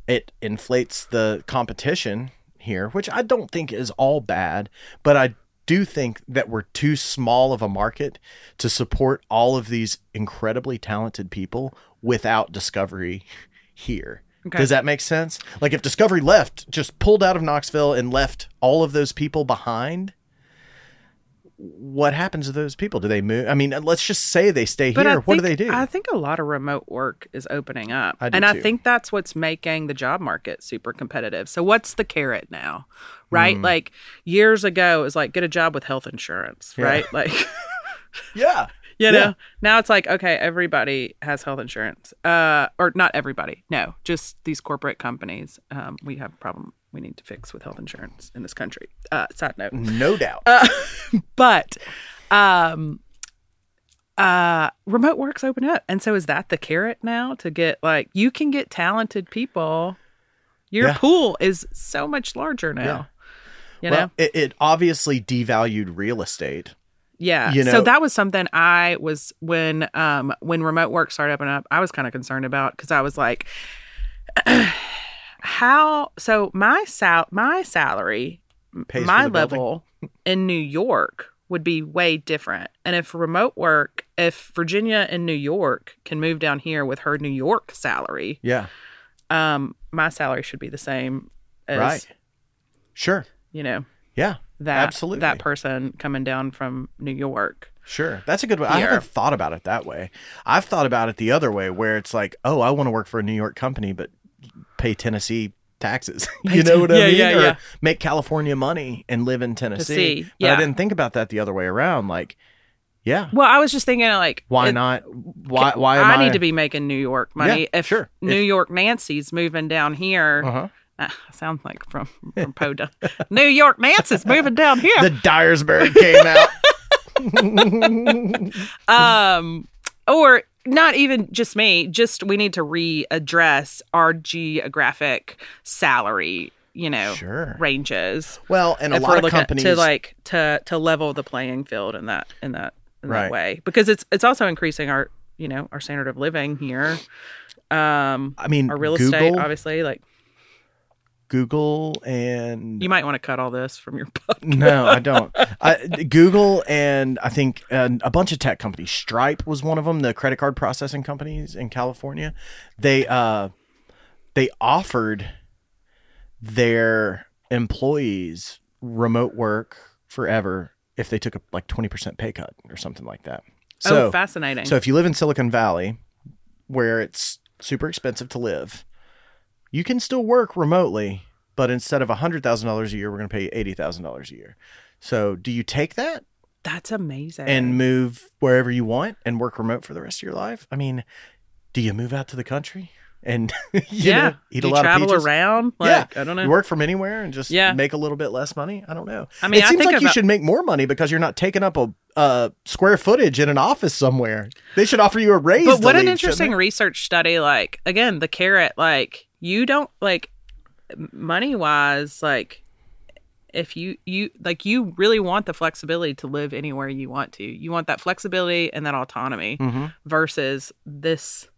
it inflates the competition here, which I don't think is all bad, but I do think that we're too small of a market to support all of these incredibly talented people without discovery here. Okay. Does that make sense? Like if Discovery left, just pulled out of Knoxville and left all of those people behind, what happens to those people? Do they move? I mean, let's just say they stay But I here. What do they think- do? I think a lot of remote work is opening up. I do and I too. think that's what's making the job market super competitive. So what's the carrot now? Hmm. Right? Like years ago it was like get a job with health insurance, Yeah. right? Like yeah. you know. Yeah. Now it's like okay, everybody has health insurance. Uh or not everybody. No, just these corporate companies. Um we have a problem we need to fix with health insurance in this country. Uh side note No doubt. but um uh remote work's open up and so is that the carrot now to get like you can get talented people your Yeah. pool is so much larger now you know Well, it, it obviously devalued real estate. yeah you know- so that was something i was when um when remote work started opening up i was kind of concerned about because i was like how so my sal my salary Pays for my the building. level in New York would be way different. And if remote work, if Virginia and New York can move down here with her New York salary, Yeah. um, my salary should be the same as Right. Sure. you know Yeah. that Absolutely. that person coming down from New York. Sure. That's a good way. I Here. haven't thought about it that way. I've thought about it the other way where it's like, oh, I want to work for a New York company, but pay Tennessee taxes. you know what I Yeah, mean? yeah, or yeah. make California money and live in Tennessee. see, But I yeah. didn't think about that the other way around. Like, yeah. Well, I was just thinking like Why it- not? Why why am I I, need to be making New York money. Yeah, if sure. New York Nancy's moving down here, uh-huh. uh, sounds like from from Poda. New York Nancy's moving down here. The Dyersburg came out. um or not even just me just we need to readdress our geographic salary you know Sure. ranges Well, and a if we're lot of looking at- companies to like to to level the playing field in that in that in Right. that way because it's it's also increasing our you know our standard of living here um I mean, our real Google, estate obviously like Google and you might want to cut all this from your book no, I don't. I, Google and I think uh, a bunch of tech companies. Stripe was one of them. The credit card processing companies in California. They uh, they offered their employees remote work forever if they took a like twenty percent pay cut or something like that. So oh fascinating so if you live in Silicon Valley, where it's super expensive to live, you can still work remotely, but instead of hundred thousand dollars a year, we're going to pay you eighty thousand dollars a year. So do you take that that's amazing and move wherever you want and work remote for the rest of your life? I mean, do you move out to the country and you yeah know, eat Do a you lot travel of pizzas? around like i don't know You work from anywhere and just Yeah. make a little bit less money. I don't know. I mean, it I seems think like you about- should make more money because you're not taking up a uh, square footage in an office somewhere. They should offer you a raise. but to what an leave, shouldn't interesting they? research study like again the carrot like you don't like money wise like if you you like you really want the flexibility to live anywhere you want to you want that flexibility and that autonomy Mhm. versus this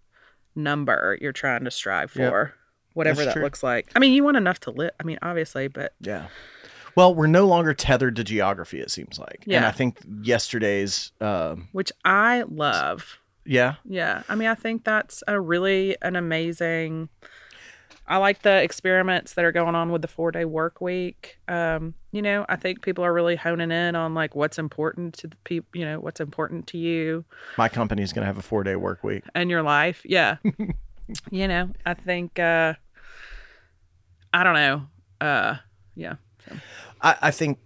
number you're trying to strive Yep. for whatever That's that true. looks like i mean you want enough to live i mean obviously but Yeah. Well, we're no longer tethered to geography. It seems like. And Yeah. I think yesterday's. Um, which i love yeah. Yeah. I mean, I think that's a really an amazing I like the experiments that are going on with the 4-day work week. Um, you know, I think people are really honing in on like what's important to the people, you know, what's important to you My company's going to have a four day work week. and your life. Yeah. you know, I think uh I don't know. Uh yeah. I, I think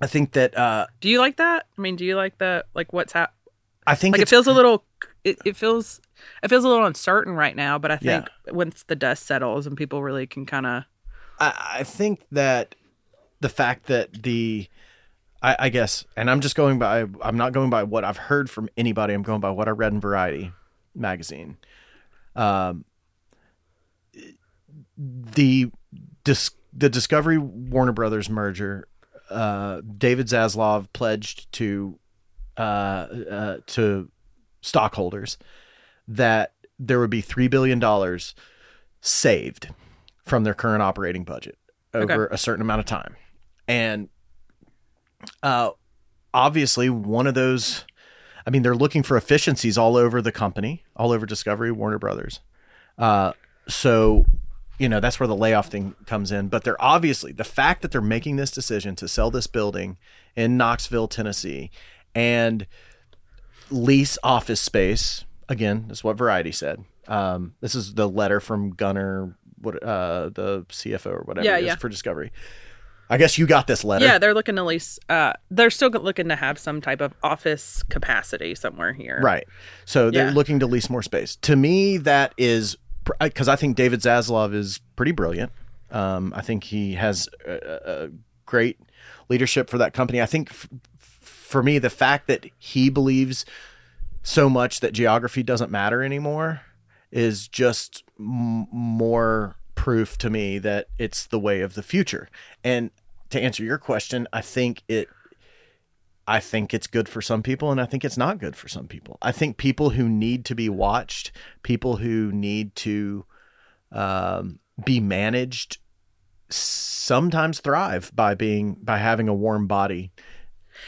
I think that uh, Do you like that? I mean, do you like that? Like what's hap- I think Like it it's feels a little. It, it feels. It feels a little uncertain right now, but I Yeah. think once the dust settles and people really can kind of I, I think that the fact that the I, I guess, and I'm just going by I'm not going by what I've heard from anybody. I'm going by what I read in Variety magazine. Um, the dis- the Discovery Warner Brothers merger. Uh, David Zaslav pledged to uh, uh, to stockholders that there would be three billion dollars saved from their current operating budget Okay. over a certain amount of time. And uh, obviously, one of those, I mean, they're looking for efficiencies all over the company, all over Discovery, Warner Brothers. Uh, so, you know, that's where the layoff thing comes in. But they're obviously, the fact that they're making this decision to sell this building in Knoxville, Tennessee, and lease office space. Again, that's what Variety said. Um, this is the letter from Gunner, what uh, the CFO or whatever Yeah, it is yeah. for Discovery. I guess you got this letter. Yeah, they're looking to lease. Uh, they're still looking to have some type of office capacity somewhere here. Right. So they're Yeah. looking to lease more space. To me, that is because I think David Zaslav is pretty brilliant. Um, I think he has a, a- a great leadership for that company. I think f- for me, the fact that he believes so much that geography doesn't matter anymore is just m- more proof to me that it's the way of the future. And to answer your question, I think it I think it's good for some people and I think it's not good for some people. I think people who need to be watched, people who need to um, be managed sometimes thrive by being by having a warm body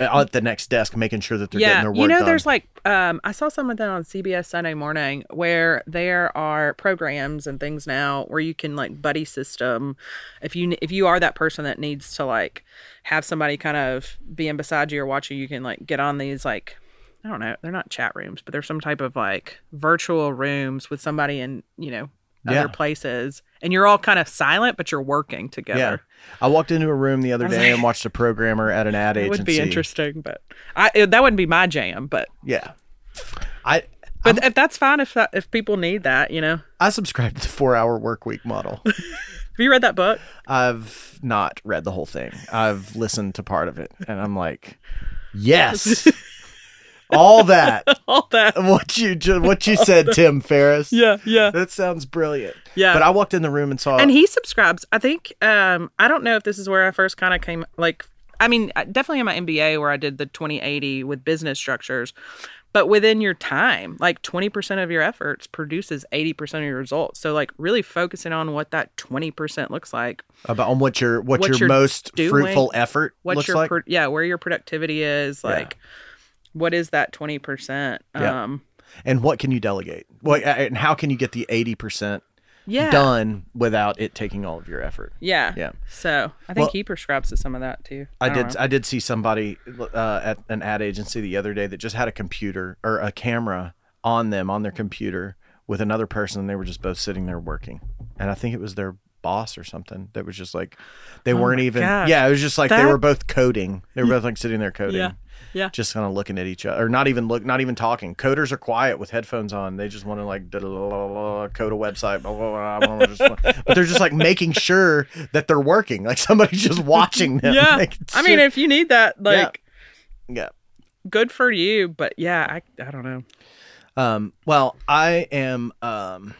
uh, at the next desk making sure that they're yeah, getting their work you know, done. there's like um, I saw something on CBS Sunday morning where there are programs and things now where you can like buddy system. If you if you are that person that needs to like have somebody kind of being beside you or watch you, you can like get on these like I don't know, they're not chat rooms, but they're some type of like virtual rooms with somebody in you know other Yeah. places, and you're all kind of silent, but you're working together. Yeah. I walked into a room the other I was day like- and watched a programmer at an ad It agency. would be interesting, but I it, that wouldn't be my jam. But Yeah. I but if that's fine, if that, if people need that, you know, have I subscribe to the four hour work week model. you read that book? I've not read the whole thing. I've listened to part of it and I'm like, yes. All that. All that, What you ju- what you said, Tim Ferriss. yeah, yeah, That sounds brilliant. yeah. But I walked in the room and saw and he subscribes. I think um I don't know if this is where I first kind of came like I mean I- definitely in my MBA where I did the 2080 with business structures. But within your time, like 20% of your efforts produces 80% of your results. So like really focusing on what that 20% looks like about on what your what, what your you're most doing, fruitful effort what's looks your like. pro- yeah where your productivity is Yeah. like what is that 20% Yeah. um and what can you delegate? What and how can you get the eighty percent yeah done without it taking all of your effort. yeah Yeah. so i think Well- he prescribes to some of that too I, don't did. know. I did see somebody uh, at an ad agency the other day that just had a computer or a camera on them on their computer with another person. and They were just both sitting there working, and I think it was their boss or something that was just like they weren't even. Oh gosh. Yeah, it was just like they That- were both coding. They were both like sitting there coding. Yeah. Yeah. Just kind of looking at each other, or not even look, not even talking. Coders are quiet with headphones on. They just want to like da- da- da- da- da- code a website, blah, blah, blah, blah, just- but they're just like making sure that they're working. Like somebody's just watching them. yeah Like, i mean if you need that like yeah. good for you but yeah i, I don't know Um, well, I am. Um,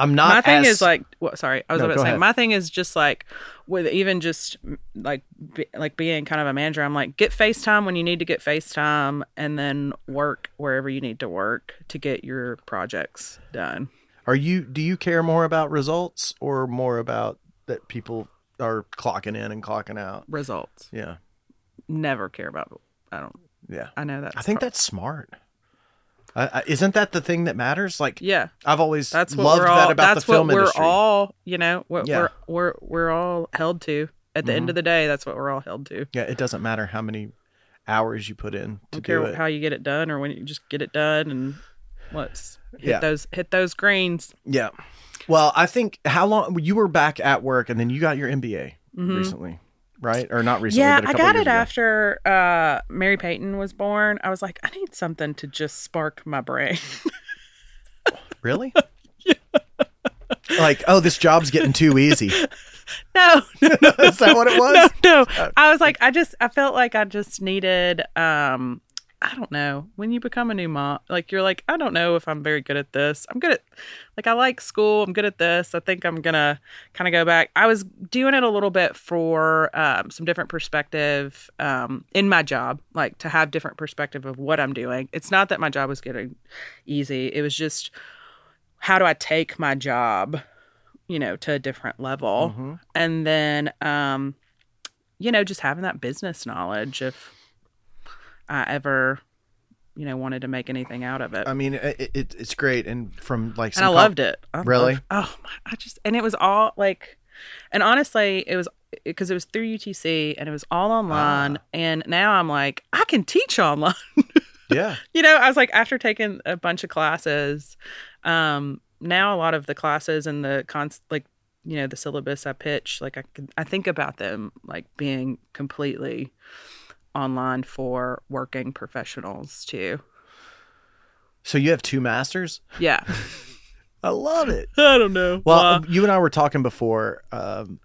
I'm not. my thing as- is like well, sorry i was No, about go to say ahead. my thing is just like with even just m- like be, like being kind of a manager i'm like get facetime when you need to get facetime and then work wherever you need to work to get your projects done Are you? Do you care more about results or more about that people are clocking in and clocking out? results Yeah. never care about i don't Yeah. i know that I think that's smart. Uh, uh, isn't that the thing that matters? Like yeah I've always that's what loved we're all that about that's the film what we're industry. all you know what Yeah. Mm-hmm. we're we're we're all held to at the end of the day that's what we're all held to yeah, it doesn't matter how many hours you put in to do don't care it. how you get it done or when you just get it done and let's hit Yeah. those hit those greens yeah. Well, I think how long you were back at work and then you got your MBA Mhm. recently. right? Or not recently. Yeah, but a I couple got years it ago. after uh, Mary Payton was born. I was like, I need something to just spark my brain. Really? Like, oh, this job's getting too easy. no, no, no, Is that what it was? no, no. I was like, I just, I felt like I just needed, um, I don't know. When you become a new mom, like you're like, I don't know if I'm very good at this. I'm good at, like, I like school. I'm good at this. I think I'm gonna kind of go back. I was doing it a little bit for um, some different perspective um, in my job, like to have different perspective of what I'm doing. It's not that my job was getting easy. It was just, how do I take my job, you know, to a different level? Mhm. and then um you know just having that business knowledge if i ever you know wanted to make anything out of it I mean, it, it, it's great, and from like some and i com- loved it I Really? loved- oh my i just and it was all like and honestly it was because it was through utc and it was all online Ah. and now i'm like i can teach online Yeah, you know, I was like, after taking a bunch of classes, um, now a lot of the classes and the cons, like, you know, the syllabus I pitch, like I, could- I think about them like being completely online for working professionals too. So you have two masters? Yeah. I love it. I don't know. Well, um, Why. you and I were talking before um,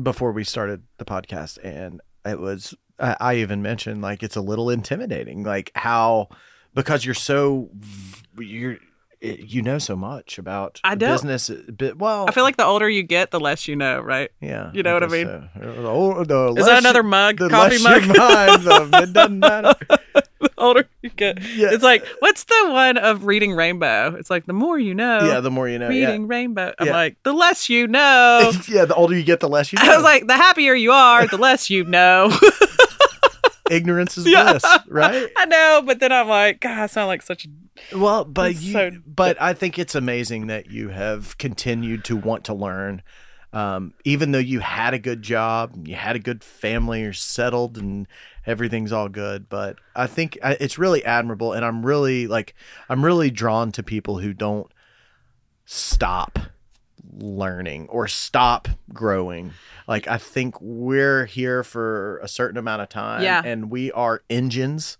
before we started the podcast, and it was I, I even mentioned like it's a little intimidating, like how because you're so you're you know so much about I don't. business. But, well, I feel like the older you get, the less you know, right? yeah, you know what I guess mean? so. The ol- the Is less that you- another mug? the Coffee less mug? you mind, the- it doesn't matter. the older you get. Yeah. It's like, what's the one of reading rainbow? It's like, the more you know, yeah, the more you know. reading Yeah. rainbow. I'm Yeah. like, the less you know. yeah, the older you get, the less you know. I was like, the happier you are, the less you know. ignorance is Yeah. bliss, right? I know, but then I'm like, God, I sound like such a. Well, but It's you, so- but I think it's amazing that you have continued to want to learn, um, even though you had a good job, and you had a good family, you're settled, and everything's all good. But I think I- it's really admirable, and I'm really like I'm really drawn to people who don't stop learning or stop growing. Like I think we're here for a certain amount of time Yeah. and we are engines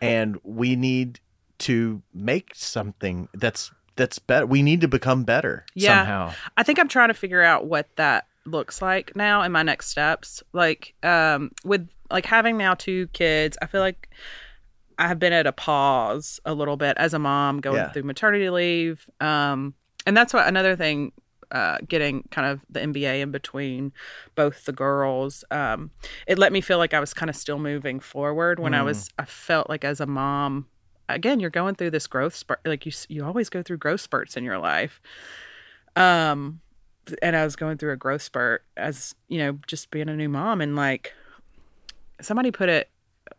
and we need to make something that's that's better. We need to become better Yeah. somehow. I think I'm trying to figure out what that looks like now in my next steps. Like, um, with like having now two kids, I feel like I have been at a pause a little bit as a mom going Yeah. through maternity leave. Um, and that's what another thing. Uh, getting kind of the MBA in between both the girls, um, it let me feel like I was kind of still moving forward when I Mm. was I felt like as a mom again you're going through this growth spurt like you s- you always go through growth spurts in your life um and I was going through a growth spurt as you know just being a new mom and like somebody put it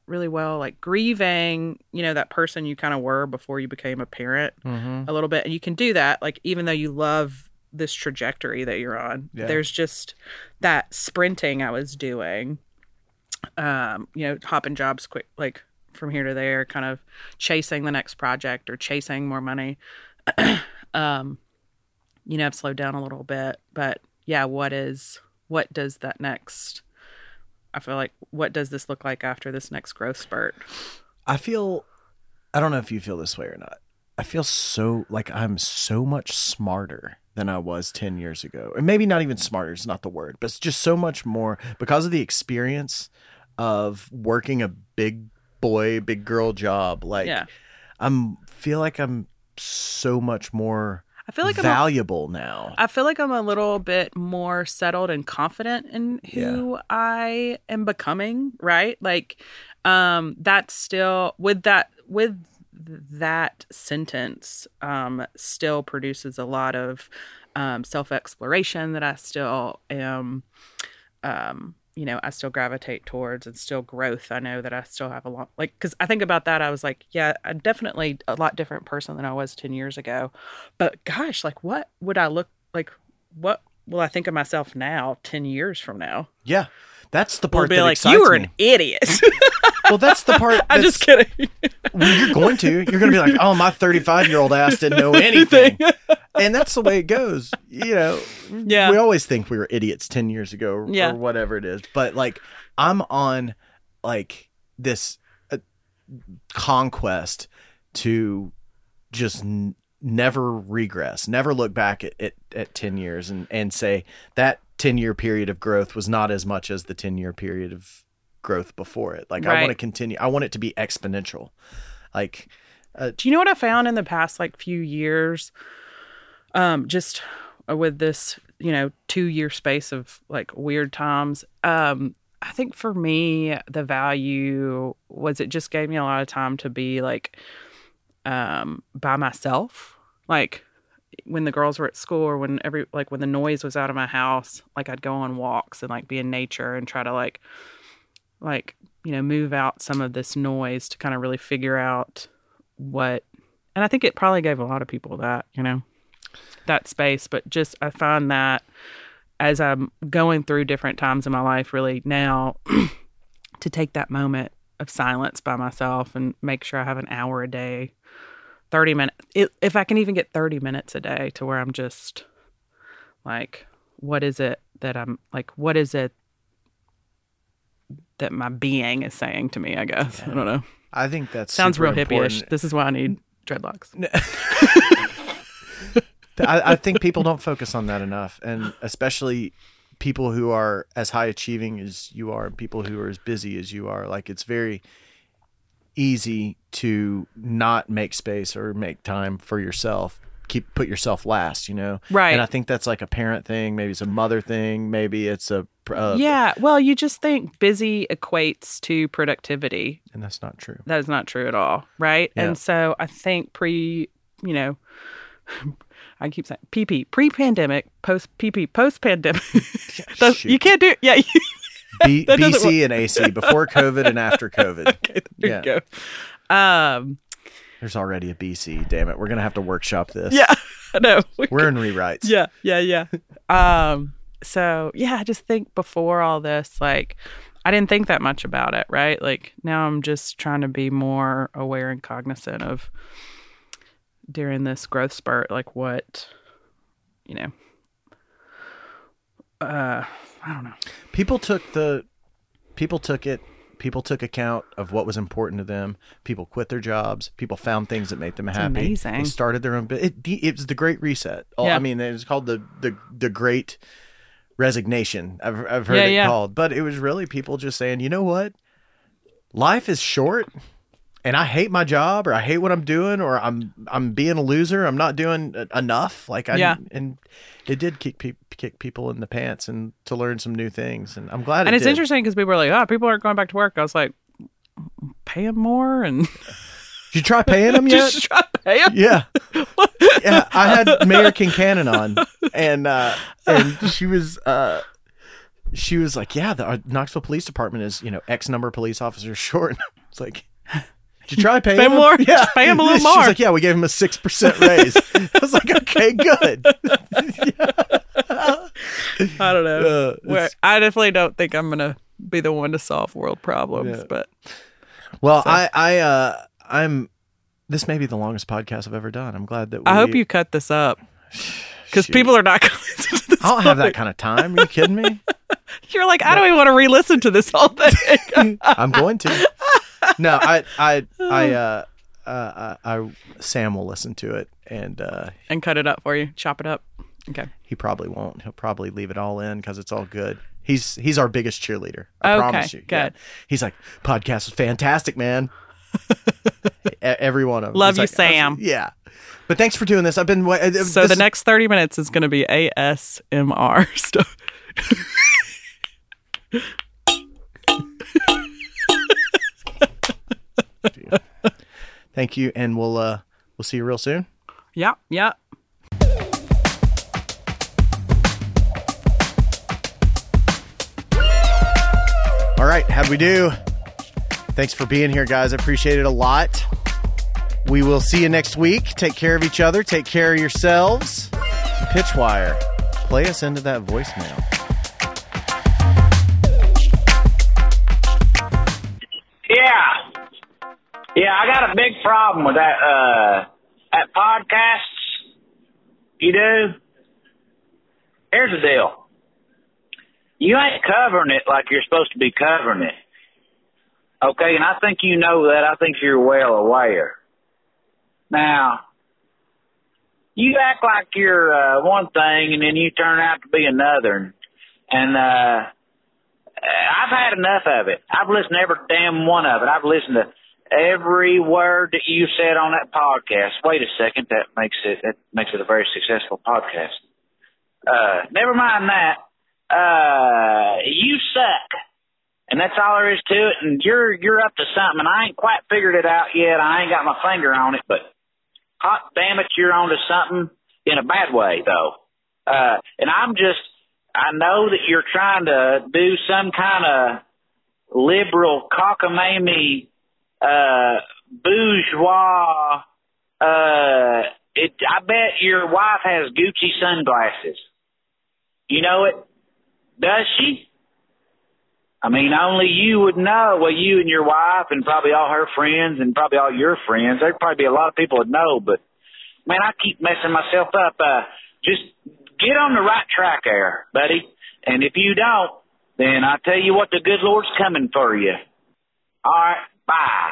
really well like grieving you know that person you kind of were before you became a parent Mm-hmm. a little bit and you can do that like even though you love this trajectory that you're on Yeah. there's just that sprinting i was doing um you know hopping jobs quick like from here to there kind of chasing the next project or chasing more money um you know i've slowed down a little bit but yeah what is what does that next i feel like what does this look like after this next growth spurt I feel I don't know if you feel this way or not. I feel so like I'm so much smarter than I was 10 years ago. And maybe not even smarter is not the word, but it's just so much more because of the experience of working a big boy, big girl job. Like yeah I'm feel like I'm so much more i feel like i'm a valuable now. I feel like I'm a little bit more settled and confident in who I am becoming, right? Like um that's still with that with that sentence um still produces a lot of um self-exploration that I still am um you know, I still gravitate towards and still growth. I know that I still have a lot, like, because I think about that. I was like, yeah, I'm definitely a lot different person than I was 10 years ago. But gosh, like, what would I look like? What will I think of myself now, 10 years from now? yeah. That's the We'll part be that like, excites you were me. an idiot. Well, that's the part. I'm that's, just kidding. well, you're going to. You're going to be like, oh, my 35 year old ass didn't know anything. and that's the way it goes. You know, Yeah. we always think we were idiots 10 years ago or, Yeah. or whatever it is. But like, I'm on like this uh, conquest to just n- never regress, never look back at, at, at 10 years and, and say that 10 year period of growth was not as much as the 10 year period of growth before it. Like, I Right. want to continue, I want it to be exponential. Like, Do you know what I found in the past like few years? Um, just with this, you know, two year space of like weird times. Um, I think for me, the value was it just gave me a lot of time to be like um by myself. Like when the girls were at school or when every like when the noise was out of my house, like I'd go on walks and like be in nature and try to like like, you know, move out some of this noise to kind of really figure out what and i think it probably gave a lot of people that you know that space but just i find that as i'm going through different times in my life really now to take that moment of silence by myself and make sure i have an hour a day 30 minutes if i can even get 30 minutes a day to where i'm just like what is it that i'm like what is it that my being is saying to me i guess i don't know I think that Sounds real hippie-ish. This is why I need dreadlocks. I, I think people don't focus on that enough, and especially people who are as high achieving as you are, and people who are as busy as you are. Like it's very easy to not make space or make time for yourself. Keep put yourself last, you know. Right. And I think that's like a parent thing. Maybe it's a mother thing. Maybe it's a uh, yeah. Well, you just think busy equates to productivity. And that's not true. That is not true at all, right? Yeah. And so I think pre, you know, I keep saying PP, pre-pandemic, post PP, post-pandemic. Those- you Shoot. can't do. Yeah. You, B- That doesn't BC and AC before COVID and after COVID. okay, there Yeah. you go. Um. There's already a BC. Damn it, we're gonna have to workshop this. Yeah. I know. We're in rewrites. Yeah, yeah, yeah. um, so yeah, I just think before all this, like I didn't think that much about it, right? Like now I'm just trying to be more aware and cognizant of during this growth spurt, like what you know. Uh I don't know. people took the people took it people took account of what was important to them people quit their jobs people found things that made them happy amazing. they started their own bu- it, it was the great reset oh, Yeah. i mean it was called the the, the great resignation i've, I've heard Yeah, it yeah. called but it was really people just saying you know what life is short and i hate my job or i hate what i'm doing or i'm i'm being a loser i'm not doing e- enough like i Yeah. and it did kick pe- kick people in the pants and to learn some new things and i'm glad it And it's did. interesting because people were like, "Oh, people aren't going back to work." I was like, "Pay them more and Did you try paying them yet? just try to pay 'em." yeah. yeah. I had Mayor Kincannon on and uh and she was uh she was like, Yeah, the uh, Knoxville Police Department is, you know, X number of police officers short. It's like did you try paying Pay him? more? Yeah. Just pay him a little She's more. like, yeah, we gave him a six percent raise. I was like, okay, good. I don't know. Uh, where it's- I definitely don't think I'm gonna be the one to solve world problems, Yeah. but well, I, I, uh, I'm. This may be the longest podcast I've ever done. I'm glad that. We, I hope you cut this up because shoot. people are not going to this. I don't have that kind of time. Are you kidding me? You're like, I don't even want to re-listen to this whole thing. I'm going to. No, I, I, I, uh, uh, I, I, Sam will listen to it, and uh, and cut it up for you, chop it up. Okay. he probably won't. He'll probably leave it all in because it's all good. He's he's our biggest cheerleader. I Okay, promise you. Yeah. good. He's like, podcast was fantastic, man. E- Every one of them. Love He's you, like, I was- Sam. yeah, but thanks for doing this. I've been. wa- uh, So this- the next 30 minutes is going to be ASMR stuff. Thank you, and we'll uh, we'll see you real soon. Yep. Yep. All right, how'd we do? Thanks for being here, guys. I appreciate it a lot. We will see you next week. Take care of each other. Take care of yourselves. Pitchwire, play us into that voicemail. Yeah, I got a big problem with that. Uh, at podcasts, you do. Here's the deal. You ain't covering it like you're supposed to be covering it. Okay, and I think you know that. I think you're well aware. Now, you act like you're uh, one thing, and then you turn out to be another. And uh, I've had enough of it. I've listened to every damn one of it. I've listened to every word that you said on that podcast. Wait a second, that makes it that makes it a very successful podcast. Uh, never mind that. Uh, you suck, and that's all there is to it. And you're you're up to something. And I ain't quite figured it out yet. I ain't got my finger on it, but hot damn it, you're onto something in a bad way though. Uh, and I'm just I know that you're trying to do some kind of liberal cockamamie uh bourgeois uh it I bet your wife has Gucci sunglasses. You know it? Does she? I mean only you would know. Well you and your wife and probably all her friends and probably all your friends. There'd probably be a lot of people that know, but man, I keep messing myself up. Uh just get on the right track there, buddy. And if you don't, then I tell you what the good Lord's coming for you. All right, bye.